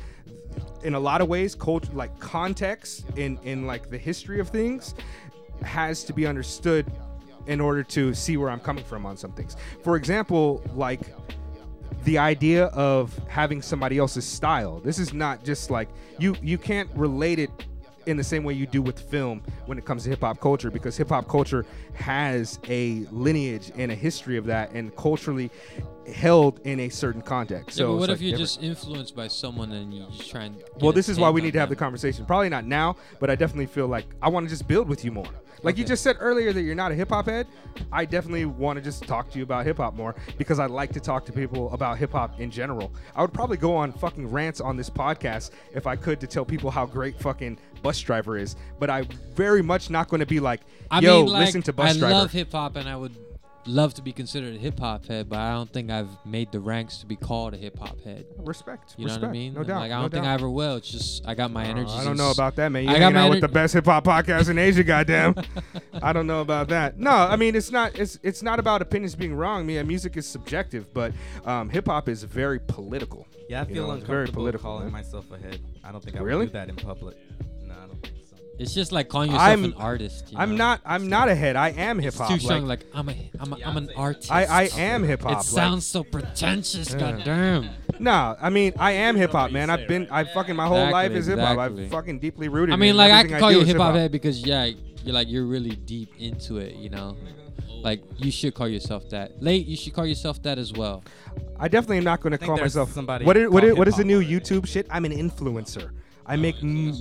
A: in a lot of ways, culture, like context in in like the history of things, has to be understood in order to see where I'm coming from on some things. For example, like the idea of having somebody else's style. This is not just like you you can't relate it in the same way you do with film when it comes to hip hop culture because hip hop culture has a lineage and a history of that and culturally held in a certain context.
D: Yeah,
A: so
D: but
A: it's,
D: what
A: like,
D: if you're
A: different.
D: just influenced by someone and you just try and? get
A: Well, this
D: a
A: is why
D: take
A: we
D: on
A: need to have the
D: them?
A: conversation. Probably not now, but I definitely feel like I want to just build with you more. Like you
D: Okay.
A: just said earlier that you're not a hip hop head. I definitely want to just talk to you about hip hop more because I like to talk to people about hip hop in general. I would probably go on fucking rants on this podcast if I could to tell people how great fucking Bus Driver is, but I very much not going to be like,
D: I
A: yo,
D: mean, like,
A: listen to Bus
D: I
A: Driver.
D: love hip hop and I would love to be considered a hip hop head, but I don't think I've made the ranks to be called a hip hop head.
A: Respect,
D: You
A: respect,
D: know what I mean?
A: no
D: And,
A: doubt,
D: Like I
A: no
D: don't think
A: doubt. Uh,
D: I ever will. It's just I got my energy.
A: I don't know about that, man. You're
D: I got
A: hanging
D: my
A: out with
D: ener-
A: the best hip hop podcast in
D: [LAUGHS]
A: Asia, goddamn. I don't know about that. No, I mean it's not. It's it's not about opinions being wrong. I mean, music is subjective, but um, hip hop is very political.
C: Yeah, I
A: You
C: feel
A: know, it's
C: uncomfortable
A: very political.
C: calling
A: man.
C: myself a head. I don't think I
A: Really?
C: would do that in public. No, I don't think so.
D: It's just like calling yourself
A: I'm-
D: an artist. you
A: I'm
D: know?
A: not. I'm not a head. I am hip
D: It's
A: hop.
D: too strong. Like, I'm a, I'm, a, I'm an artist.
A: I, I am hip hop.
D: It sounds so pretentious.
A: Yeah.
D: Goddamn.
A: Like, nah, I mean I am hip hop, man. I've been. I fucking my whole life
D: Exactly,
A: is hip hop.
D: exactly.
A: I've fucking deeply rooted.
D: I
A: in
D: mean, like I
A: everything
D: could call
A: do
D: you a
A: is
D: hip hop head because yeah, you're like you're really deep into it. You know, like you should call yourself that. Late, you should call yourself that as well.
A: I definitely am not going to
C: think
A: call
C: there's
A: myself
C: somebody
A: What is, what,
C: called
A: is, what is the
C: hip-hop
A: new
C: already.
A: YouTube shit? I'm an influencer. I make. m-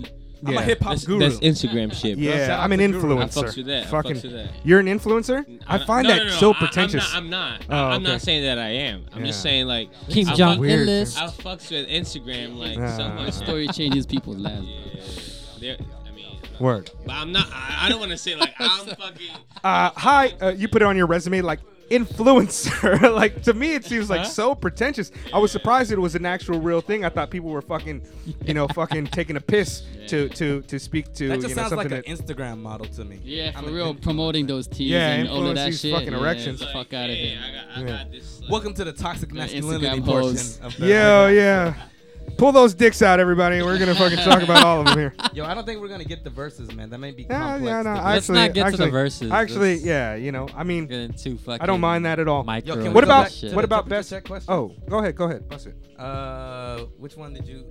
C: I'm
A: yeah.
C: a hip hop
F: That's,
C: guru.
F: that's
D: [LAUGHS]
F: Instagram shit. Bro.
A: Yeah,
C: shout
A: I'm
C: out
A: an
C: to Guru.
F: I
A: influencer.
F: fucks with that. I
A: Fucking,
F: fucks with that.
A: you're an influencer. I
F: I'm-
A: find
F: no,
A: that
F: no, no,
A: so
F: I-
A: pretentious.
F: I'm not. I'm not,
A: Oh,
F: I'm
A: okay.
F: not saying that I am. I'm
A: Yeah.
F: just saying like
D: King
F: I
D: John
F: fuck-
A: Weird,
D: Ellis.
F: I fucks with Instagram like so
A: Yeah.
F: much.
G: Story changes
D: [LAUGHS]
G: people's lives.
F: Yeah, They're- I mean,
A: [LAUGHS] Word.
F: but I'm not. I, I don't want to say
J: [LAUGHS]
F: like I'm fucking.
A: Uh, hi, uh, you put it on your resume like influencer. [LAUGHS] like to me, it seems like so pretentious. I was surprised it was an actual real thing. I thought people were fucking, you know,
F: [LAUGHS]
A: fucking taking a piss to to to speak to
C: that just
A: you know
C: sounds
A: something
C: like an
A: that.
C: Instagram model to me.
G: Yeah, for
C: an
G: real,
C: in-
G: promoting those teas
A: Yeah,
G: and all of that
A: influence these
G: shit.
A: fucking
G: yeah,
A: erections.
G: Get the
F: Like,
G: fuck out of
F: hey,
G: here.
F: I got, I
A: Yeah.
F: got this. Like,
C: Welcome to the toxic masculinity
G: Instagram
C: portion
G: pose.
C: of the
A: Yo, yeah. Pull those dicks out, everybody. We're gonna fucking talk about all of them
F: [LAUGHS]
A: here.
C: Yo, I don't think we're gonna get the verses, man. That may be
A: Yeah,
C: complex.
A: yeah, no,
C: to-
A: actually,
D: Let's not get to the
A: actually,
D: verses.
A: Actually,
D: Let's-
A: yeah, you know, I mean,
D: Getting too fucking.
A: I don't mind that at all.
D: Micro.
C: Yo, can we
A: What
C: go
A: about
C: back to
A: what
C: the
A: about
C: temperature
A: best?
C: check question?
A: Oh, go ahead, go ahead, bust it.
C: Uh, which one did you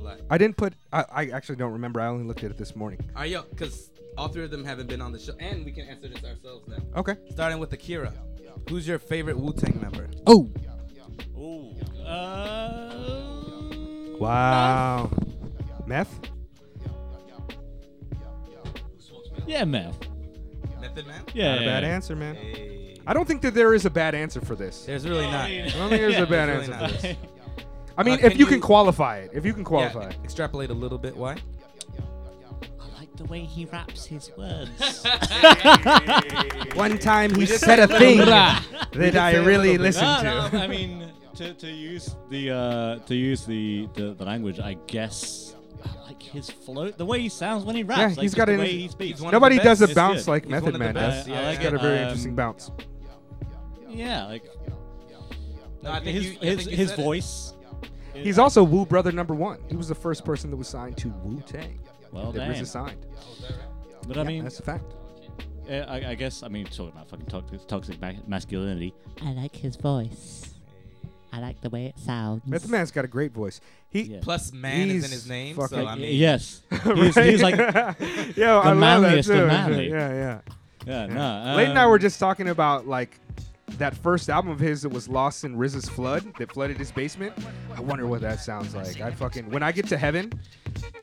C: like?
A: I didn't put. I, I actually don't remember. I only looked at it this morning.
C: All right, yo, because all three of them haven't been on the show, and we can answer this ourselves now.
A: Okay.
C: Starting with Akira. Who's your favorite Wu Tang member?
D: Oh,
J: Uh,
A: Wow. Meth.
J: Yeah, meth.
C: Method Man.
J: Yeah,
A: Not a
J: yeah,
A: bad
J: yeah.
A: answer, man. I don't think that there is a bad answer for this.
C: There's really not.
A: I don't
C: [LAUGHS]
A: think there's a bad
C: There's
A: answer
C: really
A: for
C: not.
A: this. I mean,
C: Uh,
A: if
C: can
A: you can
C: you-
A: qualify it, if you can qualify
C: Yeah,
A: it.
C: [LAUGHS] extrapolate a little bit. Why?
N: like the way he wraps
J: [LAUGHS]
N: his
A: [LAUGHS]
N: words.
A: One time he said a thing [LAUGHS] that I really listened
J: No,
A: to.
J: no, I mean, to, to use the uh, to use the, the the language, I guess. I like his float, the way he sounds when he raps.
A: Yeah,
J: like
A: he's
J: just
A: got
J: the
A: an-
J: way he speaks.
A: Nobody does a
J: It's
A: bounce
J: good.
A: like
J: He's one
A: Method
J: of the
A: Man
J: best.
A: does.
J: Yeah, I like
A: he's got a
J: it.
A: very
J: Um,
A: interesting bounce.
J: Yeah, like.
C: No, I
J: like
C: think
J: his
C: you- I
J: his,
C: think you
J: his
C: said it.
J: voice.
A: He's also Wu Brother number one. He was the first person that was signed to Wu Tang.
J: Well,
A: that
J: damn.
A: RZA signed.
J: But
A: Yeah,
J: I mean,
A: that's a fact.
J: uh, I, I guess I mean talking about fucking toxic, toxic ma- masculinity.
N: I like his voice. I like the way it sounds.
A: Method Man's got a great voice. He [LAUGHS]
C: Plus, man is in
A: he's
C: his name,
A: fucking-
C: so I mean,
J: yes. He's-
A: [LAUGHS]
J: he's like
A: yeah,
J: the
A: I love that
J: manliest
A: too.
J: of
A: Yeah,
J: manly.
A: Yeah, yeah.
J: Yeah,
F: Uh,
J: nah,
A: Late and I
J: um,
A: were just talking about like that first album of his that was lost in RZA's flood that flooded his basement. I wonder what that sounds like. I fucking when I get to heaven,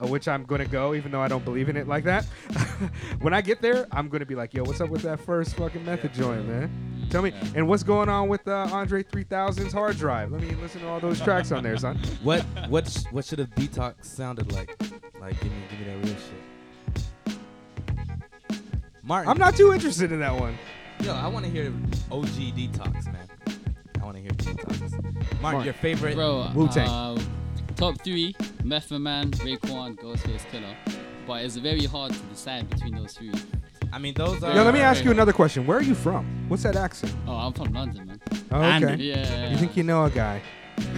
A: uh, which I'm gonna go, even though I don't believe in it like that. [LAUGHS] when I get there, I'm gonna be like, yo, what's up with that first fucking method joint, man? Tell me, and what's going on with uh, Andre 3000's hard drive? Let me listen to all those tracks on there, son.
C: What
A: [LAUGHS]
C: what sh- what should a detox sounded like? Like give me give me that real shit. Martin,
A: I'm not too interested in that one.
C: Yo, I want to hear OG detox, man. I want to hear detox. Martin,
A: Martin.
C: your favorite
G: Bro,
A: Wu-Tang.
G: uh, top three: Method Man, Raekwon, Ghostface Killer. But it's very hard to decide between those three.
C: I mean, those are.
A: Yo, let me ask you another question. Where are you from? What's that accent?
G: Oh, I'm from London, man.
A: Oh, okay.
G: Yeah. [LAUGHS]
A: You think you know a guy?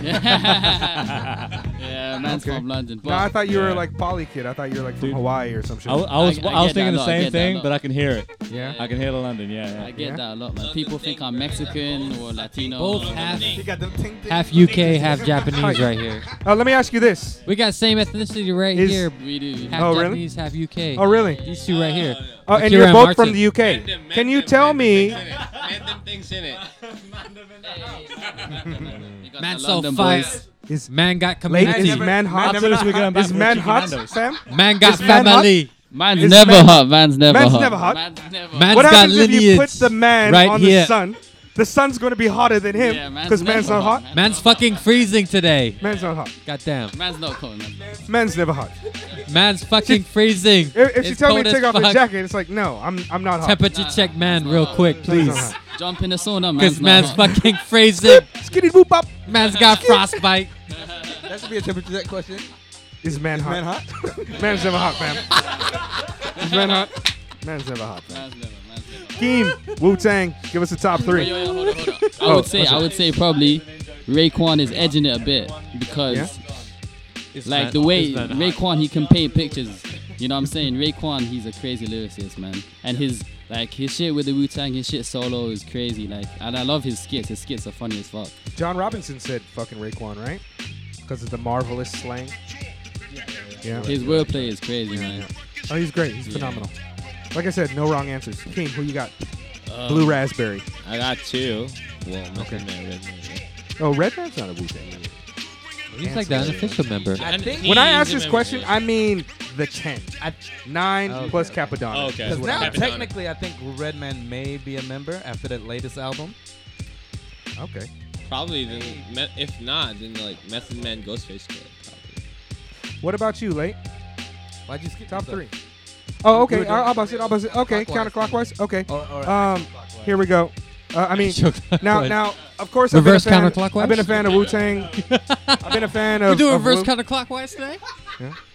G: yeah, man's from London. But
A: No, I thought you were
J: Yeah.
A: like poly kid. I thought you were like from
J: Dude.
A: Hawaii or some shit.
J: I, w- I was
G: I-
J: I,
G: I get that
J: was thinking
G: a
J: the
G: lot, I
J: same
G: get that a
J: thing,
G: lot.
J: but I can hear it.
A: yeah.
J: I can hear the London. Yeah,
G: I
J: yeah.
G: get that a lot, man. People think I'm Mexican or Latino.
D: Both
G: or-
D: half,
C: You got them ting ting.
D: half UK, half Japanese right here.
A: Uh, let me ask you this.
D: We got same ethnicity right
A: Is-
D: here.
G: We do.
D: Half
A: Oh, really?
D: Japanese, half UK.
A: Oh, really?
D: These two right here.
A: Oh, and
D: Akira
A: you're both
D: Martin.
A: from the UK. Can you tell me?
F: Man, them things in it.
G: We got
D: Man
G: the
D: so
G: London
D: fire.
G: boys.
A: Is
D: Man got
A: late?
D: community.
A: Is
D: Man,
A: man hot?
J: After this, we're going back
A: Is
J: to
A: man hot,
J: Chimandos.
A: fam?
D: got
A: is man hot?
D: family.
G: Man's
A: Is
G: never
A: man-
G: hot. Man's never
A: Man's
G: hot.
A: never hot.
G: Man's never hot.
D: Man's
A: What
D: got
A: happens if
D: lineage.
A: you put the man
D: right
A: on
D: here.
A: the sun? The sun's gonna be hotter than
G: Yeah,
A: him
G: man's
A: because man's
G: never
A: not hot.
G: hot, man.
D: Man's fucking freezing today.
A: Man's not hot.
D: Goddamn.
G: Man's not cold. Man.
A: Man's never hot.
D: Man's fucking freezing.
A: If, if she
D: It's
A: tell me to
D: cold
A: take
D: as
A: off the
D: fuck.
A: jacket, it's like no, I'm I'm not hot.
D: Temperature check man real quick,
A: Man's
D: please.
A: not hot.
G: Jump in the sauna, man.
D: Because man's fucking freezing.
A: Skitty boop up.
D: Man's got frostbite.
C: That should be a temperature check question.
A: Is man hot?
C: Man, [LAUGHS] hot?
A: Man's never hot, fam. Is man hot? Man's never hot, fam.
G: Man's never. Man's never.
A: Keem, Wu Tang, give us a top three.
G: Yo, yo, hold up, hold up.
A: [LAUGHS]
G: I
A: Oh,
G: would say,
A: what's
G: I would say probably Raekwon is edging it a bit because, like the way Raekwon he can paint pictures. You know what I'm saying? Raekwon, he's a crazy lyricist, man, and his like his shit with the Wu Tang, his shit solo is crazy. Like, and I love his skits. His skits are funny as fuck.
A: John Robinson said fucking Raekwon, right? Because of the marvelous slang. Yeah.
G: His wordplay is crazy, man.
A: Oh, he's great. He's phenomenal. Like I said, no wrong answers. King, who you got? Blue Raspberry.
F: I got two. Well, Method
A: Okay.
F: Man, Red Man.
A: Oh, Redman's not a Wu Tang.
D: He's like the unofficial member.
F: I think
A: When I ask this question, I mean the 10. Nine
C: Okay,
A: plus
C: okay.
A: Capadonna.
F: Oh, okay.
A: That's
C: Because
A: what I
C: now
A: meant.
F: Capadonna.
C: technically, I think Redman may be a member after that latest album.
A: Okay.
F: probably then. Me- if not, then like Method Man, Ghostface Kid. Probably.
A: What about you, Late?
C: Why'd you skip
A: Top
C: yourself?
A: three. Oh,
C: We
A: okay.
C: were doing-
A: I'll, I'll bust it. I'll bust it. Okay.
C: Clockwise.
A: Counterclockwise. Okay.
C: Or, or
A: Um, Here we go.
D: [LAUGHS]
A: Uh, I mean, now, now, of course,
D: Reverse
A: I've been a fan,
D: counterclockwise?
A: I've been a fan of Wu
D: [LAUGHS]
A: Tang. I've been a fan of.
D: We're doing
A: of
D: reverse
A: Wu-
D: counterclockwise today?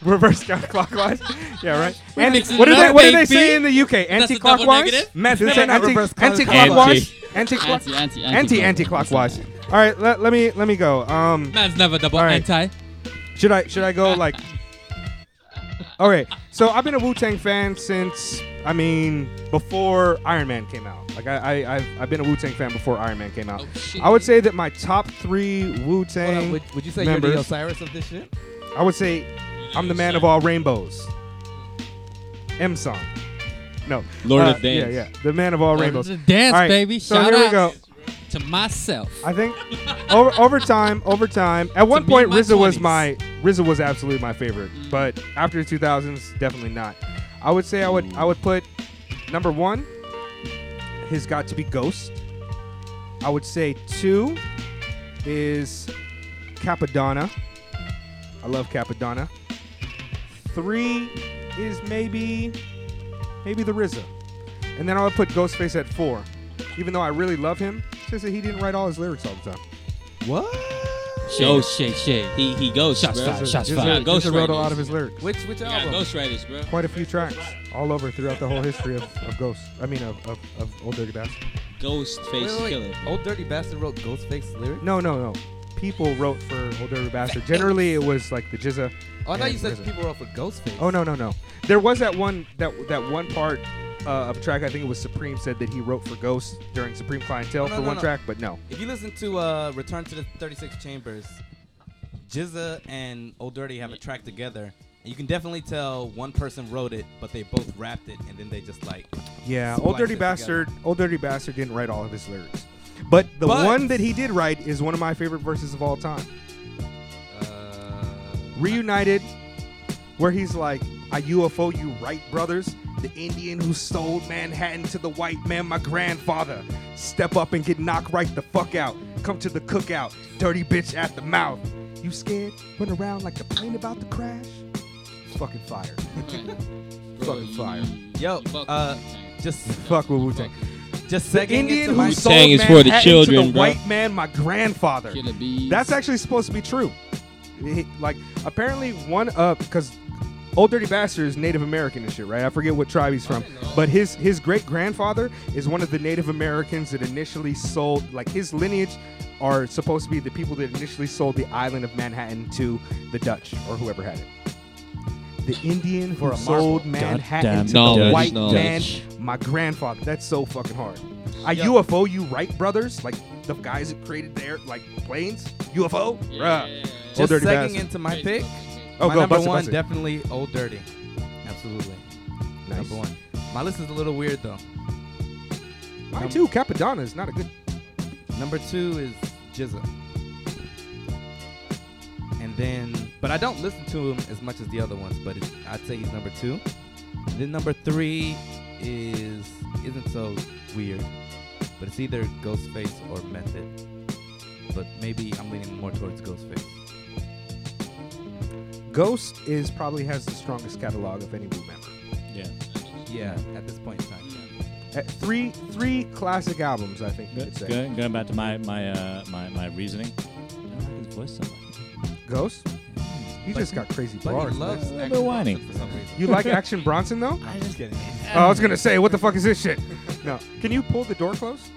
A: reverse counterclockwise. [LAUGHS] Yeah, right.
D: We're
A: Anti-
D: mixing
A: what do
D: it
A: they
D: up,
A: what do they
D: baby.
A: say in the UK?
D: That's a double
A: Anti-clockwise.
D: negative.
A: Meth is
C: Man, not
A: anti
C: reverse
A: anti-clockwise. Anti-clockwise.
G: Anti, anti,
A: Anti anti-clockwise. All right, let, let me let me go. Um,
D: Man's never double
A: All right.
D: anti.
A: should I should I go like? All right, so I've been a Wu Tang fan since I mean before Iron Man came out. Like I, I I've, I've been a Wu Tang fan before Iron Man came out. I would say that my top three Wu
C: Oh, Hold on,
A: Tang.
C: would, would you say you're
A: members.
C: the Osiris of this shit?
A: I would say I'm the man of all rainbows. M song. No.
F: Lord
A: Uh,
F: of Dance.
A: Yeah, yeah. The man of all rainbows.
D: Dance, baby.
A: So
D: Shout
A: here we
D: out
A: go.
D: to myself.
A: I think over overtime, overtime. At one
D: me,
A: point,
D: my
A: RZA was
D: 20s.
A: my RZA was absolutely my favorite, but after the 2000s, definitely not. I would say I would I would put number one. His got to be Ghost. I would say two is Capadonna. I love Capadonna. Three is maybe maybe the RZA, and then I would put Ghostface at four, even though I really love him. It's Just that he didn't write all his lyrics all the time. What?
D: Shit, Oh, shit, shit.
F: He he goes.
D: Shots
F: bro.
D: fired, shots
F: He
D: fired.
F: got
A: He wrote a
F: ghostwriters.
A: lot of his lyrics.
C: Which which
F: He got
C: album?
F: ghostwriters, bro.
A: Quite a few tracks all over throughout the whole history of, of Ghost. I mean, of, of, of Old Dirty Bastard.
F: Ghostface
C: Wait, wait, wait.
F: Killer.
C: Old Dirty Bastard wrote Ghostface lyrics.
A: No, no, no. People wrote for Old Dirty Bastard. Generally, it was like the Jizza.
C: Oh, I thought
A: and
C: you said
A: RZA.
C: people wrote for Ghostface.
A: Oh no, no, no. There was that one that that one part uh, of track. I think it was Supreme said that he wrote for Ghost during Supreme Clientele
C: Oh, no,
A: for
C: no,
A: one
C: no.
A: track, but no.
C: If you listen to uh, Return to the 36 Chambers, Jizza and Old Dirty have a track together. And you can definitely tell one person wrote it, but they both rapped it, and then they just like.
A: Yeah,
C: spliced
A: Old Dirty
C: it together.
A: Bastard. Old Dirty Bastard didn't write all of his lyrics, but the
C: But-
A: one that he did write is one of my favorite verses of all time.
C: Uh,
A: Reunited, where he's like, "I UFO you right, brothers." The Indian who sold Manhattan to the white man, my grandfather. Step up and get knocked right the fuck out. Come to the cookout, dirty bitch at the mouth. You scared? Went around like the plane about to crash. Fucking
C: [LAUGHS]
A: fire. Fucking fire.
C: Yo, uh, just
A: Fuck with Wu Tang.
C: just
A: The
C: second
A: Indian
C: into my
A: who sold
F: Wu-Tang is for the
A: Manhattan to
F: children,
A: the
F: bro.
A: white man, my grandfather.
G: Killer bees.
A: That's actually supposed to be true. He- Like, apparently, one up because Old Dirty Bastard is Native American and shit, right? I forget what tribe he's from, but his his great grandfather is one of the Native Americans that initially sold. Like, his lineage are supposed to be the people that initially sold the island of Manhattan to the Dutch or whoever had it. The Indian who sold Manhattan
J: Goddamn
A: to the
F: knowledge,
A: white
F: knowledge.
A: man, my grandfather. That's so fucking hard. I UFO you right, brothers? Like the guys that created their like planes? UFO? Bruh. Old
C: just
A: Dirty
C: second
A: Bastard.
C: into my pick.
A: Oh,
C: my
A: go,
C: number
A: bust it,
C: one,
A: bust it.
C: definitely Old Dirty. Absolutely,
A: Nice.
C: number one. My list is a little weird though.
A: Mine too. Capadonna is not a good.
C: Number two is Jizza. And then, but I don't listen to him as much as the other ones, but it's, I'd say he's number two. And then number three is, isn't so weird, but it's either Ghostface or Method. But maybe I'm leaning more towards Ghostface.
A: Ghost is probably has the strongest catalog of any Wu member.
J: Yeah.
C: Yeah, at this point in time.
A: Mm. At Eh, three, three classic albums, I think you
J: Go,
A: could say.
J: go, going back to my my uh, my my reasoning. I don't like his voice so much.
A: Ghost. You
C: But-
A: just got crazy
C: But
A: bars.
C: he loves
J: little bit
C: Action
J: whiny.
C: Bronson for some reason.
A: You like Action Bronson
C: [LAUGHS]
A: though?
C: I'm just kidding.
A: Oh, I was gonna say, what the fuck is this shit? No. Can you pull the door close?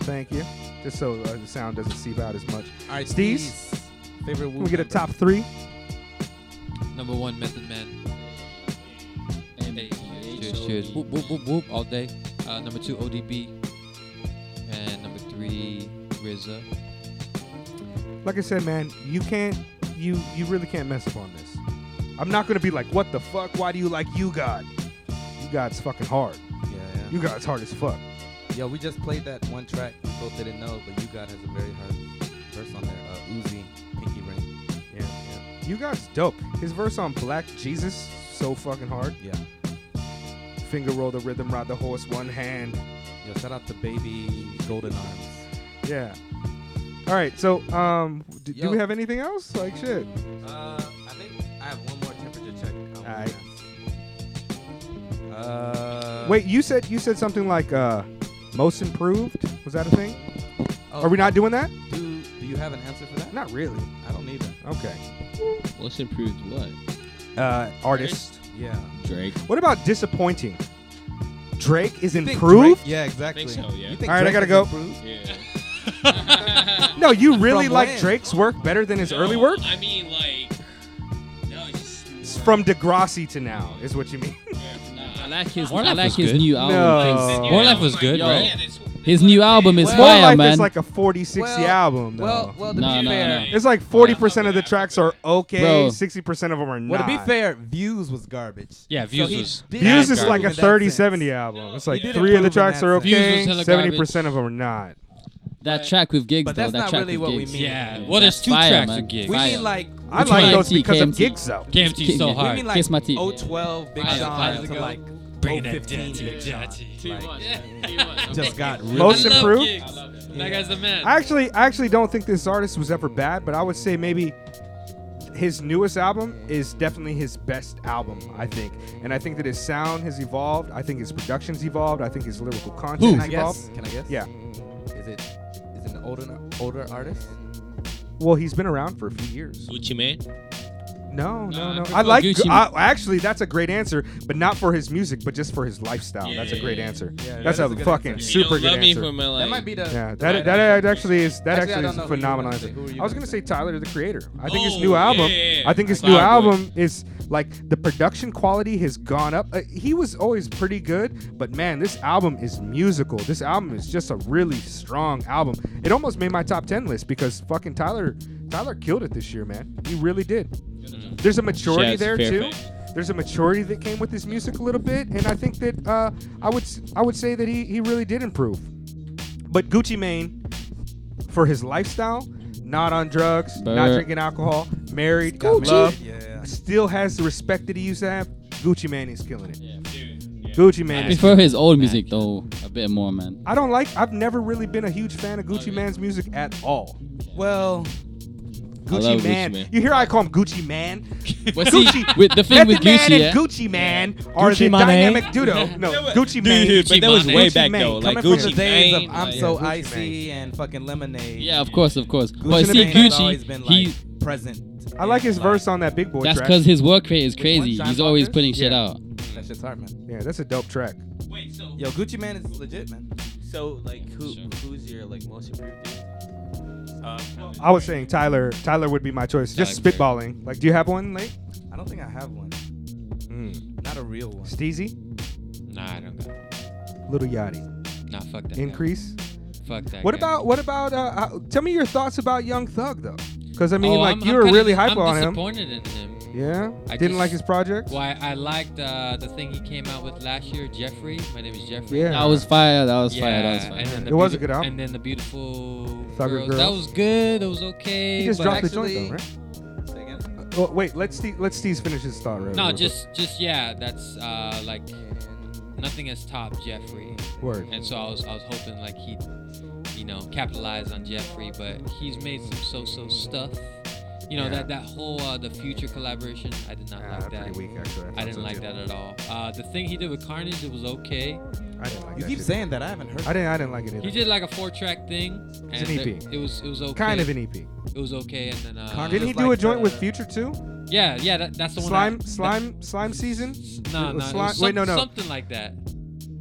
A: Thank you. Just so uh, the sound doesn't seep out as much.
C: All right,
A: Steez?
C: Steez. Favorite
A: Can we get a top three?
D: Number one, Method Man. Hey, cheers, cheers. Whoop,
G: M-H-O-D.
D: whoop, whoop, whoop, all day. Uh, number two, ODB. And number three, RZA.
A: Like I said, man, you can't. You you really can't mess up on this. I'm not gonna be like, what the fuck? Why do you like you God? You God's fucking hard.
C: Yeah, yeah.
A: You God's hard as fuck.
C: Yo, we just played that one track we both didn't know, but you got has a very hard verse on there. Uh, Uzi, Pinky Ring. Yeah,
A: You God's dope. His verse on Black Jesus so fucking hard.
C: yeah, yeah.
A: Finger roll the rhythm, ride the horse, one hand.
C: Yo, shout out to Baby Golden Arms.
A: Yeah. All right. So, um, do, do
C: Yo.
A: we have anything else? Like shit.
C: Uh, I think I have one more temperature check. I wanna
A: Aight.
C: ask. Uh,
A: Wait, you said you said something like uh, most improved. Was that a thing?
C: oh,
A: Are we not doing that?
C: Do, do you have an answer for that?
A: Not really.
C: I don't either.
A: Okay.
F: What's improved? What?
A: Uh, artist.
C: Yeah.
F: Drake.
A: What about disappointing? Drake is
C: Think
A: improved.
C: Drake- Yeah, exactly.
F: so, yeah.
C: You think
A: All right, I gotta
C: Drake is
A: go.
C: improved?
F: Yeah.
A: No, you really
C: From
A: like
C: when?
A: Drake's work better than his
F: No,
A: early work.
F: I mean, like, no, it's
A: It's
F: just
A: From Degrassi to now is what you mean.
G: I like his.
D: More
G: I
D: Life
G: like
D: was
G: his
D: good.
G: new album.
A: No.
G: Things.
D: More Life was good,
G: Yo.
D: right?
G: His new album is
C: Well,
A: More
G: fire,
A: like
G: man.
A: it's like a 40, 60
C: Well,
A: album. Though.
C: Well, well, to
G: No,
C: be
G: no,
C: fair,
G: no.
A: it's like 40% of the tracks are okay,
G: Bro.
A: 60% of them are
C: well,
A: not.
C: to be fair, Views was garbage.
D: Yeah,
C: So
D: Views
C: he
D: was
C: did
A: Views
D: Bad
A: is like a
C: improve in that
A: 30
C: sense.
A: 70 album. It's like
C: He did
A: three of the
C: improve in
A: tracks
C: that
A: are
D: sense. Views
A: okay,
D: was hella
A: 70%
D: garbage.
A: of them are not.
G: that track with gigs,
C: But
G: though.
C: that's
G: That
C: not
G: track
C: really
G: with
C: what we
G: gigs.
C: mean.
D: Yeah.
C: Yeah.
D: What is two
G: Fire,
D: tracks
G: man.
D: of gigs?
C: We
G: Fire.
C: mean like
A: I
G: Which
A: like
G: one?
A: those because of
G: KMT.
A: gigs, though.
D: KMT so
G: Yeah.
C: we
D: hard.
C: mean like
G: Kiss my teeth.
C: 012 Big
D: Fire,
C: Sean
D: fire.
C: to like bring
N: that
C: 15
N: dirty,
C: big shot.
N: dirty.
C: Like,
O: T1.
C: [LAUGHS]
O: T1.
C: Just got really
A: Most
O: I love
A: improved.
O: Giggs. That guy's the man.
A: I actually, I actually don't think this artist was ever bad, but I would say maybe his newest album is definitely his best album. I think, and I think that his sound has evolved. I think his production's evolved. I think his lyrical
C: Who?
A: content
C: Can
A: has
C: I guess?
A: evolved.
C: Can I guess?
A: Yeah.
C: Is it is it an older older artist?
A: Well, he's been around for a few years.
F: Gucci Mane.
A: No, no, no.
F: Nah,
A: I like.
F: Gucci
A: I, actually, that's a great answer, but not for his music, but just for his lifestyle.
F: Yeah,
A: that's a
F: yeah,
A: great
F: yeah.
A: answer.
F: Yeah, yeah,
A: that's,
F: that's
A: a,
F: a good
A: fucking
F: answer. You
A: super
F: don't
A: good
F: love me
A: answer.
F: for my life. That might be the-
A: yeah,
F: the right
A: that, that
F: answer.
A: actually is that
F: Actually, I
A: actually,
F: don't know
A: is
F: who you were
A: phenomenal.
F: gonna
A: answer.
F: say. Who were you
A: I was
F: gonna
A: gonna say Tyler the Creator. I think his
F: Oh,
A: new
F: yeah,
A: album.
F: yeah, yeah.
A: I think his
F: Like
A: new
F: Loud
A: album is like the production quality has gone up. Uh, he was always pretty good, but man, this album is musical. This album is just a really strong album. It almost made my top ten list because fucking Tyler Tyler killed it this year, man. He really did.
F: Mm-hmm.
A: There's a maturity
F: Shouts to
A: there too.
F: Fairfax.
A: There's a maturity that came with his music a little bit, and I think that uh, I would s- I would say that he he really did improve. But Gucci Mane, for his lifestyle, not on drugs, not
D: Burr.
A: drinking alcohol, married, got
D: Gucci.
A: love,
D: Yeah.
A: still has the respect that he used to have. Gucci Mane is killing it. Gucci Mane. is
G: Prefer
A: killing
G: his
A: it.
G: old music though a bit more, man.
A: I don't like. I've never really been a huge fan of Gucci Mane's music at all.
C: Well,
A: Gucci
G: love Gucci
A: Man.
G: Mane.
A: You hear I call him Gucci Man.
G: But see, with the thing
A: Method
G: with
A: Man
G: Gucci,
A: and
G: yeah.
A: Gucci Man are
G: Gucci
A: the
G: Mane.
A: dynamic [LAUGHS] duo. No, Gucci Man.
F: Dude, but that was way back though. Like
C: Coming from the
F: Gucci
C: days
F: Mane,
C: of I'm
F: like-
C: so
F: Yeah, Gucci
C: icy and fucking lemonade.
G: Yeah, of course, of course.
C: Gucci
G: but see,
C: Mane has always
G: Gucci,
C: been
G: he
C: like present.
A: I like his verse on that Big Boy
G: that's
A: track.
G: because his work rate is crazy.
C: Shine
G: He's always
C: Blockers?
G: putting shit
C: Yeah.
G: out.
C: That shit's hard, man.
A: Yeah, that's a dope track.
O: Wait, so
C: Yo, Gucci Man is legit, man.
O: so like who who's your like most improved? dude? Um,
A: I was saying Tyler. Tyler would be my choice. Just
O: Tyler.
A: spitballing. Like, do you have one, Late?
C: I don't think I have one.
A: Hmm.
C: Not a real one.
A: Steezy,
D: Nah, I don't got it.
A: Little Yachty.
D: Nah, fuck that. guy.
A: Increase.
D: Fuck that.
A: What
D: guy.
A: about what about? Uh, uh, tell me your thoughts about Young Thug though, because I mean,
D: Oh,
A: like
D: I'm-
A: you
D: I'm
A: were
D: kinda-
A: really hype
D: I'm
A: on him.
D: disappointed in him.
A: Yeah, didn't
D: just-
A: like his project.
D: Why I liked uh, the thing he came out with last year, Jeffrey. My name is Jeffrey.
A: Yeah.
G: That was fire. That was fire. That was
D: Yeah,
G: fire.
D: and then the
A: It was a
D: beauti-
A: good album.
D: And then the beautiful
A: Thugger
D: girls.
A: Girls.
D: That was good. It was okay.
A: He just
D: but
A: dropped the
D: actually,
A: joint though, right? Uh, oh, wait, let Steve let Steve finish his thought. Right,
D: No,
A: real quick.
D: just just yeah. That's uh, like nothing has topped Jeffrey.
A: Word.
D: And so I was I was hoping like he, would you know, capitalize on Jeffrey, but he's made some so so stuff. You know
A: Yeah.
D: that that whole uh, the future collaboration. I did not
A: Yeah,
D: like that.
A: pretty weak, actually. I
D: I,
A: thought
D: didn't
A: so,
D: like
A: too.
D: that at all. Uh, the thing he did with Carnage, it was okay.
A: I didn't like
C: You
A: that
C: keep
A: shit.
C: saying that. I haven't heard.
A: I didn't I didn't like it
D: He
A: either.
D: did like a four track thing.
A: It's an
D: and there-
A: EP.
D: It was it was okay.
A: Kind of an EP.
D: It was okay, and then uh,
C: Carnage
A: Didn't he
C: Just
A: do a
C: like
A: joint
C: the-
A: with Future too?
D: Yeah, yeah, that, that's the one.
A: Slime
D: I- that-
A: slime slime season.
D: No,
A: It
D: no,
A: was
D: it
A: slime-
D: was
A: wait, no,
D: some-
A: no.
D: something like that.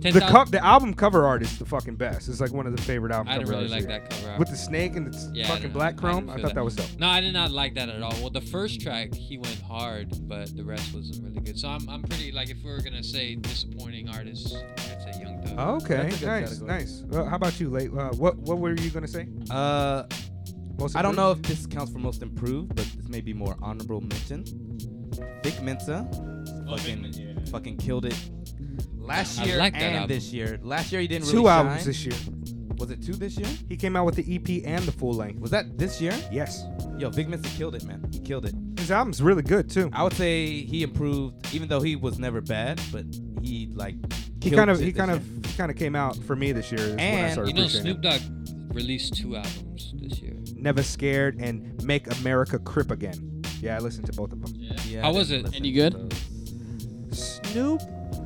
A: the
D: 10,000
A: cup, the album cover art is the fucking best. It's like one of the favorite album.
D: I didn't
A: cover
D: really
A: arts
D: like
A: here.
D: that cover art.
A: with the snake and the
D: Yeah, I
A: fucking
D: didn't-
A: black
D: I
A: chrome.
D: didn't
A: I,
D: feel
A: thought that. was dope.
D: No, I did not like that at all. Well, the first track he went hard, but the rest wasn't really good. So I'm, I'm pretty like if we were gonna say disappointing artists, I'd say Young Thug.
A: Okay,
C: That's a good
A: nice,
C: category.
A: nice. Well, how about you, late? Uh, what what were you gonna say?
C: Uh,
A: Most
C: I
A: improved?
C: don't know if this counts for most improved, but this may be more honorable mention. Vic Mensa,
D: Oh,
C: fucking, fucking killed it last
D: I
C: year
D: like that
C: and
D: album.
C: this year. Last year he didn't
A: Two
C: really
A: albums
C: shine.
A: this year.
C: Was it two this year?
A: He came out with the EP and the full length.
C: Was that this year?
A: Yes,
C: Yo, Vic Mensa killed it, man. He killed it.
A: his album's really good too.
C: I would say he improved, even though he was never bad, but he like
A: He
C: killed
A: kind of
C: it
A: he
C: this
A: kind
C: year.
A: of he kind of came out for me this year. Is when I
C: And,
A: started
D: You know,
A: appreciating
D: Snoop
A: him.
D: Dogg released two albums this year.
A: Never scared and make America crip again. Yeah, I listened to both of them.
C: Yeah,
D: How
C: I
D: was
C: didn't
D: it?
C: listen
G: Any
C: to
G: good?
C: those.
A: Snoop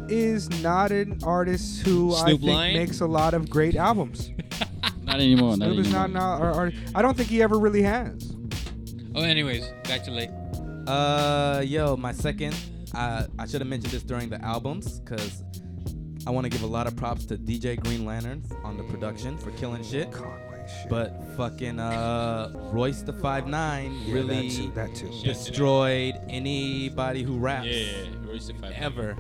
A: is not an artist who I
F: Snoop
A: think
F: Lion?
A: makes a lot of great albums.
G: Not anymore. Not
A: Snoop is
G: anymore.
A: not an ar- ar- artist. I don't think he ever really has.
D: Oh, anyways, back to late.
C: Uh, yo, my second. I I should have mentioned this during the albums because I want to give a lot of props to DJ Green Lanterns on the production for killing shit.
A: Conway shit.
C: But fucking uh, Royce the Five Nine
A: Yeah,
C: really
A: that too. That too.
C: destroyed anybody who raps
F: Yeah, yeah, yeah. Royce the Five.
C: ever.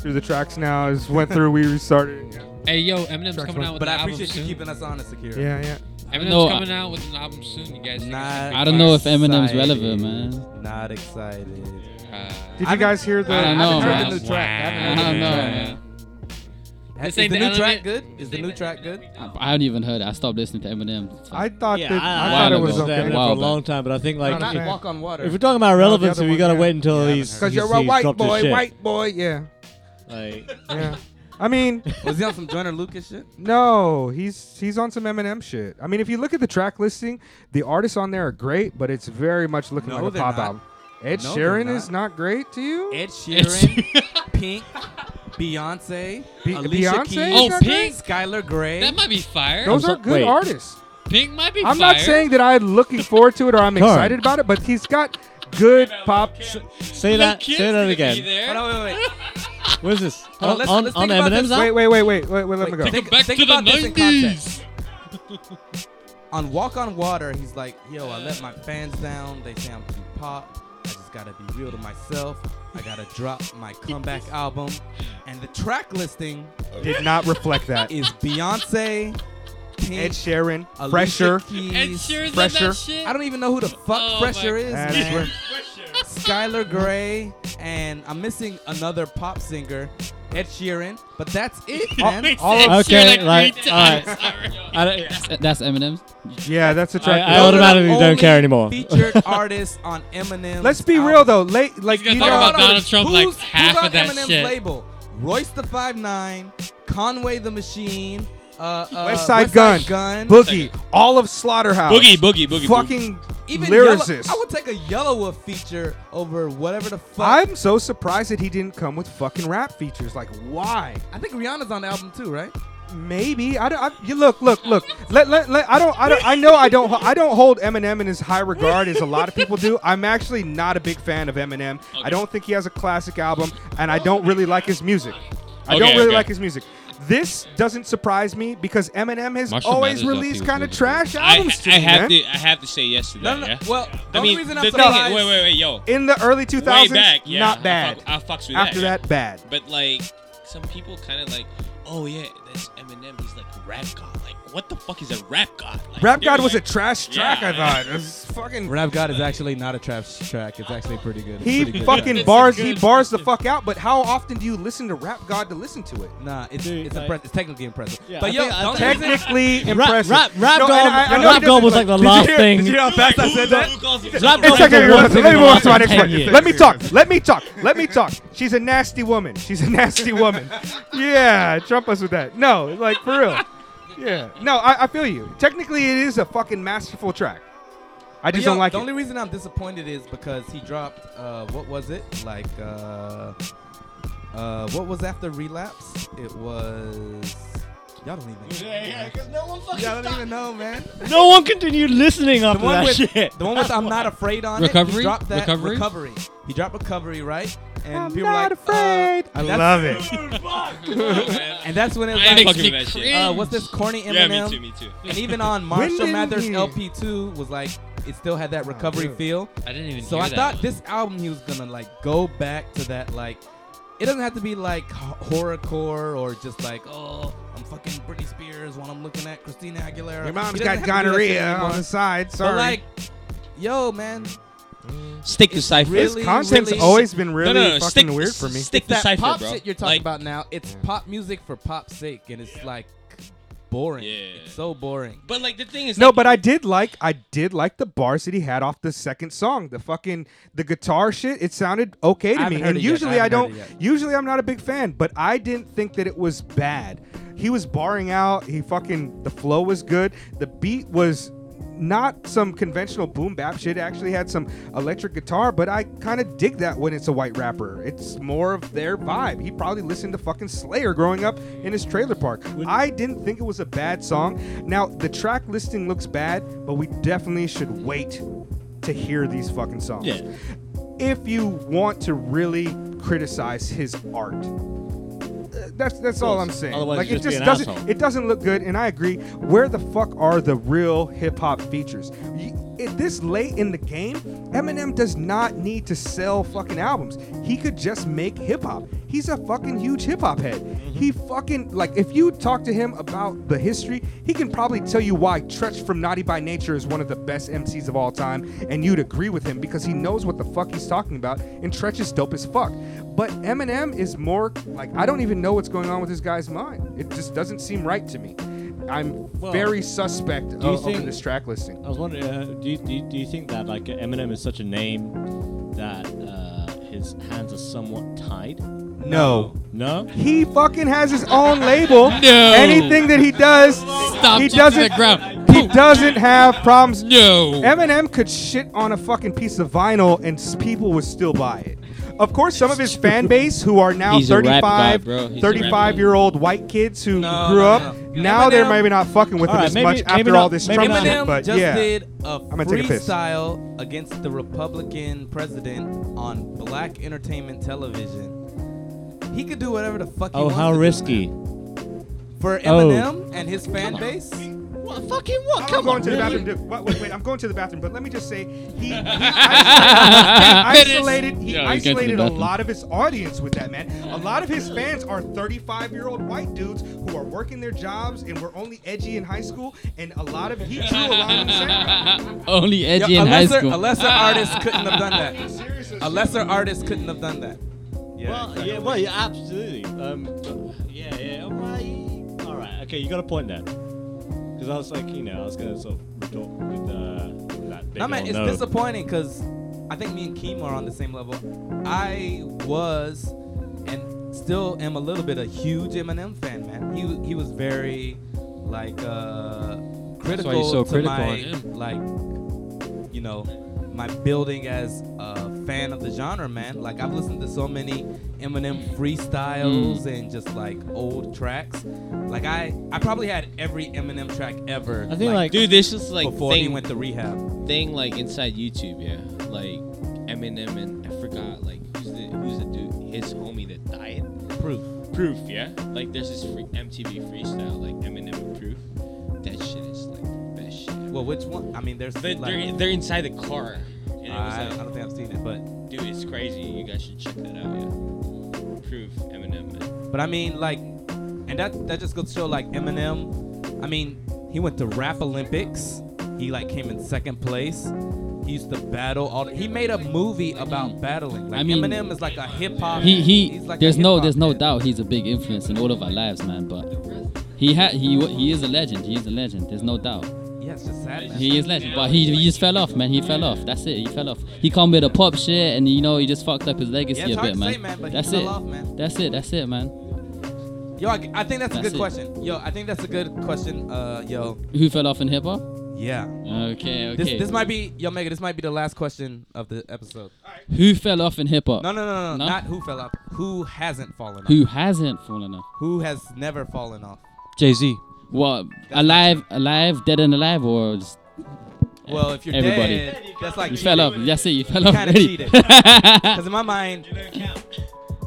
A: Through the tracks now is went through. We restarted. [LAUGHS]
D: Hey, yo, Eminem's
A: Tracks
D: coming
A: one.
D: out with
C: But
D: an
C: I
D: album
C: appreciate you
D: soon.
C: keeping us honest, Akira.
A: Yeah, yeah.
D: Eminem's
G: No, I-
D: coming out with an album soon. You guys. think it's
C: Not
D: gonna be
G: I don't know if
D: fire?
G: Eminem's
C: excited.
G: relevant, man.
C: Not excited.
D: Uh,
A: Did you guys hear the?
G: I don't know,
A: haven't heard
G: man.
A: the new track. I haven't
G: I
A: heard the
G: don't
A: new
G: know,
A: track.
G: man.
C: Haven't Is the new track good? Is the new track good?
G: I haven't even heard it. I stopped listening to Eminem.
A: I thought
J: Yeah,
A: that
J: I, I
A: I, thought
J: haven't
A: it was
J: listened to
A: okay.
J: Eminem for a long time, but I think like
A: Not
J: if,
A: a
J: you-
A: Walk on Water.
J: if we're talking about
A: No, the
J: relevancy,
A: other
J: we
A: one,
J: gotta
A: yeah.
J: wait until he's
A: because
J: he's-
A: you're a
J: he's
A: white
J: dropped his
A: boy,
J: shit.
A: white boy. Yeah.
J: Like,
A: Yeah. I mean,
C: was he on some Joyner Lucas shit?
A: No, he's he's on some Eminem shit. I mean, if you look at the track listing, the artists on there are great, but it's very much looking
C: No,
A: like a
C: they're
A: pop
C: not.
A: album. Ed
C: No, they're
A: Sheeran is not great to you. [LAUGHS]
C: Ed Sheeran, Pink, Beyonce,
A: Be-
C: Alicia
A: Beyonce
C: Keys,
A: is Oh, not Pink?
C: Skylar Grey.
D: That might be fire.
A: Those are good artists.
D: Pink might be
A: I'm
D: fire.
A: not saying that I'm looking forward to it or I'm
J: Carl.
A: excited about it, but he's got good pop.
J: say that, say that again.
C: Hold on, wait, wait, wait.
J: What
F: [LAUGHS]
J: is this?
F: Oh,
C: Hold on,
J: On,
C: let's-
J: on,
C: let's
J: on
C: think about
J: Eminem's
C: this.
J: album?
A: Wait, wait, wait, wait, wait, wait let me go.
D: Take it back
C: think
D: to the
C: about this in
D: 90s.
C: on Walk on Water, he's like, yo, I let my fans down. They say I'm too pop. I just gotta be real to myself. I gotta drop my comeback album. And the track listing
A: Did not reflect
C: [LAUGHS]
A: that.
C: is Beyonce, Pink,
A: Ed Sheeran,
C: Alicia
A: Fresher.
C: Keys.
D: Ed Sheeran's on
A: Fresher.
D: that shit.
C: I don't even know who the fuck
D: Oh my
C: Fresher is,
A: That's
C: man.
A: where-
C: Skylar Gray, and I'm missing another pop singer, Ed Sheeran. But that's
A: [LAUGHS]
C: it, man.
A: all of-
J: Okay, like,
D: three
F: [LAUGHS]
J: alright.
D: times.
J: I don't,
G: That's Eminem.
A: Yeah, that's the track.
J: I- I
A: list.
C: Those are the
J: automatically don't
C: only
J: care anymore.
C: Featured artists on Eminem.
A: Let's be real though. Late, like
D: gonna
A: you
D: talk
A: know,
D: about Donald Trump, like,
C: who's,
D: half
C: who's
D: of that
C: on Eminem's
D: shit.
C: label? Royce the Five Nine, Conway the Machine, uh, uh,
A: West Side Gun,
C: Gun,
A: Boogie, all of Slaughterhouse,
F: Boogie, boogie, boogie,
A: fucking
C: even
A: lyricist.
C: Yellow, I would take a Yellow a feature over whatever the fuck.
A: I'm so surprised that he didn't come with fucking rap features. Like, why?
C: I think Rihanna's on the album too, right?
A: Maybe I don't. I, you look, look, look. Let, let, let, I don't. I don't. I know. I don't. ho- I don't hold Eminem in as high regard as a lot of people do. I'm actually not a big fan of Eminem. I don't think he has a classic album, and I don't really like his music. I don't
F: Okay,
A: really
F: okay.
A: like his music. This doesn't surprise me because Eminem has
D: Marshall
A: always
D: Mathers left
A: released
D: you
A: kind of
D: with-
A: trash
F: I,
A: albums to
F: I
A: me, man.
F: have to, I have to say yes to
C: No,
F: that.
C: no, no.
F: yeah?
C: Well, the
F: I
C: only
F: mean,
C: reason
F: the
C: I'm
F: thing is,
C: surprised.
F: wait, wait, wait, yo,
A: in the early 2000s,
F: way back, yeah,
A: not
F: I
A: bad.
F: fuck- I, fucks with
A: After
F: yeah.
A: that, bad.
F: But like some people kind of like, oh yeah, that's Eminem. He's like rap god. Like what the fuck is a rap god? Like,
A: Rap
F: they're
A: God was a
F: like,
A: trash track.
F: Yeah.
A: I thought it was fucking.
C: Rap God is actually not a trap track. It's actually pretty good. It's
A: He
C: pretty good,
A: fucking
C: yeah.
A: bars. He bars the fuck out. But how often do you listen to Rap God to listen to it?
C: Nah, it's
J: Dude,
C: it's,
J: like-
C: impre- it's technically impressive.
J: Yeah,
C: but
J: I
C: yo,
J: think- I
C: don't
J: think-
C: you think-
A: Technically impressive.
J: rap- rap
A: and
J: God-
A: know
J: Rap
A: he doesn't
J: God was
A: like-
J: like the
A: Did you
J: last
A: hear-
J: thing-
A: Did you hear how fast I said that?
F: Who calls himself
J: Rap
F: a
J: God-
A: It's okay,
J: Rap
A: let
J: God's
A: me
J: been
A: move on to my
J: around
A: next
J: for
A: one.
J: 10 years.
A: Let me talk. Let me talk. Let me talk. She's a nasty woman. She's a nasty woman. Yeah, trump us with that. No, like for real. Yeah. No, I, I feel you. Technically, it is a fucking masterful track. I
C: but
A: just
C: yo,
A: don't like
C: The
A: it.
C: only reason I'm disappointed is because he dropped uh, what was it like? Uh, uh, what was after relapse? It was y'all don't even. Yeah, yeah, because no one fucking. Y'all don't even know, man.
J: No one continued listening
C: The
J: after
C: one
J: that
C: with
J: shit. [LAUGHS]
C: the one with I'm not afraid on it.
D: Recovery?
C: He dropped that
D: Recovery?
C: recovery. He dropped recovery, right? And
A: I'm
C: people were
A: not
C: like,
A: afraid.
C: Uh,
A: I
C: and that's-
A: love
C: [LAUGHS]
A: it.
J: Oh,
C: And that's when it was
F: I ain't
C: like,
F: fucking with that shit.
C: uh, what's this corny Eminem?
F: Yeah, me too, me too.
C: And
A: [LAUGHS]
C: even on
A: When
C: Marshall
A: did
C: Mathers
A: he-
C: LP2 was like, it still had that recovery
A: dude.
C: feel.
D: I didn't even
C: So
D: hear
C: I
D: that
C: thought
D: one.
C: this album he was gonna like go back to that like, it doesn't have to be like h- horrorcore or just like oh I'm fucking Britney Spears when I'm looking at Christina Aguilera.
A: Your
C: He
A: mom's
C: doesn't have
A: got
C: to do that shit
A: gonorrhea
C: anymore.
A: on the side.
C: But
A: Sorry.
C: like, yo man,
F: Stick to cipher.
C: really-
A: His content's
C: really-
A: always been really
F: no, no, no.
A: fucking
F: Stick,
A: weird for me.
F: Stick to
C: that
F: cipher,
C: pop
F: bro.
C: shit you're talking
F: Like,
C: about now, it's pop music for pop's sake, and it's like boring.
F: Yeah.
C: It's so boring.
F: But like the thing is,
A: No,
F: like,
A: but I did like I did like the bars that he had off the second song. The fucking the guitar shit, it sounded okay
C: I
A: to
C: haven't
A: me.
C: heard
A: And
C: it yet. I
A: usually I,
C: haven't heard
A: don't
C: it yet.
A: usually I'm not a big fan, but I didn't think that it was bad. He was barring out, he fucking the flow was good. The beat was not some conventional boom bap shit. It actually had some electric guitar, but I kind of dig that when it's a white rapper. It's more of their vibe. He probably listened to fucking Slayer growing up in his trailer park. I didn't think it was a bad song. Now, the track listing looks bad, but we definitely should wait to hear these fucking songs.
J: Yeah.
A: If you want to really criticize his art, uh, that's that's all I'm saying.
J: Otherwise
A: like
J: you'd
A: it
J: just
A: just
J: be an
A: doesn't
J: asshole.
A: it doesn't look good, and I agree. Where the fuck are the real hip hop features? You, it, this late in the game, Eminem does not need to sell fucking albums. He could just make hip hop. He's a fucking huge hip hop head.
J: Mm-hmm.
A: He fucking like if you talk to him about the history, he can probably tell you why Tretch from Naughty by Nature is one of the best MCs of all time, and you'd agree with him because he knows what the fuck he's talking about, and Tretch is dope as fuck. But Eminem is more like I don't even know what's going on with this guy's mind. It just doesn't seem right to me. I'm
J: Well,
A: very suspect
J: do
A: of,
J: you
A: of
J: think-
A: this track listing.
J: I was wondering, uh, do, you, do, you, do you think that like Eminem is such a name that uh, his hands are somewhat tied?
A: No.
J: No.
A: He fucking has his own label.
J: No.
A: Anything that he does, he
D: you to
A: doesn't.
D: the ground.
A: He doesn't have problems.
D: No.
A: Eminem could shit on a fucking piece of vinyl and s- people would still buy it. Of course, some of
D: [LAUGHS]
A: his fan base who are now
D: He's a rap guy,
A: 35,
D: bro. He's a rap
A: 35 year old white kids who
C: No,
A: grew
C: no,
A: up,
C: no.
A: now they're
C: Eminem-
A: maybe not fucking with him
C: Alright,
A: as
C: maybe-
A: much
C: maybe
A: after
C: not-
A: all this
C: maybe
A: Trump
C: not.
A: shit. But
C: just
A: yeah,
C: did a
A: I'm gonna take a piss.
C: freestyle against the Republican president on black entertainment television. He could do whatever the fuck he
J: Oh,
C: wants
J: how
C: to do.
J: risky.
C: for
J: Oh.
C: Eminem and his fan base.
A: What fucking what? I'm
C: Come
A: going
C: on,
A: to the
C: really?
A: bathroom. to- Wait, wait, wait, I'm going to the bathroom. But let me just say, he, he
D: [LAUGHS]
A: isolated, he isolated, he
D: Finish. Yeah, he's going to the
A: isolated a
D: bathroom.
A: lot of his audience with that man. A lot of his fans are 35 year old white dudes who are working their jobs and were only edgy in high school. And a lot of he drew a line in the
D: [LAUGHS]
A: sand.
G: Only edgy
C: Yeah,
G: in
C: a
G: high
C: lesser,
G: school.
C: A lesser
J: Ah.
C: artist couldn't have done that. A lesser artist couldn't have done that. Yeah,
J: well,
C: exactly.
J: yeah, well, yeah, absolutely. Um, yeah, yeah. Well, you- all right, okay, you got a point there. Because I was like, you know, I was gonna sort of retort with uh, with that. Big
C: I mean,
J: old
C: it's
J: no.
C: disappointing because I think me and Keem are on the same level. I was and still am a little bit a huge Eminem fan, man. He w- he was very like uh, critical
D: he's so
C: to
D: critical
C: my
D: on him.
C: like you know my building as a fan of the genre, man. Like I've listened to so many Eminem freestyles
D: Mm.
C: and just like old tracks. Like I I probably had every Eminem track ever.
F: dude, this is like
C: before
F: thing,
C: he went to rehab.
F: Thing like inside YouTube, yeah. Like Eminem and I forgot like who's the who's the dude his homie that died.
C: Proof.
F: Proof, yeah. Like there's this free MTV freestyle like Eminem and Proof. That shit is like the best shit. ever.
C: Well, which one? I mean, there's
F: They're,
C: like-
F: they're, they're inside the car. And it was
C: I-
F: like,
C: I don't think I've seen it, but
F: dude, it's crazy. You guys should check that out. Yeah. Proof Eminem. Man.
C: But I mean, like, and that that just goes to show, like Eminem. I mean, he went to Rap Olympics. He like came in second place. He used to battle all. The, he made a movie about battling. Like
G: I mean,
C: Eminem is like a hip hop.
G: He he.
C: he's like a
G: there's no
C: hip-hop
G: there's no
C: head.
G: doubt he's a big influence in all of our lives, man. But he had he wa- he is a legend. He is a legend. There's no doubt.
C: Yeah, it's just sad. man.
G: He is legend, but he, he just fell off, man. He fell off. That's it. He fell off. He come with a pop shit, and you know he just fucked up his legacy
C: Yeah, it's
G: a
C: hard
G: bit,
C: to
G: man.
C: say, man, but he
G: that's
C: fell
G: it.
C: off, man.
G: That's it. That's it, man.
C: Yo, I, I think that's, a
G: That's
C: good
G: it.
C: question. Yo, I think that's a good question. Uh, yo.
G: Who fell off in hip hop?
C: Yeah.
G: Okay, okay.
C: This, this might be yo Mega. This might be the last question of the episode.
G: Who fell off in hip hop?
C: No, no, no, no,
G: No?
C: Not who fell off. Who hasn't fallen off?
G: Who hasn't fallen off?
C: Who has never fallen off?
G: Jay Z. What? Alive, alive, dead and alive, or just
C: Well, if you're
G: everybody?
C: dead, that's like
G: you fell off. That's it. You fell off
C: Kind of
G: already.
C: cheated. Because in my mind,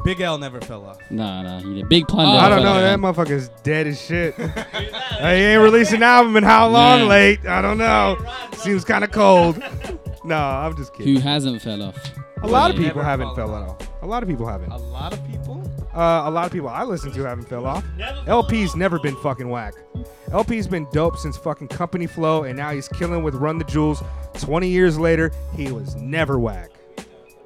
C: Big L never fell off.
G: [LAUGHS] Nah, nah. You did. Big pun.
A: Oh, I don't know. That motherfucker's dead as [LAUGHS] shit. he ain't released an album in how long?
G: Yeah.
A: Late? I don't know. Seems kind of [LAUGHS] cold. no, I'm just kidding.
G: Who hasn't fell off?
A: A lot of
G: Yeah.
A: people haven't fell off. A lot of people haven't.
C: A lot of people.
A: Uh, a lot of people I listen to haven't fell off. LP's never been fucking whack. LP's been dope since fucking Company Flow, and now he's killing with Run the Jewels. 20 years later, he was never whack.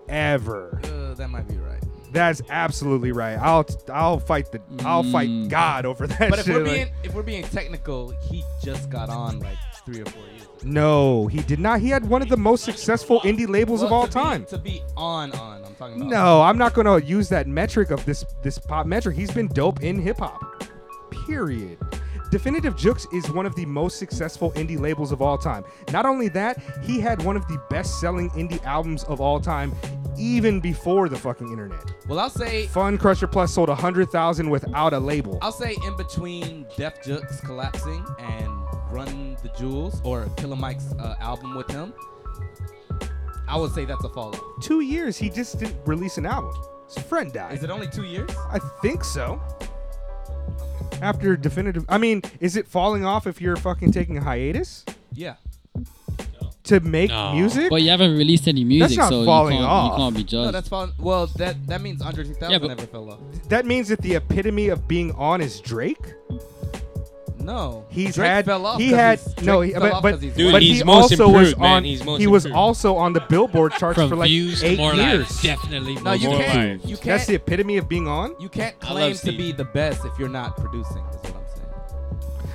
A: Ever.
C: Uh, that might be right.
A: That's absolutely right. I'll I'll fight the I'll fight God over that
C: But if
A: shit.
C: we're
A: like-
C: being if we're being technical, he just got on like three or four years.
A: no, he did not. He had one of the most successful indie labels of
C: Well,
A: all
C: to be-
A: time.
C: to be on, on. I'm talking about.
A: No, I'm not gonna use that metric of this this pop metric. He's been dope in hip hop. Period. Definitive Jux is one of the most successful indie labels of all time. Not only that, he had one of the best selling indie albums of all time, even before the fucking internet.
C: Well, I'll say
A: Fun Crusher Plus sold 100,000 without a label.
C: I'll say in between Def Jux collapsing and Run the Jewels or Killer Mike's uh, album with him, I would say that's a fall off.
A: Two years, he just didn't release an album. His friend died.
C: Is it only two years?
A: I think so. After definitive, I mean, is it falling off if you're fucking taking a hiatus?
C: Yeah.
A: to make music?
G: But you haven't released any music,
A: not
G: so
A: falling
G: you, can't,
A: off.
G: you can't be judged.
A: No,
C: that's fine. Well, that that means Andre 3000 never fell off.
A: That means that the epitome of being on is Drake.
C: No,
A: He's
C: Drake
A: had
C: fell off
A: he
C: 'cause
A: had
C: he's-
A: no,
C: Drake
A: he-
C: fell
A: but
C: off
A: but,
C: 'cause he's
A: but
C: white. Dude,
A: he
C: he's most
A: also was
C: improved, man.
A: on.
C: He's most
A: he was
C: improved.
A: also on the
C: [LAUGHS]
A: Billboard charts
C: From
A: for like
C: views to
A: eight
C: more
A: years.
C: lives, definitely No, you more can't- lives. you
A: That's
C: can't-
A: the epitome of being on.
C: You can't claim to be the best if you're not producing. Is what I'm saying.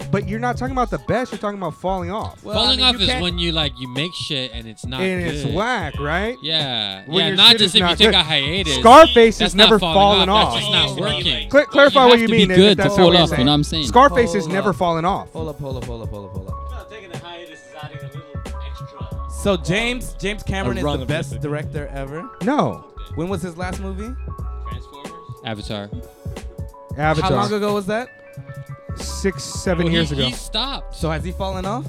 A: But you're not talking about the best. You're talking about falling off.
D: Falling off is when you like you make shit and it's not
A: and
D: good.
A: it's whack, right?
D: Yeah.
A: When
D: yeah,
A: your
D: not
A: shit is
D: just if you
A: not
D: take
A: good.
D: a hiatus.
A: Scarface
D: That's
A: has
D: not
A: never
D: falling
A: fallen
D: off.
A: off.
D: That's just not working.
A: Cla- clarify
D: You
A: what
D: have
A: you
D: to be
A: mean. if
D: good
A: that's
D: to
A: how
D: fall
A: you're
D: off, you know what I'm saying?
A: Scarface has
D: Oh,
C: Hold
A: never
C: up.
A: fallen off.
C: Hold up, hold up, hold up, hold up, hold up. So James James Cameron
D: A
C: is
D: run
C: the
D: of
C: best
D: lipid.
C: director ever.
A: No.
C: When was his last movie?
D: Avatar.
A: Avatar.
C: How long ago was that?
A: Six, seven years ago.
D: He stopped.
C: So has he fallen off?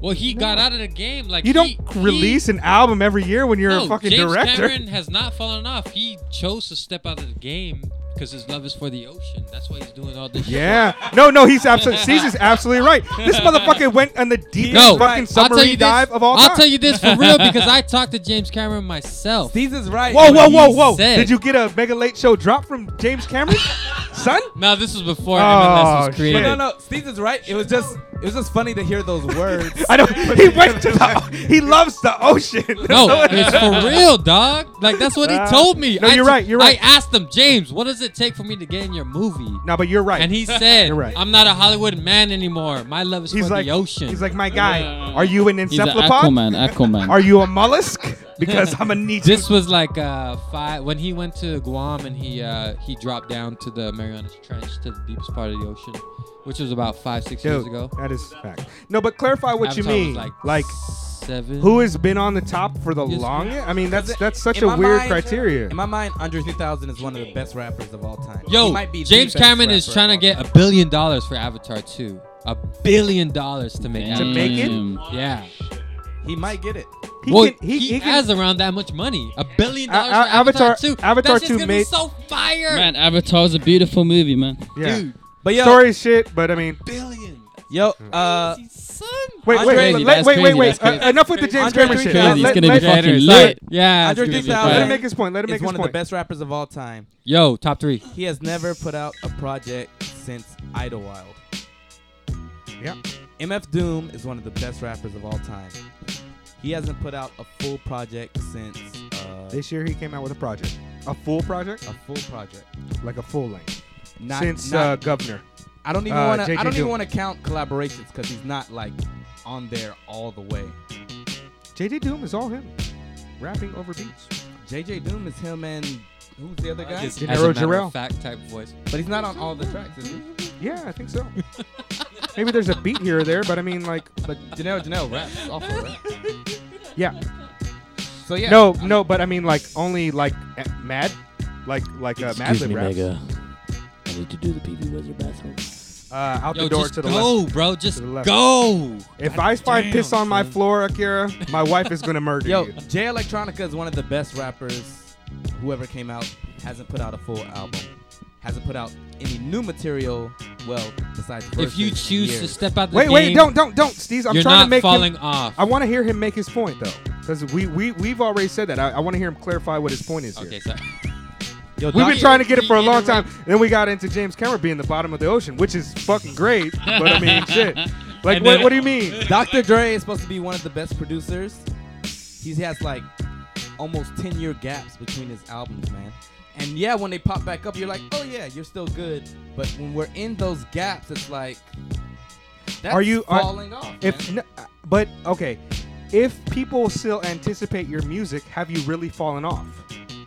D: Well, he got out of the game. Like
A: you don't
D: he-
A: release an album every year when you're
D: no,
A: a fucking
D: James
A: director.
D: Cameron has not fallen off. He chose to step out of the game because his love is for the ocean. That's why he's doing all this. shit.
A: Yeah. No, no, he's absolutely Caesar's absolutely right. This motherfucker went on the deepest
D: No,
A: fucking
D: I'll tell you
A: submarine
D: this-
A: dive of all
D: I'll
A: time.
D: tell you this for
A: [LAUGHS]
D: real because I talked to James Cameron myself.
C: Caesar's right.
A: Whoa, whoa, whoa, whoa. Did you get a mega late show drop from James Cameron? Son?
D: No, this was before
A: MLS was Oh, created.
C: No, no, no. Steve is right. It was just it was just funny to
A: [LAUGHS]
C: hear those words.
A: I
D: [LAUGHS]
A: know he went to the he loves the ocean. [LAUGHS]
D: No, it's for real, dog. Like that's what he
A: Uh,
D: told me.
A: no,
D: I
A: you're
D: t-
A: right, you're right.
D: I asked him, James, what does it take for me to get in your movie?
A: No, but you're right.
D: And
A: [LAUGHS]
D: he said,
A: You're right.
D: I'm not a Hollywood man anymore. My love is
A: He's
D: for
A: like-
D: the ocean.
A: he's like, my guy, are you an
D: He's an
A: encephalopod?
D: Aquaman,
A: [LAUGHS]
D: Aquaman.
A: Are you a mollusk? Because I'm a need
D: This was like uh five when he went to Guam and he uh he dropped down to the Marianas Trench to the deepest part of the ocean, which was about five six [LAUGHS] years
A: Dude,
D: ago.
A: That is fact. No, but clarify what
D: Avatar
A: you
D: was
A: mean.
D: like
A: like
D: seven.
A: Who has been on the top for the longest? I mean, that's that's such a weird criteria.
C: In my mind, Andre 3000 is one of the best rappers of all time.
D: Yo,
C: he might be the
D: James
C: best
D: Cameron is
C: rapper.
D: trying to get a billion dollars for Avatar 2. A billion dollars to make
A: To make it?
D: it? Yeah.
C: He might get it.
D: He,
A: Well,
D: well, he,
A: he can-
D: has around that much money. A billion
A: A-
D: dollars
A: A-
D: for Avatar,
A: Avatar-
D: 2.
A: Avatar
D: that shit's
A: 2
D: gonna be
A: made-
D: so fire.
G: Man, Avatar is a beautiful movie, man.
A: Yeah.
D: Dude.
C: But
G: yo-
A: story is shit. But I mean,
C: Yo,
A: Mm.
C: uh,
A: wait, wait,
C: Andre-
A: wait, let- wait, wait, wait. Uh, enough with the James
C: Andre
A: Cameron shit.
C: 3000
A: Let- let-
D: Yeah,
C: Andre
D: it's gonna be
C: 3000
D: fire.
A: Let him make his point. Let him
C: is
A: make his
C: one of
A: point.
C: the best rappers of all time.
D: Yo, top three.
C: He has never put out a project since Idlewild.
A: Yeah.
C: MF Doom is one of the best rappers of all time. He hasn't put out a full project since uh,
A: This year he came out with a project, a full project,
C: a full project,
A: like a full length.
C: Not-
A: Since
C: not-
A: uh, Governor,
C: I don't even
A: Uh,
C: want to.
A: J.J.
C: I don't even
A: Doom.
C: want to count collaborations because he's not like on there all the way.
A: JJ Doom is all him, rapping over beats.
C: JJ Doom is him and who's the other guy?
D: Just
A: De
D: as a
A: Niro
D: matter
A: Jarrell.
D: of fact type voice.
C: But he's not on all the tracks, is he?
A: Yeah, I think so. [LAUGHS] Maybe there's a beat here or there, but I mean, like,
C: but Janelle Janelle raps awful, right?
A: yeah.
C: So yeah.
A: No, no, but I mean, like, only like eh, Mad, like, like uh, Mad Lib raps.
P: I need to do the PV Wizard bathroom.
A: Uh, out
D: Yo,
A: the door
D: just
A: to the
D: go,
A: left.
D: bro.
A: To the
D: Just
A: left.
D: go.
A: If
D: God
A: I find
D: damn,
A: piss on my
D: son.
A: floor, Akira, my wife is gonna murder
C: Yo,
A: you.
C: Jay Electronica is one of the best rappers. Whoever came out hasn't put out a full album, hasn't put out any new material. Well, besides
D: If you
C: verses in
D: choose to
C: years.
D: step out the
A: Wait,
D: game,
A: wait, don't, don't, don't, Steve. I'm
D: you're
A: trying
D: not
A: to make
D: falling
A: him,
D: off.
A: I want to hear him make his point though, because we we we've already said that. I, I want to hear him clarify what his point is here.
D: Okay, sorry.
C: Yo,
A: We've
C: Doc-
A: been trying to get it for a long time. Then we got into James Cameron being the bottom of the ocean, which is fucking great. But I
C: [LAUGHS]
A: mean, shit. Like,
C: And
A: what,
C: then-
A: what do you mean?
C: Dr. Dre is supposed to be one of the best producers. He has like almost 10 year gaps between his albums, man. And yeah, when they pop back up, you're like, oh yeah, you're still good. But when we're in those gaps, it's like, that's
A: are you are-
C: falling off.
A: If
C: man.
A: no, but okay, if people still anticipate your music, have you really fallen off?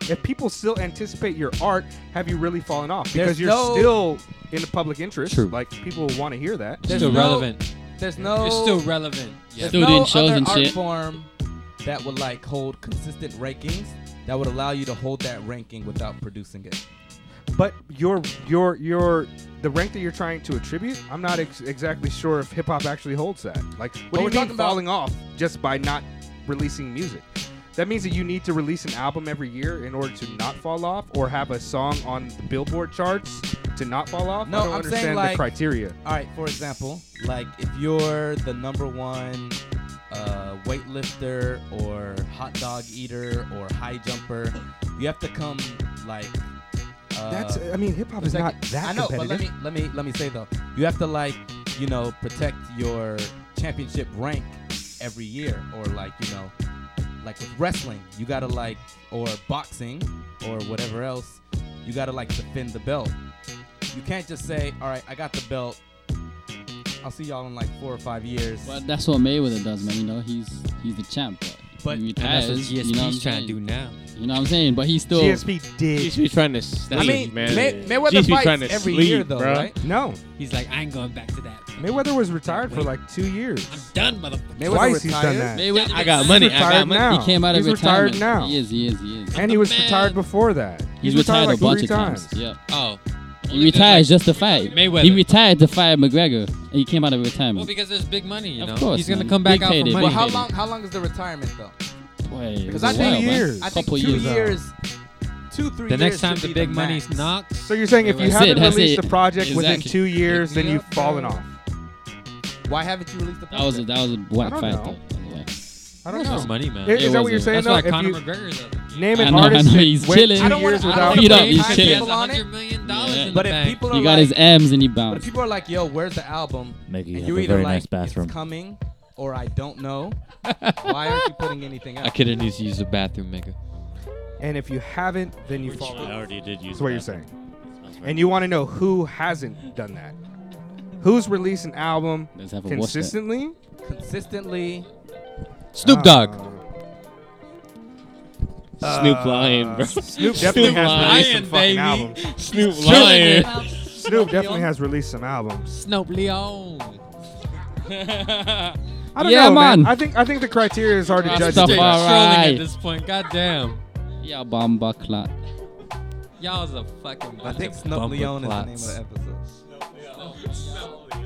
A: If people still anticipate your art, have you really fallen off? Because
C: There's
A: you're
C: no-
A: still in the public interest.
D: True.
A: Like people want to hear that.
D: There's Still no- relevant.
C: There's no.
A: Oh.
D: You're still relevant.
C: There's
G: Still
C: no
G: doing shows
C: other
G: and
C: art
G: shit.
C: form that would like hold consistent rankings that would allow you to hold that ranking without producing it.
A: But your your your the rank that you're trying to attribute, I'm not ex- exactly sure if hip hop actually holds that. Like,
C: But
A: what
C: we're
A: do you
C: talking
A: mean
C: about-
A: falling off just by not releasing music? That means that you need to release an album every year in order to not fall off, or have a song on the Billboard charts to not fall off. I
C: No,
A: don't
C: I'm
A: understand
C: saying like
A: the criteria.
C: All right, for example, like if you're the number one uh, weightlifter or hot dog eater or high jumper. You have to come like. Uh,
A: That's- I mean, hip-hop
C: the
A: is not
C: second-
A: that
C: I know, but let me
A: competitive.
C: let me let me say though, you have to like you know protect your championship rank every year, or like you know, like with wrestling, you gotta like or boxing or whatever else, you gotta like defend the belt. You can't just say, all right, I got the belt. I'll see y'all in like four or five years.
G: But that's what Mayweather does, man. You know, he's he's the champ. But,
C: But-
G: he
C: And that's what
G: retires,
Q: E
G: you know what
C: GSP's
G: I'm
C: trying to
G: saying?
C: do now.
G: You know what I'm saying? But he's still
A: GSP did.
F: GSP trying to sleep,
C: I mean,
F: man.
C: May- Mayweather
F: GSP
C: fights
F: trying to
C: every
F: sleep,
C: year, though,
F: bro.
C: right?
A: No.
Q: He's like, I ain't going back to that.
A: Mayweather was retired for like two years. I'm
F: done, motherfucker.
A: Twice he's done that.
G: Mayweather-
F: I got
A: He's
F: money. I
A: retired
F: got money.
A: now.
G: He came out of
A: He's retired
G: retirement.
A: now.
G: He is, he is, he is.
A: And he was retired before that.
G: He's,
A: He's retired
G: retired,
A: like
G: a bunch
A: three
G: of times.
A: times.
G: Yep.
Q: Oh.
G: He retires just to fight.
Q: Mayweather.
G: He retired to fight McGregor, and he came out of retirement.
Q: Well, because there's big money, you
G: Of
Q: know.
G: course,
Q: He's gonna
G: man.
Q: come back
G: Big
Q: out for
G: payday,
Q: money.
G: big
C: But how
G: payday.
C: long? How long is the retirement though?
G: Boy,
C: Because
G: it
C: I
G: was
C: think
G: wild, man.
C: I think
G: Couple
C: two
G: years.
C: years, two three.
Q: The next
C: years
Q: time
C: should
Q: the
C: be
Q: big
C: max.
Q: money's knocks.
A: So you're saying if you
G: That's
A: haven't
G: it, that's
A: released
G: it.
A: the project within
G: Exactly.
A: two years, then you've
C: Yeah.
A: fallen off.
C: Why haven't you released the?
G: That was a, that was a whack
A: I don't
G: fight
A: know.
G: though. Anyway.
A: I
Q: That's
A: don't know.
Q: just money, man.
A: Is,
G: It
A: is that what you're
G: wasn't.
A: saying?
Q: That's
A: though?
Q: why
A: If
Q: Conor
A: you-
Q: McGregor's up.
A: Name
G: I
A: an
G: know, I
A: artist
G: know,
A: that
G: he's
A: went
G: chilling.
A: two
G: I don't
A: years
C: wanna- I
A: without.
C: don't wanna
G: Heat up,
C: blame
G: he's
C: Kanye
G: chilling.
C: as a-
Q: One hundred million dollars in the
C: But if
Q: bank.
C: people are
G: He got
C: like,
G: his M's and he
C: but if
G: bounced.
C: people are like, yo, where's the album?
J: Maggie, you
C: and
J: have
C: you're
J: a
C: either
J: very
C: like,
J: nice bathroom.
C: it's coming, or I don't
G: [LAUGHS]
C: know. Why aren't you putting anything out?
Q: I could have needs to use the bathroom, nigga.
A: And if you haven't, then you've
J: Which I
A: fallen.
J: already did use
A: That's what you're
J: that.
A: saying. And you want to know who hasn't done that? Who's released an album
G: Let's have a watch that.
A: consistently?
C: Consistently,
Q: Snoop Dogg.
F: Snoop Lion, bro.
A: Snoop definitely has released some fucking albums.
F: Snoop Lion.
A: Snoop definitely has released some albums.
Q: Snoop Leon.
A: I don't
G: Yeah,
A: know,
G: man.
A: I think I think the criteria is hard to judge.
G: Rastafari.
A: it by.
Q: Trolling
G: Alright.
Q: at this point. Goddamn.
G: Yeah, bomba clot.
Q: Y'all's a fucking.
C: I
Q: bunch
C: think
Q: of
C: Snoop
Q: bumper
C: Leon is the name of
Q: clots.
C: the episode.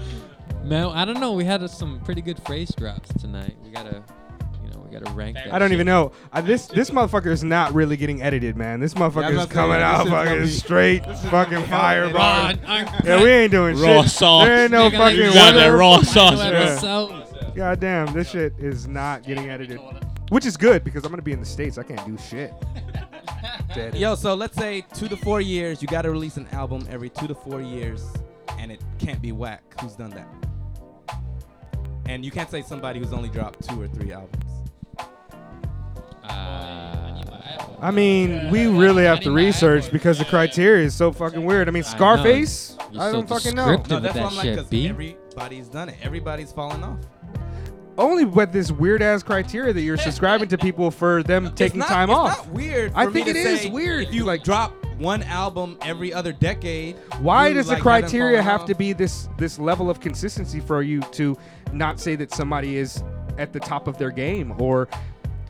Q: Man, I don't know. We had uh, some pretty good phrase drops tonight. We gotta, you know, we gotta rank. That
A: I don't
Q: shit.
A: even know. Uh, this this motherfucker is not really getting edited, man. This motherfucker
C: about
A: is
C: to say,
A: coming
C: this
A: out
C: is gonna
A: fucking
C: be-
A: straight, fucking fire,
F: Uh, [LAUGHS]
A: bro. Yeah,
Q: Yeah,
A: we ain't doing
F: Raw
A: shit.
F: sauce.
A: There ain't no
Q: Nigga, like,
A: fucking
Q: you
F: got
A: wonder-
F: that raw sauce,
A: Yeah.
F: bro.
A: God damn, this shit is not getting edited. Which is good because I'm gonna be in the states. I can't do shit. Dead.
C: Yo, so let's say two to four years, you got to release an album every two to four years, and it can't be whack. Who's done that? And you can't say somebody who's only dropped two or three albums.
A: I mean, we really have to research because the criteria is so fucking weird. I mean, Scarface.
Q: You're
A: I
Q: so
A: don't fucking know.
Q: descriptive.
C: No,
Q: with
C: that's
Q: that
C: what I'm like,
Q: shit,
C: because
Q: B.
C: everybody's done it. Everybody's fallen off.
A: Only with this weird ass criteria that you're subscribing to people for them taking
C: It's not-
A: time
C: it's
A: off.
C: not weird.
A: I
C: for
A: think
C: me to
A: it is
C: say
A: weird.
C: If you
A: Like-
C: like drop one album every other decade,
A: Why
C: you,
A: does the
C: like, haven't
A: criteria
C: fallen
A: have
C: off.
A: to be this this level of consistency for you to not say that somebody is at the top of their game or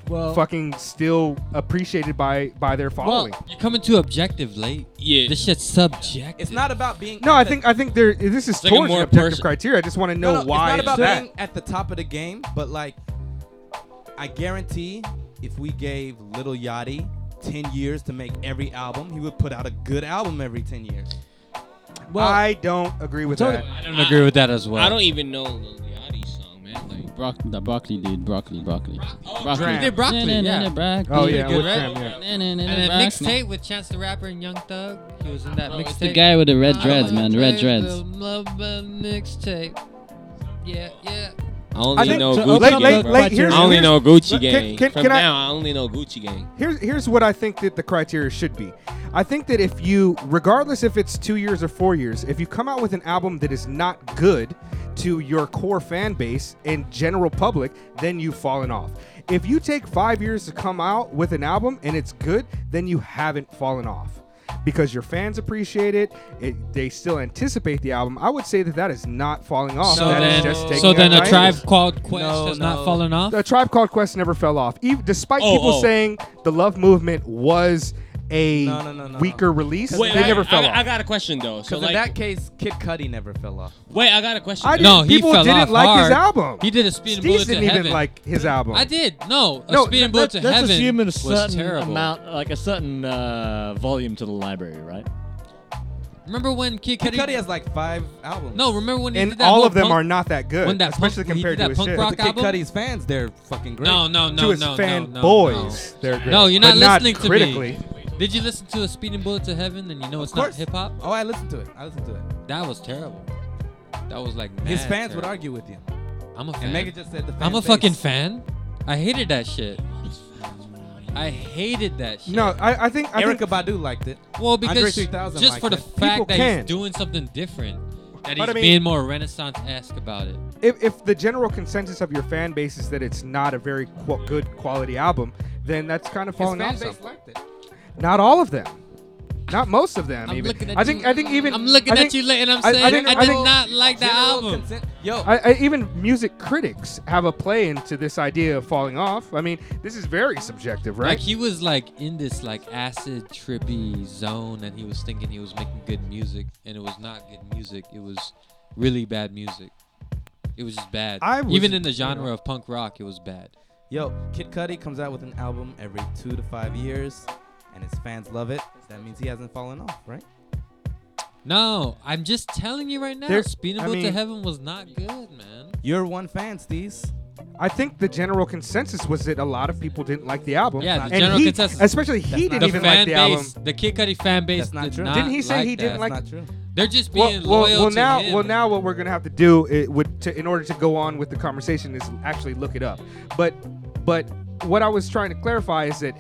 C: Well-
A: fucking still appreciated by by their
Q: Well,
A: following?
Q: you're coming to objective late.
F: Yeah.
Q: This shit's subjective.
C: It's not about being.
A: no,
C: at
A: I
C: the-
A: think I think there this is
F: It's like a
A: towards an
F: more
A: objective
F: person-
A: criteria. I just want to know
C: no, no,
A: why
C: It's not about
A: is that.
C: being at the top of the game, but like, I guarantee, if we gave Little Yachty ten years to make every album, he would put out a good album every ten years.
A: I don't agree with that.
Q: I don't agree with that as well.
F: I don't even know Lil Yachty's song, man. Like,
G: Brock, the broccoli dude, broccoli, broccoli,
A: Dram. Yeah,
Q: broccoli,
G: Na, na,
Q: yeah.
G: na, na, broccoli.
A: Oh, yeah,
Q: Pretty
A: with
Q: good,
A: Dram,
Q: right?
A: yeah.
G: Na, na, na,
Q: And
G: na,
Q: a
G: broccoli.
Q: mixtape with Chance the Rapper and Young Thug. He was in that
G: Bro,
Q: mixtape.
G: Oh, it's the guy with the red dreads, man. The red dreads.
Q: Love mixtape. Yeah, yeah.
F: I only
A: think-
F: know
A: so-
F: Gucci
A: late-
F: Gang.
A: late-
F: bro.
A: late- here's-
F: I only
A: here's-
F: know Gucci
A: can-
F: Gang.
A: can-
F: From
A: can I-
F: now, I only know Gucci Gang.
A: Here's here's what I think that the criteria should be. I think that if you, regardless if it's two years or four years, if you come out with an album that is not good to your core fan base and general public, then you've fallen off. If you take five years to come out with an album and it's good, then you haven't fallen off because your fans appreciate it. it they still anticipate the album. I would say that that is not falling off.
Q: So
A: that is
Q: then,
A: just taking
Q: so then a
A: advantage.
Q: tribe called Quest
C: No,
Q: has
C: no.
Q: not fallen off.
A: A Tribe Called Quest never fell off, even, despite
F: Oh,
A: people
F: oh.
A: saying the Love Movement was a
C: No, no, no, no,
A: weaker release.
F: Wait,
A: they
F: wait,
A: never fell
F: I,
A: off.
F: I got a question though. So
C: Because
F: like,
C: in that case, Kid Cudi never fell off.
F: wait, I got a question.
A: I
F: though.
A: didn't-
Q: No, he
A: people
Q: fell
A: didn't
Q: off
A: like his
Q: hard.
A: album.
Q: He did a speed and
A: Steez
Q: bullet to
A: didn't even
Q: heaven.
A: like his album.
Q: I did. No, a
A: No,
Q: speed and
J: Let,
Q: bullet to
J: let's
Q: heaven
J: assume a
Q: was
J: certain
Q: terrible.
J: amount, like a certain uh, volume to the library, right?
D: Remember when Kid Cudi?
C: Cudi has like five albums.
D: No, remember when he
A: and
D: did that
A: all
D: one
A: of them
D: punk-
A: are not that good,
D: When that
A: especially
D: punk, when he
A: compared
D: did
A: to
D: that
A: his
D: punk
A: shit.
D: rock
A: But
D: album.
C: Cudi's fans, they're fucking great.
D: No, no, no,
A: to his
D: no,
A: fan
D: no, no,
A: boys,
D: no.
A: they're great.
D: No, you're not
A: But not
D: listening to
A: critically.
D: me. Did you listen to a Speeding Bullet to Heaven and you know it's not hip hop?
C: Oh, I listened to it. I listened to it.
D: That was terrible. That was like
C: His
D: mad
C: fans would
D: terrible.
C: argue with you.
D: I'm a fan.
C: And Megan just said the fan
D: I'm a
C: base.
D: fucking fan. I hated that shit. I hated that shit.
A: No, I, I think I
C: Erica
A: think,
C: Badu liked it.
D: Well,
C: Andre
D: because
C: 3000
D: just
C: liked
D: for the fact
C: it.
A: People
D: that
A: can.
D: he's doing something different, that he's
A: But I mean-
D: being more Renaissance esque about it.
A: if, if the general consensus of your fan base is that it's not a very qu- good quality album, then that's kind of
C: His
A: falling
C: fan
A: off.
C: base
A: something.
C: liked it.
A: Not all of them. Not most of them.
D: I'm
A: even.
D: looking at
A: I think.
D: you-
A: I think even.
D: I'm looking
A: I
D: at
A: think-
D: you, Leighton, I'm
A: I- I
D: saying
A: think-
D: I
A: I
D: did
A: think-
D: not like that
C: General
D: album.
C: consent- Yo,
A: I, I, even music critics have a play into this idea of falling off. I mean, this is very subjective, right?
D: Like he was like in this like acid trippy zone, and he was thinking he was making good music, and it was not good music. It was really bad music. It was just bad.
A: I was-
D: Even in the
A: you
D: genre
A: know.
D: of punk rock, it was bad.
C: Yo, Kid Cudi comes out with an album every two to five years, and his fans love it. That means he hasn't fallen off, right?
D: No, I'm just telling you right now,
A: There-
D: Speedable
A: I
D: to
A: mean-
D: Heaven was not good, man.
C: You're one fan, Steez.
A: I think the general consensus was that a lot of people didn't like the album.
D: Yeah, the
A: and
D: general
A: he,
D: consensus.
A: Especially he
C: not
A: didn't
D: the
A: even
D: fan
A: like the album.
D: base, the Kid Cudi fan base,
C: That's not
D: did
C: true.
D: Not
A: Didn't he say
D: like
A: he didn't
D: that.
A: like-
C: That's not true.
D: They're just
A: Well,
D: being
A: well,
D: loyal
A: well
D: to
A: now,
D: him.
A: well now, what we're gonna have to do it would to, in order to go on with the conversation is actually look it up. But, but what I was trying to clarify is that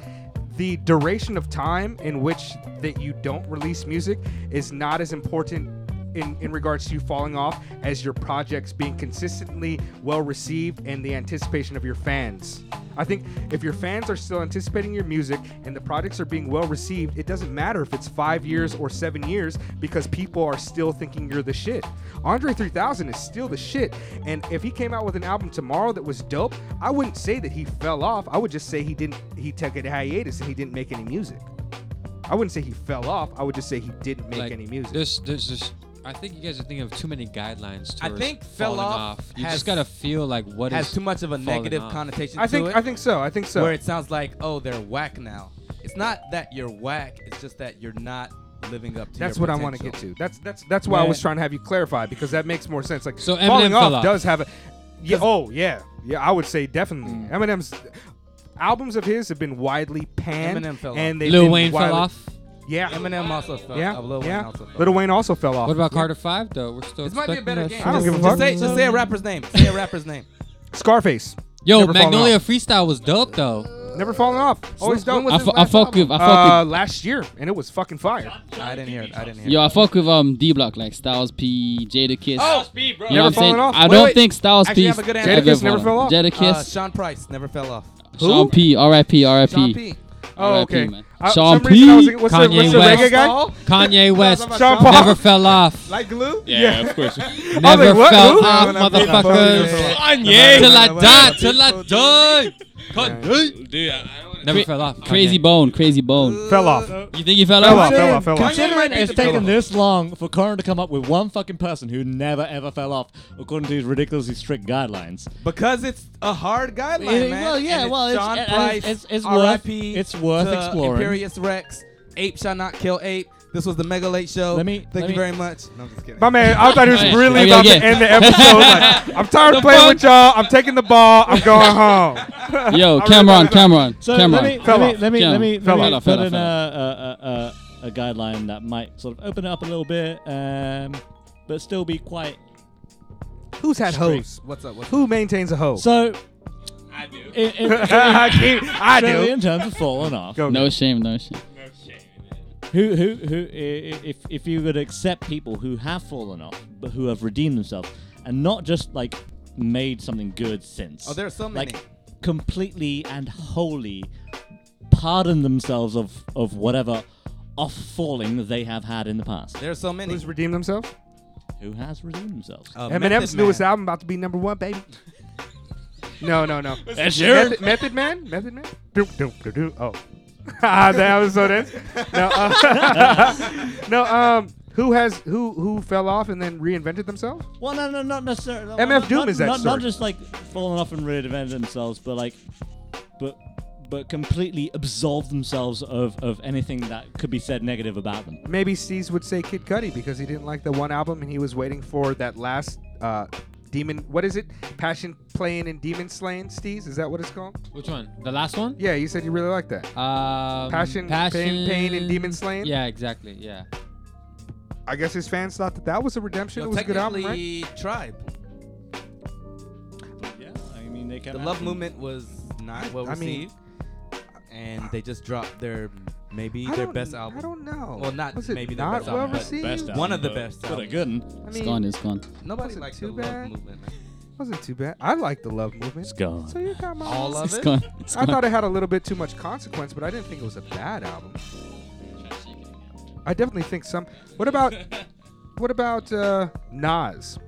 A: the duration of time in which that you don't release music is not as important. In, in regards to you falling off as your projects being consistently well received and the anticipation of your fans i think if your fans are still anticipating your music and the projects are being well received it doesn't matter if it's five years or seven years because people are still thinking you're the shit. Andre 3000 is still the shit. And if he came out with an album tomorrow that was dope, I wouldn't say that he fell off. I would just say he didn't, he took a hiatus and he didn't make any music. I wouldn't say he fell off. I would just say he didn't make
D: Like,
A: any music.
D: There's, there's just. I think you guys are thinking of too many guidelines.
C: I
D: towards
C: think fell
D: falling
C: off
D: You
C: has-
D: just gotta feel like what
C: has
D: is
C: too much of a
D: falling
C: negative
D: off.
C: connotation
A: I
C: to
A: think,
C: it,
A: I think so. I think so.
C: where it sounds like, oh, they're whack now. It's not that you're whack. It's just that you're not living up to.
A: That's
C: your
A: what I want to get
C: potential.
A: to. That's that's that's why I was
C: Yeah.
A: trying to have you clarify because that makes more sense. Like
D: So Eminem
A: falling
D: fell
A: off,
D: off.
A: does have a yeah. Oh yeah, yeah. I would say definitely
D: Mm.
A: Eminem's albums of his have been widely panned,
C: Eminem fell off.
A: and they
D: Lil Wayne fell off.
A: Yeah,
C: Eminem also fell.
A: yeah,
C: uh, Lil Wayne
A: yeah.
C: also fell.
A: Lil Wayne also fell off.
D: What about Carter Five though? We're still.
C: This might be a
D: expecting
C: better
D: that
C: game.
A: I don't
D: shit.
A: give a
C: Just
A: fuck.
C: Say, just say a rapper's name. Say a
A: [LAUGHS]
C: rapper's name.
A: Scarface?
D: Yo,
A: Never fallen
D: Magnolia
A: off.
D: Freestyle was dope though.
A: Never fallen off. Always
C: when
A: done.
C: was
G: I,
C: his
G: fu- I
C: last
G: fuck with I fuck
A: uh,
G: with
A: last year, and it was fucking fire.
C: I didn't hear it. I didn't hear
G: yo
C: it.
G: I fuck with um D Block like Styles P Jada Kiss.
R: bro.
G: You know what I'm
A: Never fallen
G: saying?
A: off.
G: I
A: Wait,
G: don't
A: wait.
G: think Styles
C: Actually, I
G: P.
C: have a good answer.
G: ever
A: Jada Kiss never fell off?
G: Jada
C: Uh,
G: Kiss,
C: Sean Price never fell off.
G: Sean P, R.I.P.
C: Sean
G: R.I.P.
C: P.
A: Oh,
G: R.I.P.,
A: okay.
G: man.
A: I-
G: Sean
A: some reason I was
G: P.
A: thinking- what's the,
D: Kanye
A: what's the
D: West.
A: reggae guy?
D: Kanye West
A: Sean Paul.
D: never fell off.
A: Like glue?
F: Yeah,
A: [LAUGHS]
F: of course.
A: I was
D: Never
A: like, what?
D: fell
A: Who?
D: off, motherfuckers.
F: Kanye.
D: Till I die, till I die. Kanye.
F: Dude, I, I don't wanna-
D: Never fell off.
G: Crazy
D: Kanye.
G: Bone, Crazy Bone.
A: Fell off.
C: Uh,
G: You think he fell
A: Fell off.
G: off?
A: Fell off. Fell off.
J: Considering it's
A: Fell
J: taken
A: off.
J: this long for Corner to come up with one fucking person who never ever fell off, according to his ridiculously strict guidelines.
C: Because it's a hard guideline,
J: Yeah,
C: man.
J: well, yeah,
C: And it's
J: well, it's-
C: John
J: it- it's-
C: Price,
J: it's- it's worth-
C: R.I.P.
J: it's worth
C: to
J: exploring.
C: Imperious Rex, Ape Shall Not Kill Ape. This was the Mega Late Show.
J: Let me-
C: Thank
J: let
C: you
J: me-
C: very much. No, I'm just kidding.
A: My man, I thought he was
G: Okay.
A: really
G: Okay,
A: about
G: okay.
A: to end the episode.
C: [LAUGHS]
A: Like, I'm tired of playing with y'all. I'm taking the ball. I'm going home.
G: Yo,
A: I really
G: Cameron,
A: gotta-
G: Cameron,
J: So
G: Cameron.
J: let me
A: Fell
J: let me
A: off.
J: let
G: Fell
J: me let me,
G: off.
J: let me
G: Fell off.
J: put in a, a, a, a guideline that might sort of open it up a little bit, um, but still be quite.
A: Who's had hoes?
C: What's up? What's up?
A: Who maintains a hoe?
J: So
F: I do.
J: in,
A: [LAUGHS]
J: in,
A: I, keep- I
J: generally in
A: do.
J: terms of falling off.
A: Go.
G: No shame, no shame.
J: Who, who, who? i- i- If if you would accept people who have fallen off, but who have redeemed themselves, and not just like made something good since.
C: Oh, there are so many.
J: Like completely and wholly pardon themselves of of whatever off falling they have had in the past.
C: there are so many.
A: Who's redeemed himself?
J: Who has redeemed themselves?
C: Uh,
A: Eminem's
C: Method
A: newest
C: Man.
A: album about to be number one,
C: [LAUGHS]
A: baby. No, no, no.
J: That's
A: Method, Method Man? Method Man? Do, do, do, do. [LAUGHS] Oh. that was so dense. No,
C: [LAUGHS]
A: uh, [LAUGHS] no um, who has who who fell off and then reinvented themselves?
J: Well, no, no, not necessarily.
A: MF
J: not,
A: Doom
J: not,
A: is that
J: not, not
A: sort.
J: just like falling off and reinventing themselves, but like, but but completely absolve themselves of, of anything that could be said negative about them.
A: Maybe Steez would say Kid Cudi because he didn't like the one album and he was waiting for that last uh, demon. What is it? Passion playing and demon slaying. Steez, is that what it's called?
Q: Which one? The last one?
A: Yeah, you said you really liked that.
Q: Um,
A: passion, pain, pain, and demon slaying.
Q: Yeah, exactly. Yeah.
A: I guess his fans thought that that was a redemption.
C: Well,
A: it was a good album, right?
C: technically, Tribe.
J: Yeah, I mean they can.
C: The love movement was not well
A: I mean,
C: received, and they just dropped their maybe
A: I
C: their
A: don't-
C: best album.
A: I don't know.
C: Well, not
A: Was it
C: maybe
A: not
C: their best album,
A: well
C: but
A: received?
J: Best
C: one
J: album,
C: of the
J: but-
C: best.
J: but a
C: albums.
J: good one.
A: I
G: It's gone. It's gone.
C: Nobody
A: Wasn't
C: liked
A: too
C: the
A: bad.
C: love movement. Man.
A: Wasn't too bad. I like the love movement.
J: It's gone.
A: So you got my
C: All of
G: It's
C: it.
G: gone. It's
A: I
G: gone.
A: thought it had a little bit too much consequence, but I didn't think it was a bad album. I definitely think some. What
G: [LAUGHS]
A: about what about uh, Nas?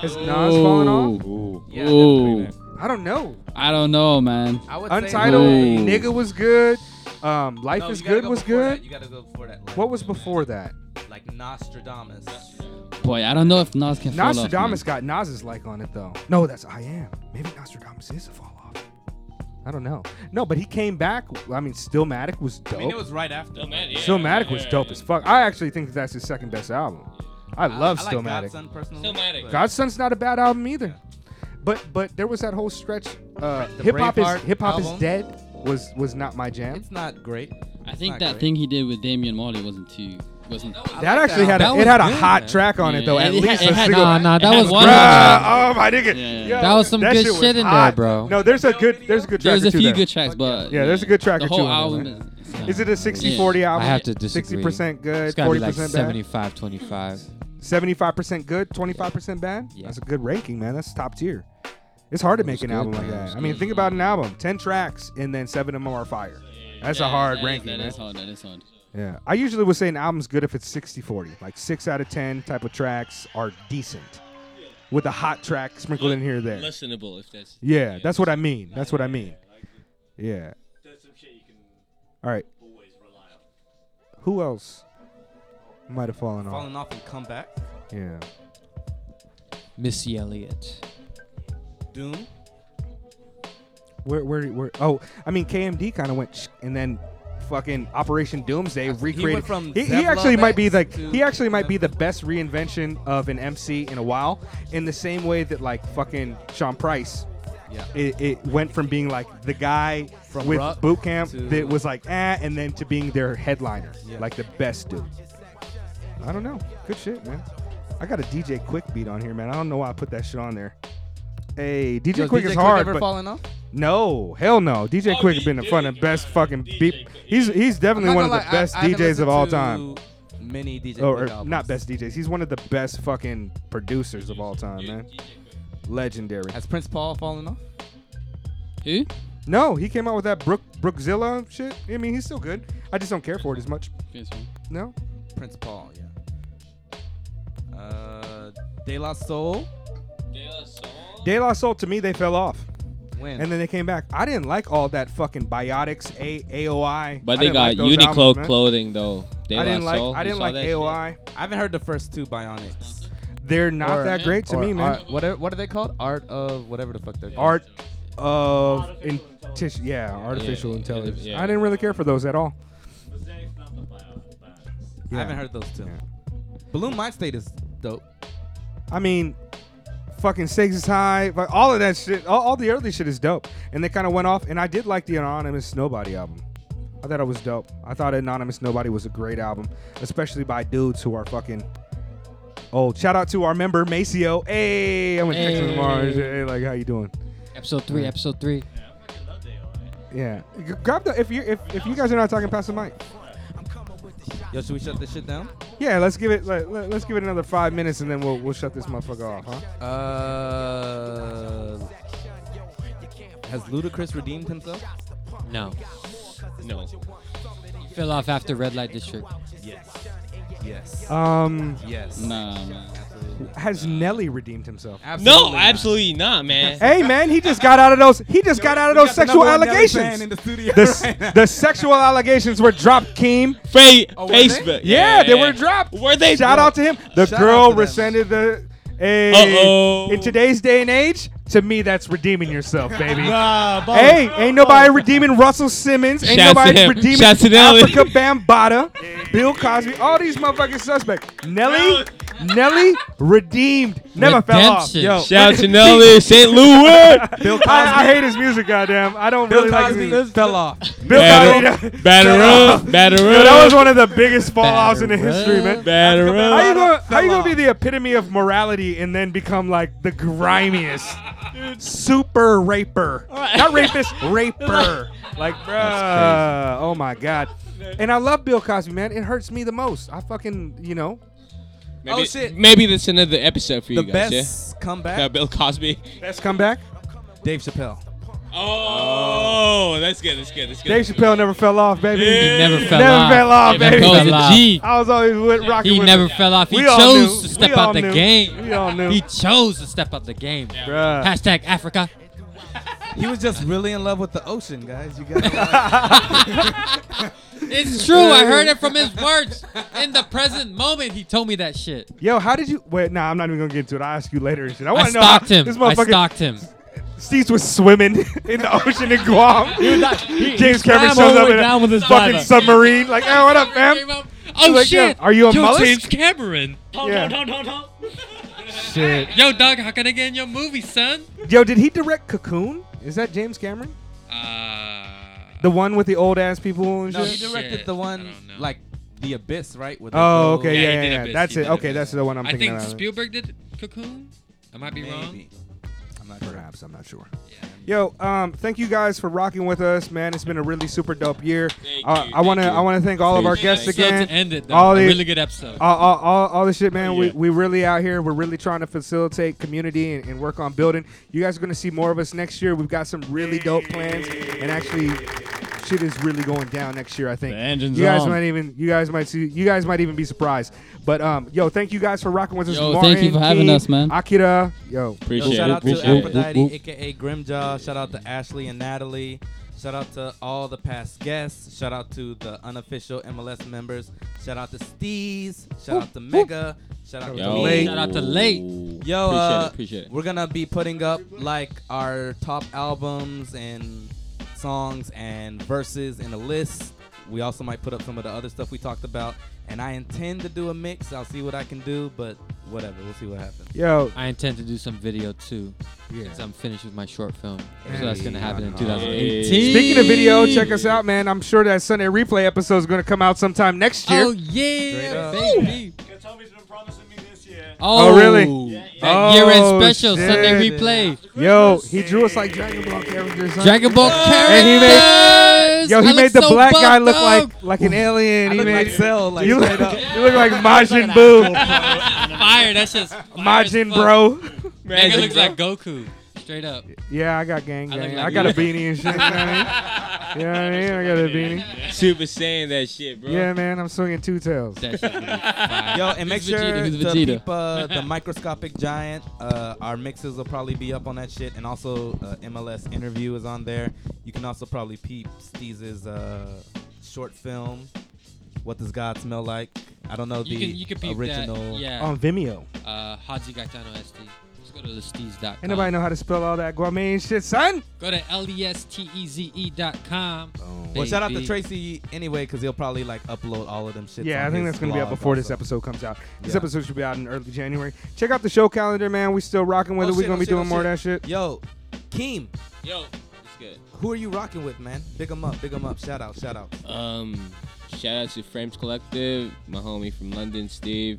A: Has Nas fallen off?
J: Ooh.
C: Yeah,
G: Ooh.
A: I don't know.
G: I don't know, man.
C: I would
A: Untitled
G: Ooh.
A: nigga was good. Um, Life
C: No,
A: is
C: you gotta
A: good
C: go
A: was
C: before that.
A: good.
C: You gotta go before that. Like,
A: What was before that?
C: like Nostradamus?
G: Boy, I don't know if Nas can fall off,
A: Nostradamus
G: man.
A: got Nas's like on it though. No, that's I am. Maybe Nostradamus is a fall off. I don't know. No, but he came back. I mean, Stillmatic was dope.
C: I mean, it was right after.
F: Oh, man, yeah,
A: Stillmatic was
F: yeah,
A: dope
F: yeah.
A: as fuck. I actually think that's his second best album. I love
C: I, I like
A: Stillmatic.
C: Godson personally.
F: Stillmatic.
C: but-
A: Godson's not a bad album either. But but there was that whole stretch. Uh,
C: The
A: hip hop is
C: Braveheart
A: hip hop is
C: album.
A: dead was was not my jam.
C: It's not great.
G: I
C: It's
G: think
C: not
G: that
C: great.
G: thing he did with Damian Marley wasn't too wasn't.
A: That
C: like
A: actually had
C: that
A: a,
Q: album.
A: it
Q: That
A: had a
Q: was good,
A: hot
Q: man.
A: track on it though.
G: Yeah,
A: At
G: it had-
A: least
G: it
A: a
G: had-
A: single.
G: nah,
Q: Nah, nah, that was one.
G: Bruh,
A: Bruh, oh my nigga,
G: yeah.
A: Yo,
Q: That was some good
A: shit, was
Q: shit in there,
A: hot.
Q: bro.
A: No, there's a good there's a good track
G: There's
A: or
G: a
A: two
G: few
A: there.
G: good tracks, but
A: Yeah, there's a good track
G: The
A: or
G: whole
A: two on
G: album
A: there,
G: is. it's
A: Is
G: not-
A: it a 60-40
Q: I
A: album?
Q: have to disagree.
A: 60% good,
Q: It's gotta
A: 40%
Q: be like
A: bad,
Q: 75, 25.
A: 75% good, 25% bad.
Q: Yeah.
A: That's a good ranking, man. That's top tier. It's hard to
Q: It
A: make
Q: was
A: an
Q: good,
A: album
Q: man.
A: like
Q: It was
A: that. I mean,
Q: good.
A: think about an album, 10 tracks and then 7 of them are fire. That's
G: Yeah,
A: a hard
G: that is-
A: ranking,
G: That
A: man.
G: is hard. That is hard.
A: Yeah. I usually would say an album's good if it's 60 40. Like 6 out of 10 type of tracks are decent with a hot track sprinkled in here or there.
F: Listenable, if that's.
A: Yeah, that's what I mean. That's what I mean. Yeah. All right. Who else might have fallen off?
C: Falling off and come back.
A: Yeah.
Q: Missy Elliott.
C: Doom.
A: Where, where, where? Oh, I mean, KMD kind of went, sh- and then fucking Operation Doomsday recreated.
C: from
A: he, he
C: Zevlov
A: actually might be
C: X
A: like,
C: to-
A: he actually might be the best reinvention of an MC in a while, in the same way that like fucking Sean Price.
C: Yeah.
A: It, it went from being like the guy
C: From
A: with
C: Ruck
A: boot camp
C: to-
A: that was like ah, and then to being their headliner,
C: Yeah.
A: like the best dude. I don't know. Good shit, man. I got a DJ Quick beat on here, man. I don't know why I put that shit on there. Hey, DJ
C: Yo,
A: Quick
C: DJ
A: is hard,
C: ever
A: but
C: falling off?
A: no, hell no. DJ
F: Oh,
A: Quick has been in
F: DJ,
A: front of best fucking
F: DJ
A: beat.
F: Quick,
A: He's he's
C: I'm
A: definitely
C: not
A: one of the
C: gonna lie, I-
A: best
C: I haven't
A: DJs of
C: listened
A: all
C: to
A: time.
C: Many DJ
A: Or,
C: Quick
A: or
C: albums.
A: not best DJs. He's one of the best fucking producers of all time, man. Legendary.
C: Has Prince Paul fallen off?
G: Who?
A: No, he came out with that Brook Brookzilla shit. I mean, he's still good. I just don't care for it as much.
G: Yes, man.
A: No.
C: Prince Paul, yeah. Uh, De La Soul.
A: De La Soul to me, they fell off,
C: When?
A: and then they came back. I didn't like all that fucking Biotics, A- AOI.
O: But
A: I
O: they
A: didn't like
O: got
A: those
O: Uniqlo
A: albums, man.
O: clothing though. They
A: I didn't
O: lost
A: like.
O: soul.
A: I
O: You
A: didn't
O: saw
A: like
O: that shit?
A: AOI.
C: I haven't heard the first two Bionics.
A: They're not
C: Or-
A: that great to
C: Or
A: me, man.
C: art- what are, what are they called? Art of whatever the fuck they're called.
A: art of in tissue. Yeah, artificial
O: yeah,
A: intelligence.
O: yeah.
A: I didn't really care for those at all.
C: I haven't heard those two. Balloon Mind State is dope.
A: I mean, fucking Stakes is High, but all of that shit, all, all the early shit is dope. And they kind of went off, and I did like the Anonymous Nobody album. I thought it was dope. I thought Anonymous Nobody was a great album, especially by dudes who are fucking old. Shout out to our member, Maceo. Hey, I'm going to text him tomorrow.
Q: Hey.
A: Hey, like, how you doing?
Q: Episode 3, episode 3.
A: Yeah. G- Grab the, if you if, if you guys are not talking, pass the mic.
C: Yo, should we shut this shit down?
A: Yeah, let's give it let, let, us give it another five minutes and then we'll we'll shut this motherfucker off, huh?
C: Uh, has Ludacris redeemed himself?
Q: No.
F: No.
Q: Fell off after Red Light District.
C: Yes. Yes.
A: Um,
C: yes.
G: Nah, man.
A: has Nelly redeemed himself?
F: No,
C: not.
F: absolutely
A: [LAUGHS]
F: not, man.
A: Hey man, he just got out of those. He just got out of
C: We
A: those
C: got the
A: sexual
C: number one Nelly fan
A: allegations.
C: in the studio [LAUGHS]
A: The, s-
C: right now.
A: the sexual allegations were dropped, Keem.
F: Fa-
C: Oh, were they?
F: Facebook.
A: Yeah, they were dropped.
F: Were they?
A: Shout out to him. The
C: Shout out
A: girl
C: to them.
A: rescinded the Hey,
D: Uh-oh.
A: In today's day and age, to me, that's redeeming yourself, baby.
J: Nah, both.
A: hey, ain't nobody redeeming Russell Simmons. Ain't
G: Shouts to
A: nobody
G: him.
A: redeeming
G: Shouts to Nelly.
A: Africa Bambata, Bill Cosby, all these motherfucking suspects. Nelly, Nelly redeemed. Never fell off.
G: Redemption.
A: Yo,
G: Shout
A: [LAUGHS]
G: to Nelly, St. Louis.
A: Bill Cosby. I, I hate his music, goddamn. I don't
C: Bill
A: really like his
C: Cosby
A: music.
C: fell off.
A: Bill
G: Batter-
A: Cosby. [LAUGHS]
G: batter
A: fell
G: up,
A: off.
G: batter
A: Yo, [LAUGHS] That
G: up.
A: was one of the biggest fall offs in the
G: Batter
A: history,
G: up,
A: man.
G: batter
A: [LAUGHS] how you
G: up.
A: gonna how you gonna be the epitome of morality and then become like the grimiest super raper? Not [LAUGHS] rapist, raper. Like, bruh. Oh my god. And I love Bill Cosby, man. It hurts me the most. I fucking, you know,
D: Maybe,
C: oh shit!
G: Maybe that's another episode for
C: The
G: you guys.
C: best
D: Yeah?
C: comeback.
D: Uh, Bill Cosby.
A: best comeback.
C: Dave Chappelle.
D: Oh, that's good. That's good. That's good.
A: Dave Chappelle never fell off, baby.
D: Yeah.
G: Never fell
A: Never
G: off.
A: fell off,
G: Never
A: baby.
G: fell
A: He was a
G: off.
A: G. [LAUGHS] I was always with rocking
G: He
A: with
G: never
A: him.
G: fell off. He
A: We all
G: chose
A: knew.
G: to step
A: We all
G: out the
A: knew.
G: game.
A: We all knew.
G: He chose to step out the game.
A: Bruh.
G: Hashtag Africa.
C: He was just really in love with the ocean, guys. You guys.
G: It's true. I heard it from his words. In the present moment, he told me that shit.
A: Yo, how did you? Wait, nah, I'm not even gonna get into it. I'll ask you later and shit. I
G: I
A: want to know.
G: stalked
A: how
G: him.
A: This
G: I
A: motherfucker
G: stalked him.
A: Steez was swimming [LAUGHS] in the ocean in Guam.
J: he-
A: James
J: he swam
A: Cameron
J: all
A: shows
J: the
A: up
J: way
A: in
J: down with
A: a
J: his
A: fucking
J: diver.
A: submarine. Like, hey, what up, fam?
G: Oh
A: Like, yo,
G: shit!
A: are you a
G: Yo,
A: mollusk?
G: James Cameron.
A: Yeah.
G: Shit. Yo, Doug, how can I get in your movie, son?
A: Yo, did he direct Cocoon? Is that James Cameron?
G: Uh,
A: The one with the old ass people and
C: no, he
A: shit.
C: directed
G: Shit,
C: the
G: I
C: one
G: don't know.
C: like the abyss, right? With the
A: Oh,
C: gold-
A: okay,
G: Yeah, he
A: yeah,
G: did
A: yeah,
G: Abyss,
A: that's
G: he
A: it.
G: did
A: Okay,
G: Abyss.
A: that's the one I'm
G: I
A: thinking
G: think
A: about.
G: Spielberg did Cocoon. I might be wrong.
C: Maybe. I'm not sure.
A: Perhaps I'm not sure. Yo, um, thank you guys for rocking with us, man. It's been a really super dope year.
D: Thank
A: Uh,
D: you,
A: I want to
D: thank you.
A: I want to thank all of our
G: Good
A: guests
G: episode
A: again.
G: To end it, though.
A: All
G: a
A: the-
G: really good episode.
A: all, all, all, all this shit, man.
J: Oh,
A: We,
J: yeah.
A: we really out here. We're really trying to facilitate community and, and work on building. You guys are gonna see more of us next year. We've got some really dope plans, and actually, shit is really going down next year. I think.
J: The engine's
A: you guys
J: on.
A: might even you guys might see you guys might even be surprised. But um, yo, thank you guys for rocking with us.
S: Yo, thank you for having us, man.
A: Akira, yo,
C: Yo,
J: Appreciate
C: shout
J: it.
C: out to
J: Appreciate it.
C: Aphrodite, aka Grimjaw. Shout out to Ashley and Natalie. Shout out to all the past guests. Shout out to the unofficial MLS members. Shout out to Steez. Shout out to Mega. Shout out to
J: Yo.
C: Late.
G: Shout out to Late.
C: Yo,
S: appreciate
C: uh,
S: it, appreciate it.
C: we're gonna be putting up like our top albums and songs and verses in a list. We also might put up some of the other stuff we talked about. And I intend to do a mix. I'll see what I can do, but whatever. We'll see what happens.
A: yo,
G: I intend to do some video too.
A: Yeah.
G: Since I'm finished with my short film.
A: Hey,
G: so that's gonna happen in
A: hey.
G: 2018.
A: Speaking of video, check us out, man. I'm sure that Sunday replay episode is going to come out sometime next year.
G: Oh yeah,
A: up.
G: baby.
T: Tommy's been promising me this year.
A: Oh, really?
G: That
A: Oh,
G: year-end special Sunday
A: shit.
G: replay.
A: Yo, he drew us like Dragon Ball characters. Huh?
G: Dragon Ball characters.
A: And he made- Yo,
G: I
A: he
G: look
A: made the
G: so
A: black guy
G: buffed
A: look
G: up.
A: like like an alien.
C: I
A: he
C: look
A: made
C: like
A: [LAUGHS]
C: Cell, like
A: you, look,
C: straight up.
A: you look like Majin Buu,
G: fire. That's [LAUGHS] just fire as
A: Majin
G: fuck.
A: Bro.
G: Mega looks like Goku. Straight up.
A: Yeah, I got gang
G: I look
A: gang. I,
G: like
A: got a
G: you.
A: beanie and shit. You know what I mean? You know what I mean? I got a beanie.
D: Super saying that shit, bro.
A: Yeah, man, I'm swinging two tails.
G: That [LAUGHS] shit would be fire.
C: Yo, and make
S: Who's
C: sure
S: Vegeta? Who's
C: to
S: Vegeta?
C: keep uh, the microscopic giant. Uh, our mixes will probably be up on that shit, and also uh, MLS interview is on there. You can also probably peep Steez's uh, short film. What does God smell like? I don't know the
G: you can you can peep
C: original.
G: that. Yeah.
A: On Vimeo.
G: uh, Haji Gaetano ST. Just go to lesteez.com.
A: Ain't nobody know how to spell all that gourmet and shit, son.
G: Go to
D: E
G: lesteze dot com.
O: Oh,
D: Oh.
C: Well, shout out to
G: baby.
C: Tracy anyway, because he'll probably like upload all of them shit.
A: Yeah, I think that's gonna be up before this episode comes out. This
C: Yeah.
A: episode should be out in early January. Check out the show calendar, man. We still rocking with
C: Oh,
A: it. We
C: shit,
A: gonna
C: oh,
A: be
C: shit, oh,
A: doing more of that shit.
C: Yo, Keem,
D: Yo, it's good.
C: who are you rocking with, man? Big 'em up, big 'em up. Shout out, shout out.
F: Um, shout out to Frames Collective, my homie from London, Steve.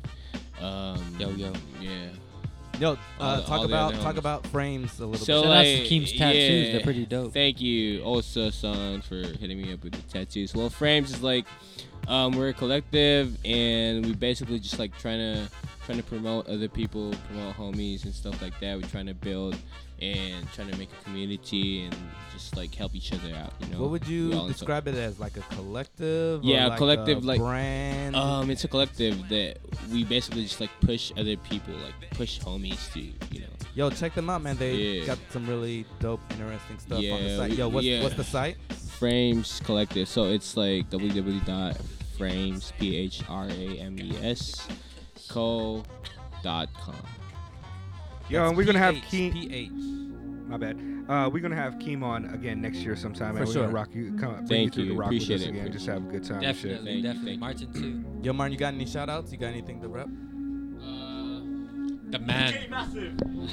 F: Um,
G: Yo, yo.
F: yeah.
C: Yo,
F: All
C: uh,
F: the- all
C: talk
F: the
C: about
F: other
C: talk
F: homies.
C: about frames a little bit.
F: So
G: Shout out
F: like,
G: to Keem's tattoos, they're pretty dope.
F: Thank you, also son, for hitting me up with the tattoos. Well, Frames is like, um, we're a collective, and we basically just like trying to trying to promote other people, promote homies and stuff like that. We're trying to build and trying to make a community and just like help each other out. You know,
C: What would
F: We
C: you
F: all in some-
C: describe it as? Like a collective? or
F: Yeah, a
C: like
F: collective,
C: a
F: like-
C: brand.
F: Um, it's a collective that we basically just like push other people, like push homies to, you know.
C: Yo, check them out, man. They
F: Yeah.
C: got some really dope, interesting stuff on the
F: Yeah,
C: site.
F: we-
C: Yo, what's,
F: yeah.
C: what's the site?
F: Frames Collective. So it's like www.frames, P H R A M E S, co.com.
A: Yo, and we're gonna have
C: PH,
A: Keem.
C: PH.
A: My bad. Uh, we're gonna have Keem on again next year sometime,
C: For
A: and we're
C: sure.
A: gonna rock you. Come, bring
O: Thank
A: you through
O: you.
A: the rock
O: Appreciate
A: with us
O: it.
A: again. Just have a good time. and
O: Thank
A: shit.
C: Definitely,
O: you,
C: definitely.
O: thank you.
C: Martin too. Yo, Martin, you got any shout outs? You got anything to rep?
Q: The man.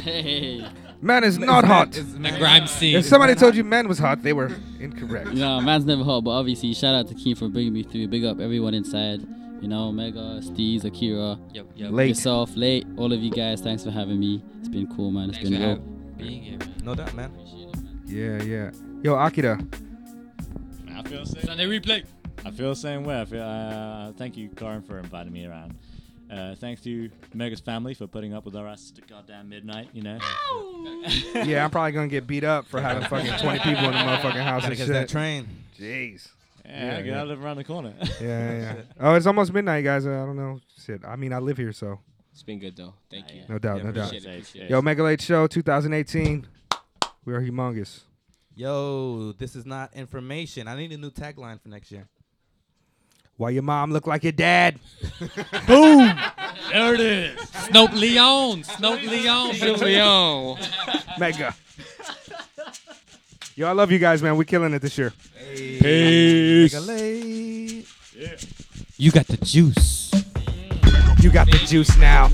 G: Hey. [LAUGHS]
A: Man is not hot.
Q: The grime scene.
A: If somebody told you man was hot, they were incorrect.
G: No, man's never hot, but obviously, shout out to Keem for bringing me through. Big up everyone inside. You know, Mega, Steez, Akira,
Q: Yep, yep.
A: Late.
G: yourself, late, all of you guys. Thanks for having me. It's been cool, man. It's
Q: Thanks for
G: been real.
Q: having, being here, man.
C: No doubt, man.
A: Yeah, yeah. Yo, Akira.
J: I feel the same.
Q: Sunday replay.
J: I feel the same way. I feel, uh, thank you, Karin, for inviting me around. Uh, thanks to Mega's family for putting up with our ass to goddamn midnight. You know.
A: yeah, I'm probably gonna get beat up for having fucking 20 people in the motherfucking house
C: Gotta
A: and
C: catch
A: shit.
C: that train.
A: Jeez.
J: Yeah,
A: Yeah,
J: yeah,
A: yeah.
J: I live around the corner. [LAUGHS]
A: Yeah, yeah. yeah. Oh, it's almost midnight, guys. Uh, I don't know. Shit. I mean, I live here, so
O: It's been good though. Thank you.
A: no doubt, no doubt.
O: appreciate it, appreciate it.
A: Yo, Mega Late Show 2018. We are humongous.
C: Yo, this is not information. I need a new tagline for next year.
A: Why your mom look like your dad? Boom.
J: There it is.
Q: Snope Leon. Snope Leon.
O: Snoop Leon.
A: Mega. Yo, I love you guys, man. We're killing it this year.
J: Peace.
C: Galay.
Q: You got the juice.
A: You got the juice now.